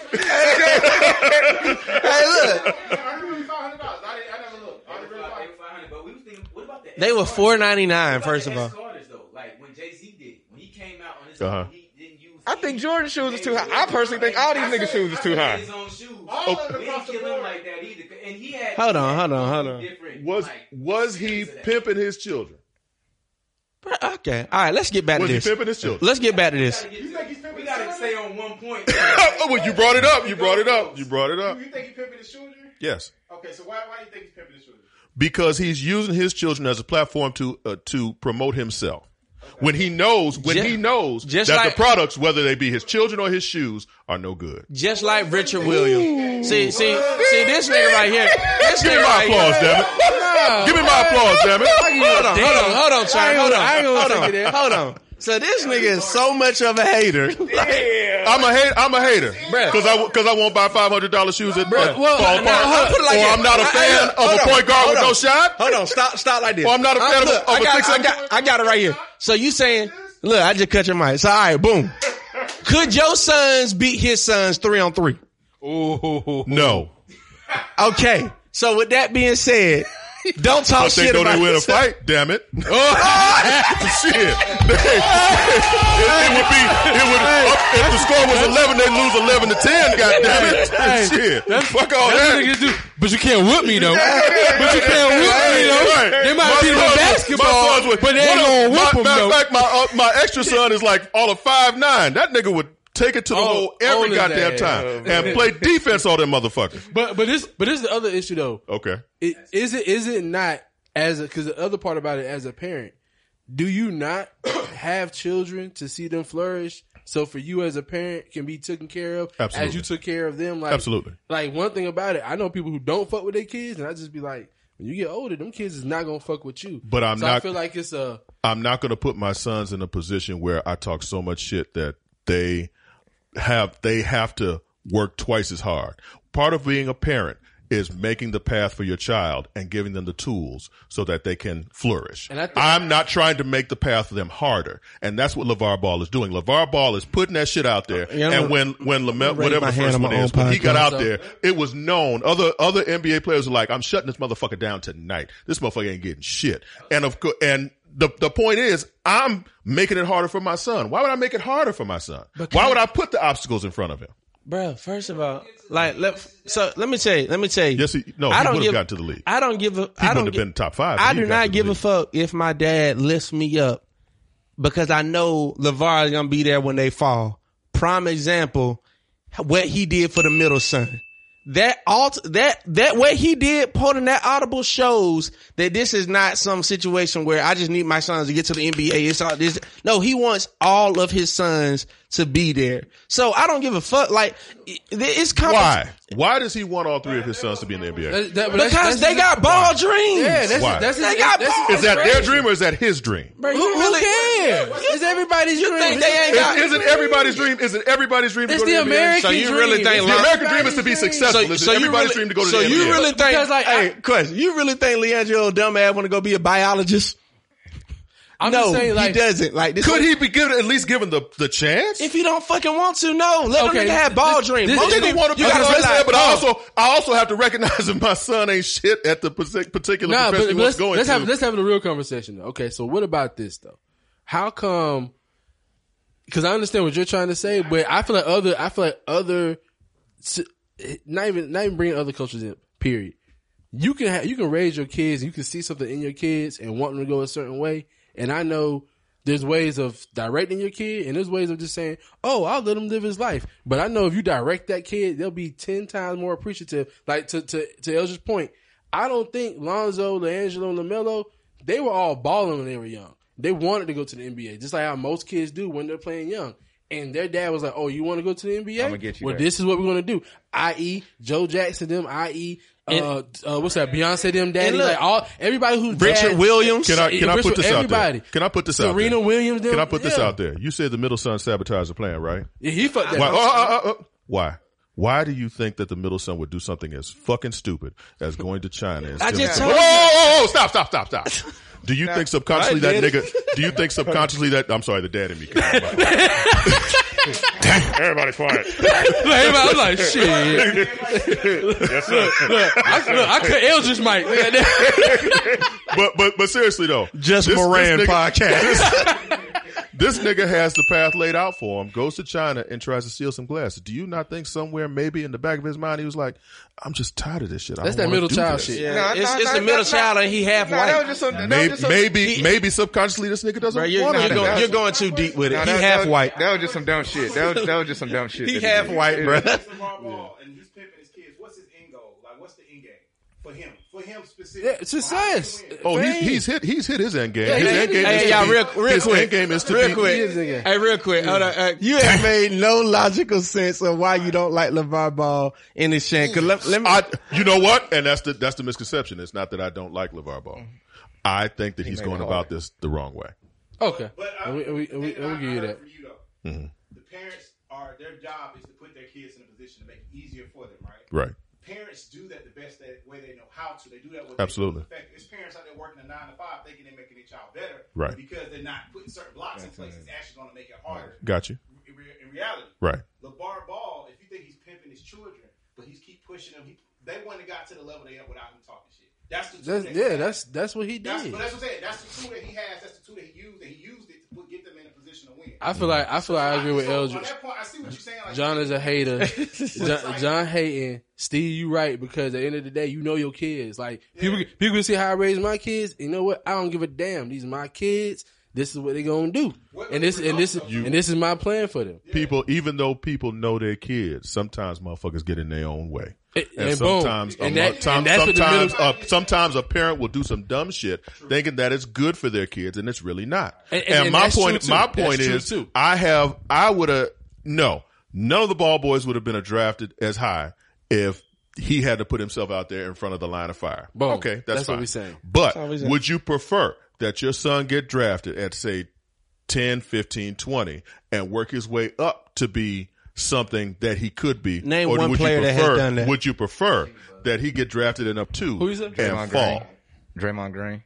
[SPEAKER 6] hey, look.
[SPEAKER 4] $1,500. I didn't- I never looked. I never looked.
[SPEAKER 9] But we was thinking, what about the
[SPEAKER 6] They were
[SPEAKER 9] S-Carters?
[SPEAKER 6] four ninety nine.
[SPEAKER 9] What about
[SPEAKER 6] First
[SPEAKER 9] the
[SPEAKER 6] of all,
[SPEAKER 9] S-Carters, though? Like when Jay Z did, when he came out on his
[SPEAKER 5] Uh-huh.
[SPEAKER 9] own, he didn't use.
[SPEAKER 3] I think Jordan shoes is too high. I personally think all these niggas shoes is too high.
[SPEAKER 9] His own shoes.
[SPEAKER 4] All of them
[SPEAKER 9] We
[SPEAKER 4] across
[SPEAKER 9] didn't
[SPEAKER 4] the
[SPEAKER 9] kill him
[SPEAKER 4] board.
[SPEAKER 9] like that either. And he had.
[SPEAKER 6] Hold
[SPEAKER 9] he
[SPEAKER 6] on,
[SPEAKER 9] had
[SPEAKER 6] hold on, hold
[SPEAKER 9] different,
[SPEAKER 5] Was
[SPEAKER 9] like,
[SPEAKER 5] was he pimping his children?
[SPEAKER 6] Bro, okay, all right. Let's get back to
[SPEAKER 5] Was he
[SPEAKER 6] this.
[SPEAKER 5] pimping his children?
[SPEAKER 6] Let's get back to this.
[SPEAKER 9] gotta get
[SPEAKER 4] You
[SPEAKER 9] to-
[SPEAKER 4] think he's pimping
[SPEAKER 9] We gotta
[SPEAKER 4] his
[SPEAKER 9] stay on one point.
[SPEAKER 5] oh, well, you brought it up. You brought it up. You brought it up.
[SPEAKER 4] You think he pimping his children?
[SPEAKER 5] Yes,
[SPEAKER 4] Okay, so why why do you think he's pimping his children?
[SPEAKER 5] because he's using his children as a platform to uh, to promote himself. When he knows, when
[SPEAKER 6] Ju-
[SPEAKER 5] he knows
[SPEAKER 6] just
[SPEAKER 5] that
[SPEAKER 6] like-
[SPEAKER 5] the products, whether they be his children or his shoes, are no good.
[SPEAKER 6] Just like Richard Williams. See, see, see this nigga right here. This
[SPEAKER 5] Give
[SPEAKER 6] nigga
[SPEAKER 5] me my
[SPEAKER 6] right here.
[SPEAKER 5] applause, damn it!
[SPEAKER 6] No.
[SPEAKER 5] Give me my applause, damn it!
[SPEAKER 6] Hold on, hold on, hold on, Charlie. Hold
[SPEAKER 1] I ain't
[SPEAKER 6] on,
[SPEAKER 1] gonna
[SPEAKER 6] hold
[SPEAKER 1] take it
[SPEAKER 6] on,
[SPEAKER 1] there.
[SPEAKER 6] hold on. So this nigga is so much of a hater.
[SPEAKER 5] I'm a hater. I'm a hater because I because I won't buy five hundred dollars shoes at uh,
[SPEAKER 6] well,
[SPEAKER 5] Paul
[SPEAKER 6] now,
[SPEAKER 5] Park.
[SPEAKER 6] hold on, put it like
[SPEAKER 5] or
[SPEAKER 6] that.
[SPEAKER 5] I'm not a
[SPEAKER 6] I- I-
[SPEAKER 5] fan
[SPEAKER 6] hold
[SPEAKER 5] of a
[SPEAKER 6] on,
[SPEAKER 5] point guard with
[SPEAKER 6] hold
[SPEAKER 5] no
[SPEAKER 6] on.
[SPEAKER 5] shot.
[SPEAKER 6] Hold on, stop, stop like this. Uh,
[SPEAKER 5] Well, I'm not a fan of-
[SPEAKER 6] look,
[SPEAKER 5] of
[SPEAKER 6] I
[SPEAKER 5] a
[SPEAKER 6] got,
[SPEAKER 5] six-
[SPEAKER 6] I got, I got it right here. So you saying, look, I just cut your mic. So all right, boom. Could your sons beat his sons three on three? Oh.
[SPEAKER 5] No,
[SPEAKER 6] Okay. So with that being said, don't talk
[SPEAKER 5] but they
[SPEAKER 6] Oh, shit
[SPEAKER 5] know
[SPEAKER 6] about
[SPEAKER 5] they win a
[SPEAKER 6] your son.
[SPEAKER 5] fight. Damn it! Shit, it, it would be it would up- if the score was eleven, they lose eleven to ten. God damn it! Shit, fuck all that.
[SPEAKER 1] But you can't whip me though.
[SPEAKER 5] But
[SPEAKER 1] you can't whip me, though. They might beat him in basketball, but they ain't gonna whip him,
[SPEAKER 5] Matter
[SPEAKER 1] though.
[SPEAKER 5] of fact, my uh, my extra son is like all of five nine. That nigga would take it to the
[SPEAKER 1] Oh,
[SPEAKER 5] hole every
[SPEAKER 1] own his
[SPEAKER 5] goddamn
[SPEAKER 1] ass.
[SPEAKER 5] time and play defense on them motherfuckers.
[SPEAKER 1] But but this but this is the other issue though.
[SPEAKER 5] Okay,
[SPEAKER 1] It, is it is it not as because the other part about it as a parent, do you not have children to see them flourish? So for you as a parent can be taken care of as
[SPEAKER 5] Absolutely.
[SPEAKER 1] you took care of them. Like
[SPEAKER 5] absolutely.
[SPEAKER 1] Like one thing about it, I know people who don't fuck with their kids, and I just be like, when you get older, them kids is not gonna fuck with you.
[SPEAKER 5] But I'm
[SPEAKER 1] So I
[SPEAKER 5] not-
[SPEAKER 1] feel like it's a
[SPEAKER 5] I'm not going to put my sons in a position where I talk so much shit that they have they have to work twice as hard. Part of being a parent is making the path for your child and giving them the tools so that they can flourish.
[SPEAKER 1] And I think-
[SPEAKER 5] I'm not trying to make the path for them harder, and that's what LeVar Ball is doing. LeVar Ball is putting that shit out there.
[SPEAKER 6] Yeah, I'm
[SPEAKER 5] and
[SPEAKER 6] gonna-
[SPEAKER 5] when when Lament,
[SPEAKER 6] raise
[SPEAKER 5] whatever
[SPEAKER 6] my
[SPEAKER 5] the
[SPEAKER 6] hand
[SPEAKER 5] first
[SPEAKER 6] on my
[SPEAKER 5] one
[SPEAKER 6] own
[SPEAKER 5] is, when he got
[SPEAKER 6] podcast.
[SPEAKER 5] out there, it was known. Other other NBA players are like, I'm shutting this motherfucker down tonight. This motherfucker ain't getting shit. And of course, and the the point is, I'm making it harder for my son. Why would I make it harder for my son? Why would I put the obstacles in front of him?
[SPEAKER 6] Bro, first of all, like, let, so let me tell you, let me tell you.
[SPEAKER 5] Yes, he, no,
[SPEAKER 6] I
[SPEAKER 5] he
[SPEAKER 6] don't
[SPEAKER 5] would have
[SPEAKER 6] give-
[SPEAKER 5] gotten to the league.
[SPEAKER 6] I don't give a.
[SPEAKER 5] He
[SPEAKER 6] I
[SPEAKER 5] wouldn't
[SPEAKER 6] don't
[SPEAKER 5] have
[SPEAKER 6] gi-
[SPEAKER 5] been top five. but
[SPEAKER 6] I
[SPEAKER 5] he
[SPEAKER 6] do
[SPEAKER 5] got to
[SPEAKER 6] not
[SPEAKER 5] the
[SPEAKER 6] give a
[SPEAKER 5] league.
[SPEAKER 6] fuck if my dad lifts me up because I know LeVar is gonna be there when they fall. Prime example, what he did for the middle son. That alt that that what he did putting that audible shows that this is not some situation where I just need my sons to get to the NBA. It's all this. No, he wants all of his sons to be there. So I don't give a fuck. Like it- it's competition.
[SPEAKER 5] Why? Why does he want all three of his sons to be in the NBA?
[SPEAKER 1] that, that-
[SPEAKER 6] Because
[SPEAKER 1] that's-
[SPEAKER 6] they
[SPEAKER 1] that's-
[SPEAKER 6] got ball dreams.
[SPEAKER 1] yeah, that's
[SPEAKER 5] Why?
[SPEAKER 1] that's,
[SPEAKER 6] They got
[SPEAKER 1] that's-
[SPEAKER 6] balls.
[SPEAKER 5] Is that their dream or is that his dream?
[SPEAKER 1] who, who cares? It's everybody's
[SPEAKER 6] You
[SPEAKER 1] dream.
[SPEAKER 6] think they ain't got?
[SPEAKER 5] Is, not everybody's dream? Is it everybody's dream? to
[SPEAKER 1] It's
[SPEAKER 5] go to
[SPEAKER 1] the
[SPEAKER 5] the NBA?
[SPEAKER 1] American
[SPEAKER 6] So you
[SPEAKER 1] dream.
[SPEAKER 6] really think
[SPEAKER 1] It's
[SPEAKER 5] The
[SPEAKER 1] the
[SPEAKER 5] American dream is to be
[SPEAKER 1] everybody's dream.
[SPEAKER 5] successful. It's everybody's dream to go to
[SPEAKER 6] so
[SPEAKER 5] the
[SPEAKER 6] you
[SPEAKER 5] NBA.
[SPEAKER 6] really think?
[SPEAKER 1] Because, like,
[SPEAKER 6] hey,
[SPEAKER 1] I-
[SPEAKER 6] question. You really think Leandro dumbass want to go be a biologist?
[SPEAKER 1] I'm
[SPEAKER 6] no,
[SPEAKER 1] just saying, like,
[SPEAKER 6] he doesn't. Like, this
[SPEAKER 5] Could he be given at least given the, the chance?
[SPEAKER 6] If you don't fucking want to, no. Let
[SPEAKER 1] Okay,
[SPEAKER 6] him have ball
[SPEAKER 1] this-
[SPEAKER 6] dreams.
[SPEAKER 1] this-
[SPEAKER 6] Most
[SPEAKER 1] this
[SPEAKER 6] people-
[SPEAKER 5] Nigga wanna be
[SPEAKER 6] you gotta
[SPEAKER 5] a
[SPEAKER 6] realize,
[SPEAKER 5] but I
[SPEAKER 6] oh,
[SPEAKER 5] also I also have to recognize that my son ain't shit at the partic- particular
[SPEAKER 1] Nah,
[SPEAKER 5] profession
[SPEAKER 1] but,
[SPEAKER 5] he
[SPEAKER 1] but
[SPEAKER 5] was
[SPEAKER 1] let's,
[SPEAKER 5] going
[SPEAKER 1] let's
[SPEAKER 5] to.
[SPEAKER 1] have let's have a real conversation. Though. Okay, so what about this though? How come? Because I understand what you're trying to say, but I feel like other I feel like other, s- not even not even bringing other cultures in. Period. You can ha- you can raise your kids, you can see something in your kids and want them to go a certain way. And I know there's ways of directing your kid, and there's ways of just saying, "Oh, I'll let him live his life." But I know if you direct that kid, they'll be ten times more appreciative. Like to to to Elger's point, I don't think Lonzo, LaAngelo, and LaMelo, they were all balling when they were young. They wanted to go to the NBA, just like how most kids do when they're playing young. And their dad was like, "Oh, you want to go to the NBA?
[SPEAKER 3] I'ma get you
[SPEAKER 1] well,
[SPEAKER 3] there."
[SPEAKER 1] this is what we're gonna do." I.e., Joe Jackson, them. I.e., uh, uh, what's that? Beyonce, them. Daddy,
[SPEAKER 6] look,
[SPEAKER 1] like all everybody who
[SPEAKER 6] Richard Williams.
[SPEAKER 5] can I can I
[SPEAKER 1] Richard-
[SPEAKER 5] put this
[SPEAKER 1] everybody.
[SPEAKER 5] out there? Can I put this out
[SPEAKER 1] Serena
[SPEAKER 5] there?
[SPEAKER 1] Williams, them-
[SPEAKER 5] Can I put this
[SPEAKER 1] yeah.
[SPEAKER 5] out there? You said the middle son sabotaged the plan, right?
[SPEAKER 1] Yeah, he fucked that.
[SPEAKER 5] Why?
[SPEAKER 1] up.
[SPEAKER 5] Oh, oh, oh, oh. Why? Why do you think that the middle son would do something as fucking stupid as going to China? And
[SPEAKER 6] I
[SPEAKER 5] stealing-
[SPEAKER 6] just
[SPEAKER 5] whoa,
[SPEAKER 6] told
[SPEAKER 5] whoa,
[SPEAKER 6] you.
[SPEAKER 5] whoa, whoa, stop, stop, stop, stop. Do you think subconsciously
[SPEAKER 6] I
[SPEAKER 5] that
[SPEAKER 6] did.
[SPEAKER 5] nigga? Do you think subconsciously that? I'm sorry, the dad in me. came out.
[SPEAKER 10] Everybody quiet.
[SPEAKER 1] I was like, shit.
[SPEAKER 10] yes, sir.
[SPEAKER 1] I, look, I cut Eldridge Mike. Look at that.
[SPEAKER 5] But but but seriously though,
[SPEAKER 6] Just Moran
[SPEAKER 5] podcast. This, this nigga has the path laid out for him. Goes to China and tries to steal some glasses. Do you not think somewhere maybe in the back of his mind he was like, "I'm just tired of this shit." I
[SPEAKER 1] That's
[SPEAKER 5] don't
[SPEAKER 1] that
[SPEAKER 5] wanna
[SPEAKER 1] middle
[SPEAKER 5] do
[SPEAKER 1] child
[SPEAKER 5] this.
[SPEAKER 1] shit.
[SPEAKER 6] Yeah,
[SPEAKER 3] Nah,
[SPEAKER 6] it's
[SPEAKER 3] nah,
[SPEAKER 6] it's
[SPEAKER 3] nah,
[SPEAKER 6] the middle
[SPEAKER 3] nah,
[SPEAKER 6] child and he half
[SPEAKER 3] Nah, that was
[SPEAKER 6] white.
[SPEAKER 3] just some. That was
[SPEAKER 5] Maybe
[SPEAKER 3] just some
[SPEAKER 5] maybe, maybe subconsciously this nigga doesn't
[SPEAKER 6] Bro, you're,
[SPEAKER 5] want
[SPEAKER 6] you're,
[SPEAKER 3] nah,
[SPEAKER 5] to do
[SPEAKER 6] going,
[SPEAKER 5] that.
[SPEAKER 6] you're going too deep with it.
[SPEAKER 3] Nah,
[SPEAKER 6] he
[SPEAKER 3] that-
[SPEAKER 6] half
[SPEAKER 3] that-
[SPEAKER 6] white.
[SPEAKER 3] That was just some dumb shit. That was that was just some dumb shit.
[SPEAKER 6] he
[SPEAKER 3] that
[SPEAKER 6] half
[SPEAKER 3] did.
[SPEAKER 6] white, bro.
[SPEAKER 4] He's the raw ball, and he's pimping his kids. What's his end goal? Like, what's the end game for him? For him specifically.
[SPEAKER 1] Yeah, success.
[SPEAKER 4] Why he win?
[SPEAKER 5] Oh, he's, he's hit. He's hit his end game.
[SPEAKER 1] Yeah,
[SPEAKER 5] his
[SPEAKER 1] yeah,
[SPEAKER 5] end game
[SPEAKER 1] yeah,
[SPEAKER 5] is to
[SPEAKER 1] yeah,
[SPEAKER 5] be-
[SPEAKER 6] real- real
[SPEAKER 5] his
[SPEAKER 6] quick.
[SPEAKER 5] end game is to
[SPEAKER 6] Real
[SPEAKER 5] be-
[SPEAKER 6] quick. Hey, real quick. Hold on. Uh, you have made no logical sense of why you don't like LeVar Ball in this shank. 'Cause Let, let me,
[SPEAKER 5] I, you know what? And that's the that's the misconception. It's not that I don't like LeVar Ball. I think that he's
[SPEAKER 3] made
[SPEAKER 5] going
[SPEAKER 3] it
[SPEAKER 5] about
[SPEAKER 3] harder.
[SPEAKER 5] this the wrong way.
[SPEAKER 1] Okay.
[SPEAKER 4] But
[SPEAKER 1] And
[SPEAKER 4] um, I,
[SPEAKER 1] we, and we, and we, and
[SPEAKER 4] and
[SPEAKER 1] we give
[SPEAKER 4] I- I
[SPEAKER 1] you
[SPEAKER 4] heard
[SPEAKER 1] that.
[SPEAKER 4] From you though, the parents are their job is to put their kids in a position to make it easier for them, right?
[SPEAKER 5] Right.
[SPEAKER 4] Parents do that the best that way they know how to. They do that with
[SPEAKER 5] Absolutely.
[SPEAKER 4] It's parents out there working a nine to five, thinking they're making their child better,
[SPEAKER 5] Right.
[SPEAKER 4] Because they're not putting certain blocks in place. It's actually going to make it harder.
[SPEAKER 5] Got you.
[SPEAKER 4] In, re- in reality,
[SPEAKER 5] Right.
[SPEAKER 4] LeVar Ball, if you think he's pimping his children, but he's keep pushing them, he, they wouldn't have got to the level they at without him talking shit. That's the two
[SPEAKER 1] That's,
[SPEAKER 4] that-
[SPEAKER 1] yeah, that's that's what he
[SPEAKER 4] that's,
[SPEAKER 1] did.
[SPEAKER 4] but that's what I'm saying. That's the tool that he has. That's the tool that he used, and he used it to put, get them in a position to win.
[SPEAKER 1] I feel like I feel like I agree with
[SPEAKER 4] So,
[SPEAKER 1] Eldridge.
[SPEAKER 4] On that point, I see what you're saying. Like,
[SPEAKER 1] John is a hater. John, John hating. Steve, you right because at the end of the day, you know your kids. Like people, people can see how I raise my kids. You know what? I don't give a damn. These are my kids. This is what they gonna do.
[SPEAKER 4] What-
[SPEAKER 1] And this and this
[SPEAKER 4] You-
[SPEAKER 1] and this is my plan for them.
[SPEAKER 5] People, even though people know their kids, sometimes motherfuckers get in their own way.
[SPEAKER 1] And,
[SPEAKER 5] And,
[SPEAKER 1] and boom.
[SPEAKER 5] sometimes,
[SPEAKER 1] and
[SPEAKER 5] a,
[SPEAKER 1] that-
[SPEAKER 5] mo-
[SPEAKER 1] and that's what the
[SPEAKER 5] sometimes, uh,
[SPEAKER 1] middle-
[SPEAKER 5] a, sometimes a parent will do some dumb shit, thinking that it's good for their kids, and it's really not.
[SPEAKER 1] And-
[SPEAKER 5] And,
[SPEAKER 1] and- and
[SPEAKER 5] my
[SPEAKER 1] that's true,
[SPEAKER 5] point,
[SPEAKER 1] too.
[SPEAKER 5] my
[SPEAKER 1] That's
[SPEAKER 5] point
[SPEAKER 1] true,
[SPEAKER 5] is,
[SPEAKER 1] too.
[SPEAKER 5] I have, I would have no, none of the ball boys would have been drafted as high if he had to put himself out there in front of the line of fire.
[SPEAKER 1] Boom.
[SPEAKER 5] Okay, that's,
[SPEAKER 1] That's what
[SPEAKER 5] fine.
[SPEAKER 1] we saying.
[SPEAKER 5] But
[SPEAKER 6] we saying.
[SPEAKER 5] would you prefer that your son get drafted at say 10, 15, 20 and work his way up to be something that he could be.
[SPEAKER 6] Name
[SPEAKER 5] or
[SPEAKER 6] one
[SPEAKER 5] would you
[SPEAKER 6] player that has
[SPEAKER 5] prefer-
[SPEAKER 6] done that.
[SPEAKER 5] Would you prefer that he get drafted in up two
[SPEAKER 1] Who you say?
[SPEAKER 5] and
[SPEAKER 3] Draymond
[SPEAKER 5] fall?
[SPEAKER 3] Green. Draymond Green.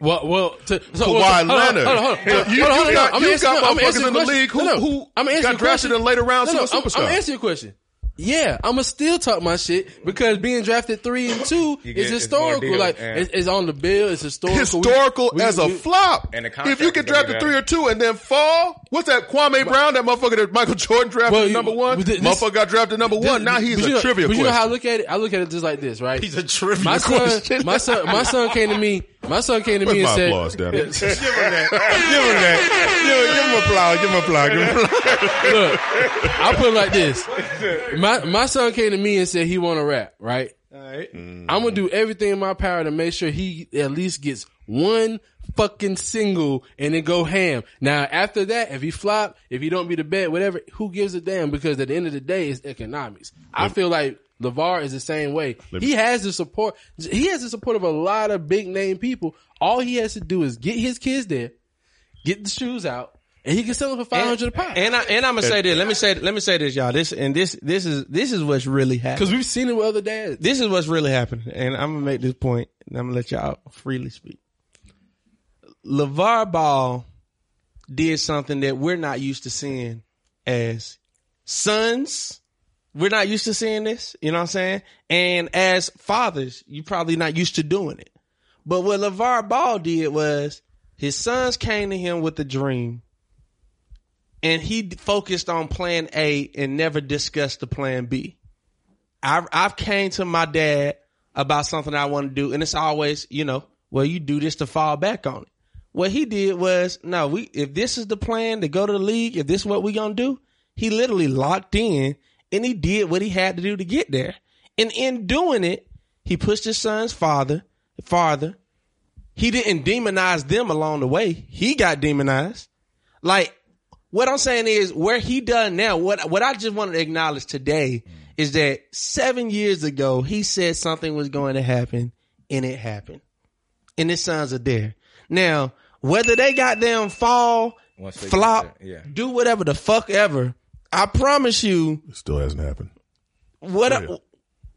[SPEAKER 1] Well, well, to, so,
[SPEAKER 5] Kawhi
[SPEAKER 1] well, hold on,
[SPEAKER 5] Leonard.
[SPEAKER 1] Hold on, hold on.
[SPEAKER 5] You-
[SPEAKER 1] Hold on,
[SPEAKER 5] you
[SPEAKER 1] hold on, hold
[SPEAKER 5] got-
[SPEAKER 1] on.
[SPEAKER 5] you
[SPEAKER 1] I'm answering-
[SPEAKER 5] got
[SPEAKER 1] I'm
[SPEAKER 5] motherfuckers
[SPEAKER 1] answering
[SPEAKER 5] in the
[SPEAKER 1] question.
[SPEAKER 5] league who-
[SPEAKER 1] No, no.
[SPEAKER 5] who
[SPEAKER 1] I'm answering
[SPEAKER 5] got
[SPEAKER 1] the
[SPEAKER 5] drafted
[SPEAKER 1] question.
[SPEAKER 5] in later rounds
[SPEAKER 1] No, no,
[SPEAKER 5] to a
[SPEAKER 1] I'm-
[SPEAKER 5] superstar.
[SPEAKER 1] I'm answering your question. Yeah, I'm gonna still talk my shit because being drafted three and two
[SPEAKER 3] You get-
[SPEAKER 1] is
[SPEAKER 3] it's more
[SPEAKER 1] historical.
[SPEAKER 3] deals,
[SPEAKER 1] Like
[SPEAKER 3] yeah.
[SPEAKER 1] it's, it's on the bill. It's historical.
[SPEAKER 5] Historical
[SPEAKER 1] We- we-
[SPEAKER 5] as a
[SPEAKER 1] we-
[SPEAKER 5] flop.
[SPEAKER 3] And the
[SPEAKER 5] if
[SPEAKER 3] contract
[SPEAKER 5] you
[SPEAKER 3] is gonna
[SPEAKER 5] get
[SPEAKER 3] be
[SPEAKER 5] drafted
[SPEAKER 3] better.
[SPEAKER 5] three or two and then fall, what's that? Kwame Brown, that motherfucker that Michael Jordan drafted
[SPEAKER 1] Well, you-
[SPEAKER 5] number one.
[SPEAKER 1] but thi- this-
[SPEAKER 5] motherfucker got drafted number one. Now he's
[SPEAKER 1] But
[SPEAKER 5] a
[SPEAKER 1] you know,
[SPEAKER 5] trivia
[SPEAKER 1] But you
[SPEAKER 5] question.
[SPEAKER 1] know how I look at it? I look at it just like this, right?
[SPEAKER 6] He's a trivia
[SPEAKER 1] my son,
[SPEAKER 6] question.
[SPEAKER 1] my son, my son came to me. My son came to
[SPEAKER 5] Where's
[SPEAKER 1] me and
[SPEAKER 5] my
[SPEAKER 1] said,
[SPEAKER 5] applause, damn it?
[SPEAKER 6] give him that. Give him that. Give, give him applause. Give him applause. Give him applause.
[SPEAKER 1] Look, I'll put it like this. My my son came to me and said he want to rap, right?
[SPEAKER 6] All right.
[SPEAKER 1] I'm gonna do everything in my power to make sure he at least gets one fucking single and then go ham. Now after that, if he flop, if he don't be the bet, whatever, who gives a damn? Because at the end of the day, it's economics. I feel like Levar is the same way.
[SPEAKER 5] Let me-
[SPEAKER 1] He has the support. He has the support of a lot of big name people. All he has to do is get his kids there, get the shoes out, and he can sell them for five hundred a pop.
[SPEAKER 6] And I and I'm gonna say this. Let me say let me say this, y'all. This and this this is this is what's really happening.
[SPEAKER 1] Because we've seen it with other dads.
[SPEAKER 6] This is what's really happening, and I'm gonna make this point, and I'm gonna let y'all freely speak. LeVar Ball did something that we're not used to seeing as sons. We're not used to seeing this, you know what I'm saying? And as fathers, you're probably not used to doing it. But what LeVar Ball did was his sons came to him with a dream and he d- focused on plan A and never discussed the plan B. I've, I've came to my dad about something I want to do and it's always, you know, well, you do this to fall back on it. What he did was, no, we, if this is the plan to go to the league, if this is what we going to do, he literally locked in and he did what he had to do to get there. And in doing it, he pushed his son's father farther. He didn't demonize them along the way. He got demonized. Like what I'm saying is where he done now, what what I just wanted to acknowledge today is that seven years ago he said something was going to happen and it happened. And his sons are there. Now, whether they got them fall,
[SPEAKER 3] Once they get
[SPEAKER 6] flop,
[SPEAKER 3] there, yeah.
[SPEAKER 6] do whatever the fuck ever, I promise you,
[SPEAKER 5] Still hasn't happened.
[SPEAKER 6] what I,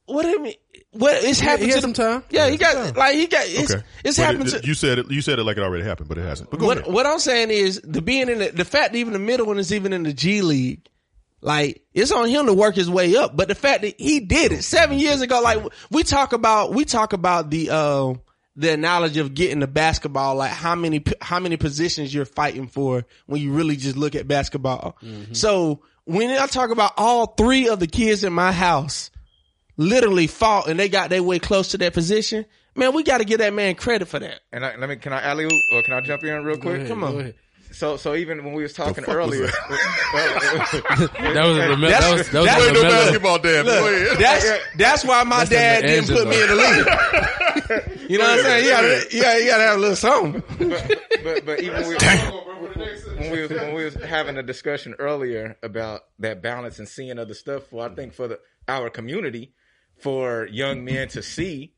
[SPEAKER 6] what I mean, what it's happened
[SPEAKER 1] he
[SPEAKER 6] to
[SPEAKER 1] had
[SPEAKER 6] them
[SPEAKER 1] some time.
[SPEAKER 6] Yeah, he got like he got it's,
[SPEAKER 5] okay.
[SPEAKER 6] it's
[SPEAKER 5] But
[SPEAKER 6] happened
[SPEAKER 5] it-
[SPEAKER 6] to.
[SPEAKER 5] You said it. You said it like it already happened, but it hasn't. But go
[SPEAKER 6] What
[SPEAKER 5] ahead.
[SPEAKER 6] what I'm saying is the being in the, the fact that even the middle one is even in the G League. Like it's on him to work his way up, but the fact that he did it seven years ago, like we talk about, we talk about the uh the analogy of getting the basketball, like how many how many positions you're fighting for when you really just look at basketball.
[SPEAKER 5] Mm-hmm.
[SPEAKER 6] So when I talk about all three of the kids in my house, literally fought and they got their way close to that position, man, we got to give that man credit for that.
[SPEAKER 3] And I, let me, can I alley oop or can I jump in real quick?
[SPEAKER 6] Come on.
[SPEAKER 3] So, so even when we was talking
[SPEAKER 5] fuck was
[SPEAKER 3] earlier,
[SPEAKER 1] That was a lame- that was that was
[SPEAKER 6] that's-
[SPEAKER 1] a
[SPEAKER 5] Ain't no
[SPEAKER 1] lame-
[SPEAKER 5] basketball damn. Go ahead.
[SPEAKER 6] That's that's why my dad
[SPEAKER 1] the
[SPEAKER 6] didn't put me in the league. you know what I'm saying? You gotta, you gotta, you gotta have a little something.
[SPEAKER 3] but but even we, when we was when we was having a discussion earlier about that balance and seeing other stuff for I think for the our community for young men to see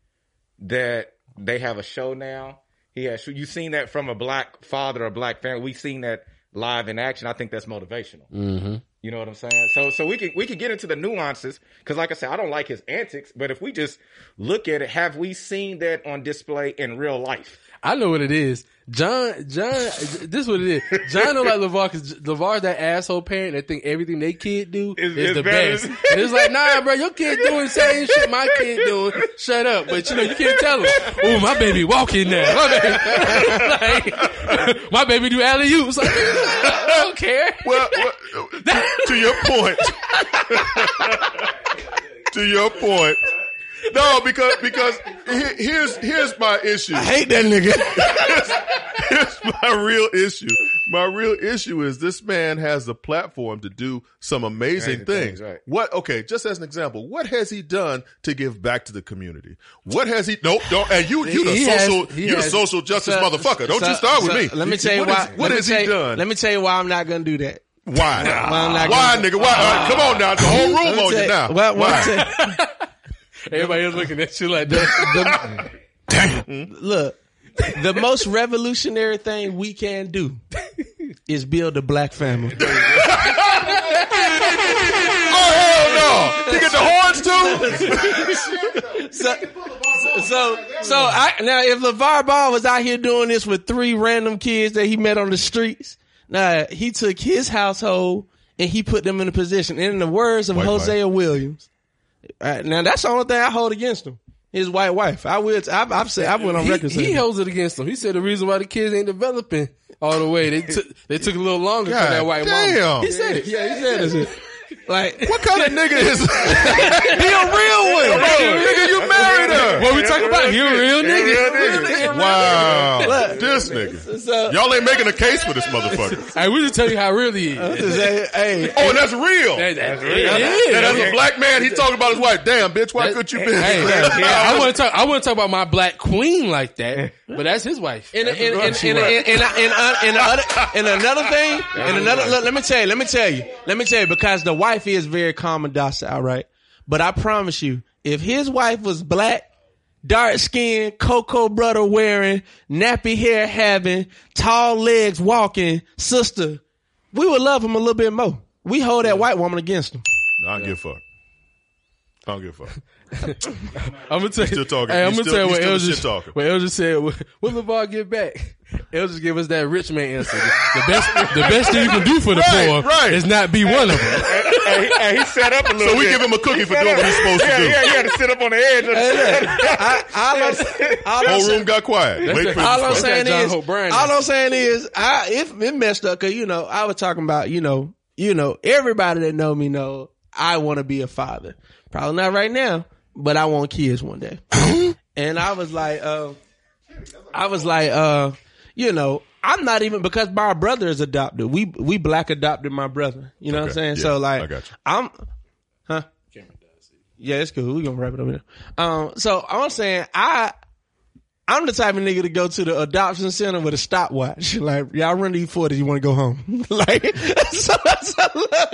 [SPEAKER 3] that they have a show now. He has you seen that from a black father, a black family. We've seen that live in action. I think that's motivational. You know what I'm saying? So so we can we can get into the nuances because like I said, I don't like his antics, but if we just look at it, have we seen that on display in real life?
[SPEAKER 1] I know what it is. John, John, this is what it is. John don't like LeVar because LeVar's that asshole parent that think everything they kid do
[SPEAKER 3] Is-
[SPEAKER 1] is,
[SPEAKER 3] is
[SPEAKER 1] the
[SPEAKER 3] better
[SPEAKER 1] best.
[SPEAKER 3] than-
[SPEAKER 1] And it's like, nah, bro, your kid doing the same shit my kid doing. Shut up. But you know, you can't tell him, oh, my baby walking now. My baby, like, my baby do alley oops. Like, I don't care.
[SPEAKER 5] Well, well, to your point. to your point. No, because because he- here's here's my issue.
[SPEAKER 6] I hate that nigga.
[SPEAKER 5] Here's my real issue. My real issue is this man has the platform to do some amazing
[SPEAKER 3] Amazing
[SPEAKER 5] things.
[SPEAKER 3] things, right.
[SPEAKER 5] What? Okay, just as an example, what has he done to give back to the community? What has he? Nope, don't. And you, you the
[SPEAKER 1] He has-
[SPEAKER 5] social,
[SPEAKER 1] he
[SPEAKER 5] you the
[SPEAKER 1] has-
[SPEAKER 5] social justice
[SPEAKER 1] so-
[SPEAKER 5] motherfucker. Don't
[SPEAKER 6] So-
[SPEAKER 5] you start with
[SPEAKER 6] so
[SPEAKER 5] me?
[SPEAKER 6] Let me tell you
[SPEAKER 5] What
[SPEAKER 6] why.
[SPEAKER 5] is- what
[SPEAKER 6] let me
[SPEAKER 5] has
[SPEAKER 6] tell
[SPEAKER 5] he
[SPEAKER 6] you-
[SPEAKER 5] done?
[SPEAKER 6] Let me tell you why I'm not gonna do that.
[SPEAKER 5] Why?
[SPEAKER 6] why I'm not
[SPEAKER 5] Why,
[SPEAKER 6] gonna-
[SPEAKER 5] nigga? Why? Uh, come on now. The whole room on you now.
[SPEAKER 6] Why?
[SPEAKER 5] Why?
[SPEAKER 1] Everybody else looking at you like that.
[SPEAKER 6] look, the most revolutionary thing we can do is build a black family.
[SPEAKER 5] Oh hell no! He get the horns too.
[SPEAKER 6] so, so, so I now if LeVar Ball was out here doing this with three random kids that he met on the streets, now he took his household and he put them in a position. And in the words of
[SPEAKER 5] White
[SPEAKER 6] Hosea Williams, uh, now that's the only thing I hold against him. His white wife. I will. I've, I've said. I went on
[SPEAKER 1] he,
[SPEAKER 6] record. saying
[SPEAKER 1] he
[SPEAKER 6] that.
[SPEAKER 1] holds it against him. He said the reason why the kids ain't developing all the way they took they took a little longer for
[SPEAKER 5] God
[SPEAKER 1] that white
[SPEAKER 5] damn.
[SPEAKER 1] mama. He said it. Yeah, he said it.
[SPEAKER 6] like
[SPEAKER 5] What kind of nigga is? he a real one, Nigga, you married her.
[SPEAKER 1] What we talking about? You a real nigga.
[SPEAKER 5] Wow. This nigga.
[SPEAKER 6] so.
[SPEAKER 5] Y'all ain't making a case for this motherfucker.
[SPEAKER 1] Hey, we just tell you how real he is.
[SPEAKER 6] Hey, hey,
[SPEAKER 5] Oh, and that's real.
[SPEAKER 1] Hey,
[SPEAKER 5] And
[SPEAKER 1] that-
[SPEAKER 3] real.
[SPEAKER 1] yeah,
[SPEAKER 5] that's a black man. He talking about his wife. Damn, bitch, why could you be?
[SPEAKER 1] Hey, I want to talk. I want to talk about my black queen like that, but that's his wife.
[SPEAKER 6] and and and and and and, and, uh, and, other, and another thing, and another. Look, let me tell you. Let me tell you. Let me tell you because the wife is very calm and docile, right? But I promise you, if his wife was black, dark skinned, cocoa brother wearing, nappy hair having, tall legs walking, sister, we would love him a little bit more. We hold that white woman against him.
[SPEAKER 5] I don't give a fuck. I don't give a fuck.
[SPEAKER 1] I'm gonna tell you.
[SPEAKER 5] still talking.
[SPEAKER 1] Hey, I'm
[SPEAKER 5] He's
[SPEAKER 1] gonna
[SPEAKER 5] still-
[SPEAKER 1] tell you
[SPEAKER 5] he's
[SPEAKER 1] what
[SPEAKER 5] still the
[SPEAKER 1] Elgin,
[SPEAKER 5] shit talker.
[SPEAKER 1] what Elgin said. What what LeVar get back? Elgin give us that rich man answer. The best, the best thing you can do for the
[SPEAKER 5] Right,
[SPEAKER 1] poor
[SPEAKER 5] right.
[SPEAKER 1] is not be one of them.
[SPEAKER 3] and, he, and he set up a little
[SPEAKER 5] So we
[SPEAKER 3] bit.
[SPEAKER 5] give him a cookie for doing what he's supposed
[SPEAKER 3] yeah, yeah,
[SPEAKER 5] to
[SPEAKER 3] he had to sit up on the edge. Of the
[SPEAKER 6] I, all I'm, all
[SPEAKER 5] do.
[SPEAKER 6] I'm
[SPEAKER 5] Whole
[SPEAKER 6] saying-
[SPEAKER 5] room got quiet. Wait for
[SPEAKER 6] all I'm
[SPEAKER 5] this. fuck.
[SPEAKER 6] saying
[SPEAKER 1] John
[SPEAKER 6] is,
[SPEAKER 1] Hope Bryan.
[SPEAKER 6] all I'm saying is, I if it messed up, cause you know, I was talking about, you know, you know, everybody that know me know I want to be a father. Probably not right now, but I want kids one day. and I was like, uh, I was like, uh, you know, I'm not even because my brother is adopted. We we black adopted my brother. You know what I'm
[SPEAKER 5] Okay,
[SPEAKER 6] saying?
[SPEAKER 5] yeah,
[SPEAKER 6] so like,
[SPEAKER 5] I got you.
[SPEAKER 6] I'm, huh? Yeah, it's cool. We gonna wrap it up here. Um, so I'm saying I I'm the type of nigga to go to the adoption center with a stopwatch. Like, y'all run these 40, you want to go home. like, so, so, look,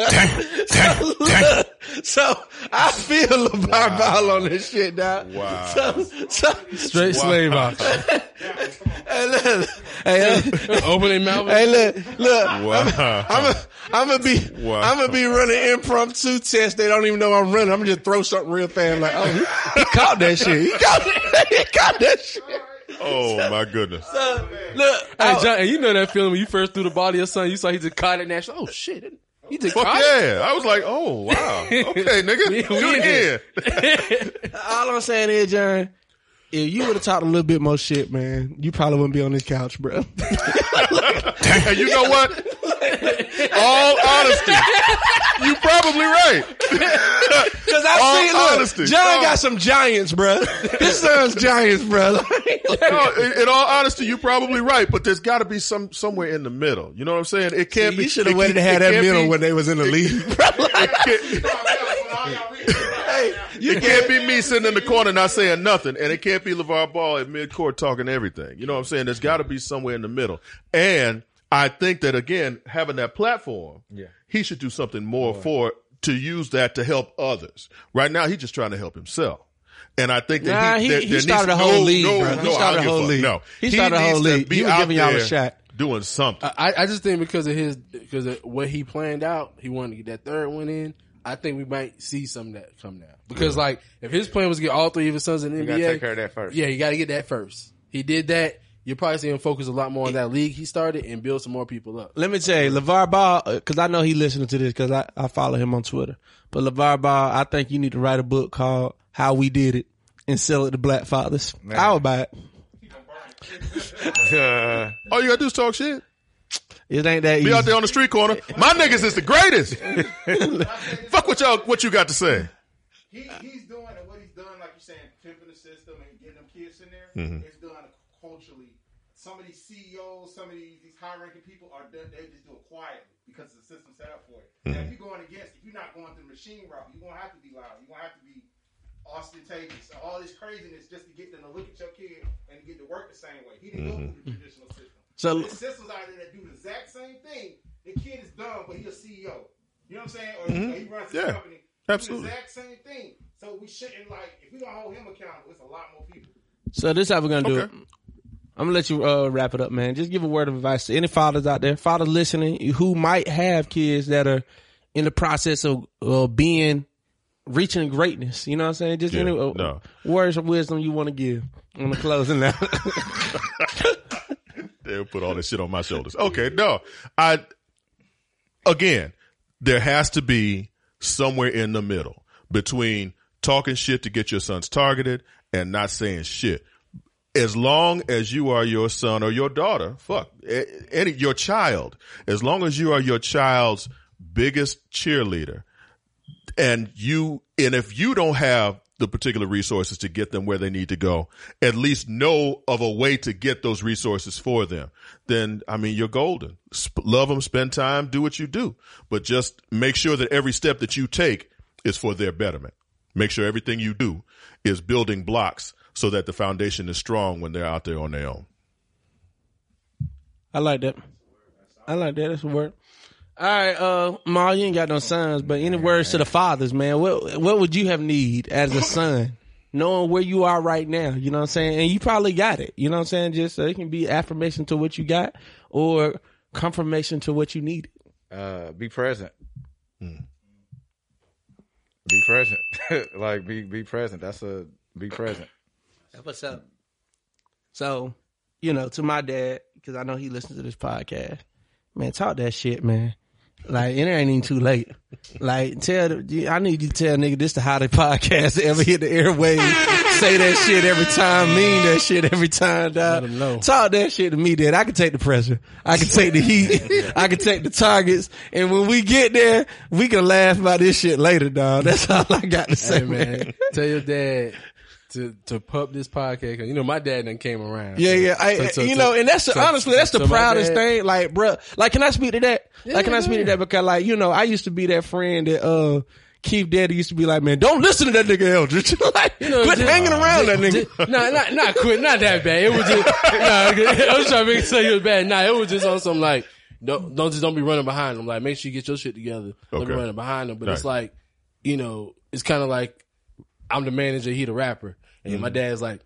[SPEAKER 6] so, look, so I feel LeVar Ball on this shit, dog.
[SPEAKER 5] Wow.
[SPEAKER 6] So, so,
[SPEAKER 1] Straight slave out.
[SPEAKER 6] and look, Hey,
[SPEAKER 1] Open their mouth.
[SPEAKER 6] Hey, look, look.
[SPEAKER 5] Wow.
[SPEAKER 6] I'm gonna I'm a be
[SPEAKER 5] Wow.
[SPEAKER 6] I'm gonna be running impromptu tests. They don't even know I'm running. I'm gonna just throw something real fast. Like, oh, he, he caught that shit. He caught, he caught that shit.
[SPEAKER 5] Oh my goodness.
[SPEAKER 6] Look,
[SPEAKER 1] Hey,
[SPEAKER 6] I-
[SPEAKER 1] John, and you know that feeling when you first threw the body of son, you saw he just caught it and that's, oh shit. He just
[SPEAKER 5] Fuck
[SPEAKER 1] caught
[SPEAKER 5] yeah. I was like, oh wow. Okay, nigga.
[SPEAKER 1] We-
[SPEAKER 5] Do
[SPEAKER 1] we
[SPEAKER 5] it again.
[SPEAKER 6] all I'm saying is, John, if you would have talked a little bit more shit, man, you probably wouldn't be on this couch, bro.
[SPEAKER 5] And you know what? All honesty. You probably right.
[SPEAKER 6] Because
[SPEAKER 5] All
[SPEAKER 6] I see, look,
[SPEAKER 5] honesty.
[SPEAKER 6] John got some giants, bro. This son's giants, bro.
[SPEAKER 5] No, in, in all honesty, you're probably right, but there's got to be some somewhere in the middle. You know what I'm saying? It can't be.
[SPEAKER 6] you should
[SPEAKER 5] it
[SPEAKER 6] have waited to have
[SPEAKER 5] it
[SPEAKER 6] that
[SPEAKER 5] can't
[SPEAKER 6] middle
[SPEAKER 5] be-
[SPEAKER 6] when they was in the league.
[SPEAKER 5] It can't, it can't be me sitting in the corner not saying nothing, and it can't be LeVar Ball at midcourt talking everything. You know what I'm saying? There's got to be somewhere in the middle. And I think that, again, having that platform, yeah. he should do something more for to use that to help others. Right now, he's just trying to help himself. And I think that
[SPEAKER 6] Nah, he-
[SPEAKER 5] he, there-
[SPEAKER 6] he
[SPEAKER 5] there
[SPEAKER 6] started
[SPEAKER 5] needs-
[SPEAKER 6] a whole
[SPEAKER 5] no,
[SPEAKER 6] league,
[SPEAKER 5] No,
[SPEAKER 6] bro. He
[SPEAKER 5] no,
[SPEAKER 6] started
[SPEAKER 5] I don't
[SPEAKER 6] a
[SPEAKER 5] give
[SPEAKER 6] whole
[SPEAKER 5] fuck.
[SPEAKER 6] league.
[SPEAKER 5] No,
[SPEAKER 6] He started a
[SPEAKER 5] needs
[SPEAKER 6] whole
[SPEAKER 5] to
[SPEAKER 6] league.
[SPEAKER 5] Be
[SPEAKER 6] He was
[SPEAKER 5] out
[SPEAKER 6] giving y'all a
[SPEAKER 5] there
[SPEAKER 6] shot.
[SPEAKER 5] doing something.
[SPEAKER 1] I, I just think because of his because of what he planned out, he wanted to get that third one in. I think we might see some of that come now because like if his plan was to get all three of his sons in the
[SPEAKER 3] You
[SPEAKER 1] NBA,
[SPEAKER 3] gotta take care of that first.
[SPEAKER 1] yeah, you got to get that first. He did that. You're probably seeing him focus a lot more on that league he started and build some more people up.
[SPEAKER 6] Let me tell you, LeVar Ball, because I know he listening to this because I, I follow him on Twitter. But LeVar Ball, I think you need to write a book called How We Did It and sell it to black fathers. I would buy it.
[SPEAKER 3] Uh,
[SPEAKER 5] All you gotta do is talk shit.
[SPEAKER 6] It ain't that easy.
[SPEAKER 5] Be out there on the street corner. My niggas is the greatest. Fuck what y'all what you got to say.
[SPEAKER 4] He, he's doing and what he's done, like you're saying, pimping the system and getting them kids in there. It's done culturally. Some of these CEOs, some of these, these high-ranking people are done. They just do it quietly because the system's set up for it. Now, if you're going against, if you're not going through the machine route, you're gonna have to be loud. You're gonna have to be ostentatious. All this craziness just to get them to look at your kid and get to work the same way. He didn't go through the traditional system.
[SPEAKER 6] So-
[SPEAKER 4] There's systems out there that do the exact same thing. The kid is dumb, but he's a CEO. You know what I'm saying? Or, or he runs his
[SPEAKER 5] Yeah.
[SPEAKER 4] company.
[SPEAKER 5] Absolutely.
[SPEAKER 4] Do the exact same thing. So we shouldn't like if we don't hold him accountable, it's a lot more people.
[SPEAKER 6] So this how we're gonna do
[SPEAKER 5] Okay.
[SPEAKER 6] it. I'm gonna let you uh, wrap it up, man. Just give a word of advice to any fathers out there, fathers listening who might have kids that are in the process of uh, being reaching greatness. You know what I'm saying? Just
[SPEAKER 5] Yeah,
[SPEAKER 6] any uh,
[SPEAKER 5] no.
[SPEAKER 6] words of wisdom you want to give on the closing now.
[SPEAKER 5] They'll put all this shit on my shoulders. Okay, no. I again, there has to be somewhere in the middle between talking shit to get your sons targeted and not saying shit. As long as you are your son or your daughter, fuck, a- any your child, as long as you are your child's biggest cheerleader, and you and if you don't have the particular resources to get them where they need to go at least know of a way to get those resources for them then i mean you're golden Sp- love them spend time do what you do but just make sure that every step that you take is for their betterment make sure everything you do is building blocks so that the foundation is strong when they're out there on their own
[SPEAKER 6] I like that. I like that. That's a word. All right, uh, Ma, you ain't got no sons, but any words to the fathers, man? What what would you have need as a son, knowing where you are right now? You know what I'm saying? And you probably got it. You know what I'm saying? Just so it can be affirmation to what you got or confirmation to what you need.
[SPEAKER 3] uh, be present. Hmm. Be present. like be be present. That's a be present.
[SPEAKER 6] What's up? So, you know, to my dad, because I know he listens to this podcast. Man, talk that shit, man. Like, it ain't even too late. Like, tell the, I need you to tell nigga this the hottest podcast that ever hit the airwaves. Say that shit every time, mean that shit every time, dog.
[SPEAKER 1] him know.
[SPEAKER 6] Talk that shit to me, dad. I can take the pressure. I can take the heat. I can take the targets. And when we get there, we can laugh about this shit later, dog. That's all I got to say,
[SPEAKER 1] Hey
[SPEAKER 6] man.
[SPEAKER 1] man, tell your dad to to pump this podcast. 'cause, You know my dad done came around.
[SPEAKER 6] Yeah,
[SPEAKER 1] So-
[SPEAKER 6] yeah. I,
[SPEAKER 1] so- so-
[SPEAKER 6] you
[SPEAKER 1] so-
[SPEAKER 6] know, and that's the,
[SPEAKER 1] so-
[SPEAKER 6] honestly that's the
[SPEAKER 1] so my
[SPEAKER 6] proudest
[SPEAKER 1] dad-
[SPEAKER 6] thing. Like, bruh, like, can I speak to that? like, can I speak to that? Because, like, you know, I used to be that friend that uh Keith Daddy used to be like, man, don't listen to that nigga Eldridge. like, quit
[SPEAKER 1] just-
[SPEAKER 6] hanging around that nigga.
[SPEAKER 1] Just- Nah, not not quit, not that bad. It was just nah. I was trying to make it sound it was bad. Nah, it was just on some like don't don't just don't be running behind them. Like make sure you get your shit together. Don't
[SPEAKER 5] Okay.
[SPEAKER 1] be running behind them. But it's
[SPEAKER 5] Right.
[SPEAKER 1] like you know, it's kind of like I'm the manager, he the rapper. And
[SPEAKER 6] Mm-hmm.
[SPEAKER 1] my dad's like,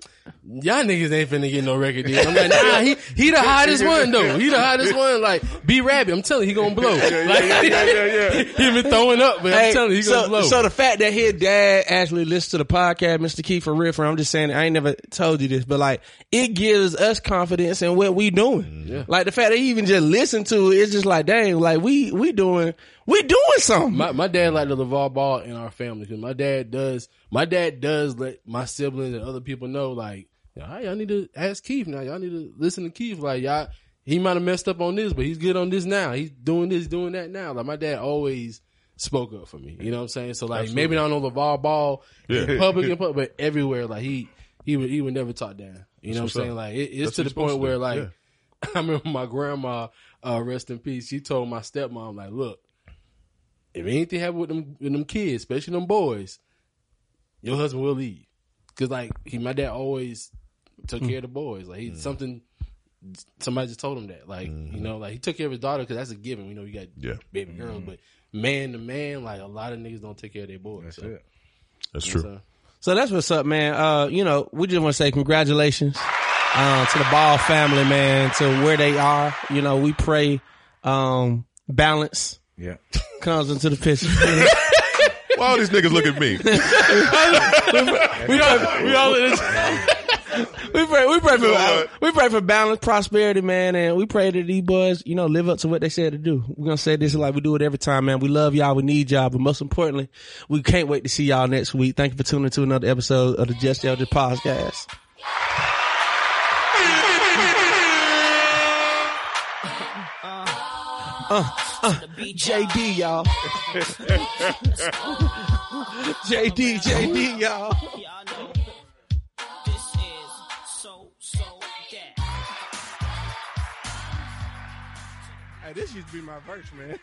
[SPEAKER 1] y'all niggas ain't finna get no record deal. I'm like, nah, he, he the hottest one though. He the hottest one. Like, be rabbit. I'm telling you, he gonna blow.
[SPEAKER 6] yeah,
[SPEAKER 1] Like,
[SPEAKER 6] yeah, yeah, yeah,
[SPEAKER 1] he been throwing up, but
[SPEAKER 6] Hey,
[SPEAKER 1] I'm telling you, he
[SPEAKER 6] so,
[SPEAKER 1] gonna blow.
[SPEAKER 6] so the fact that his dad actually listens to the podcast, Mr. Keith for Riffer, I'm just saying, I ain't never told you this, but like, it gives us confidence in what we doing.
[SPEAKER 1] Yeah.
[SPEAKER 6] Like the fact that he even just listened to it, it's just like, dang, like we, we doing, we doing something.
[SPEAKER 1] my my dad like the LeVar Ball in our family because my dad does my dad does let my siblings and other people know like all right, y'all need to ask Keith now y'all need to listen to Keith like y'all he might have messed up on this but he's good on this now he's doing this doing that now like my dad always spoke up for me you know what I'm saying so like maybe not on LeVar Ball
[SPEAKER 5] Yeah.
[SPEAKER 1] in public, in public but everywhere like he he would he would never talk down you know what I'm
[SPEAKER 5] That's what's
[SPEAKER 1] saying
[SPEAKER 5] up.
[SPEAKER 1] like it,
[SPEAKER 5] That's
[SPEAKER 1] it's to the point
[SPEAKER 5] what you're supposed to
[SPEAKER 1] where
[SPEAKER 5] do.
[SPEAKER 1] like
[SPEAKER 5] Yeah.
[SPEAKER 1] I remember my grandma, uh, rest in peace, she told my stepmom, like, look, if anything happen with them with them kids, especially them boys, your husband will leave. Cause like he my dad always took care of the boys. Like he
[SPEAKER 5] Mm.
[SPEAKER 1] something somebody just told him that. Like, you know, like he took care of his daughter because that's a given. We know you got
[SPEAKER 5] Mm-hmm. Yeah. Mm-hmm.
[SPEAKER 1] baby girls, but man to man, like a lot of niggas don't take care of their boys. so,
[SPEAKER 5] That's true.
[SPEAKER 1] so-
[SPEAKER 6] So that's what's up, man. Uh, you know, we just want to say congratulations uh, to the Ball family, man, to where they are. You know, we pray um, balance
[SPEAKER 3] Yeah.
[SPEAKER 6] comes into the picture.
[SPEAKER 5] Why all these niggas look at me?
[SPEAKER 6] we pray, we all we pray, we pray for
[SPEAKER 5] Lord.
[SPEAKER 6] we pray for balance, prosperity, man, and we pray that these boys, you know, live up to what they said to do. We're gonna say this like we do it every time, man. We love y'all, we need y'all, but most importantly, we can't wait to see y'all next week. Thank you for tuning to another episode of the Just Elder Podcast. Uh, JD, y'all. JD, JD, y'all.
[SPEAKER 11] Y'all know this is so so that.
[SPEAKER 6] Hey, this used to be my verse, man.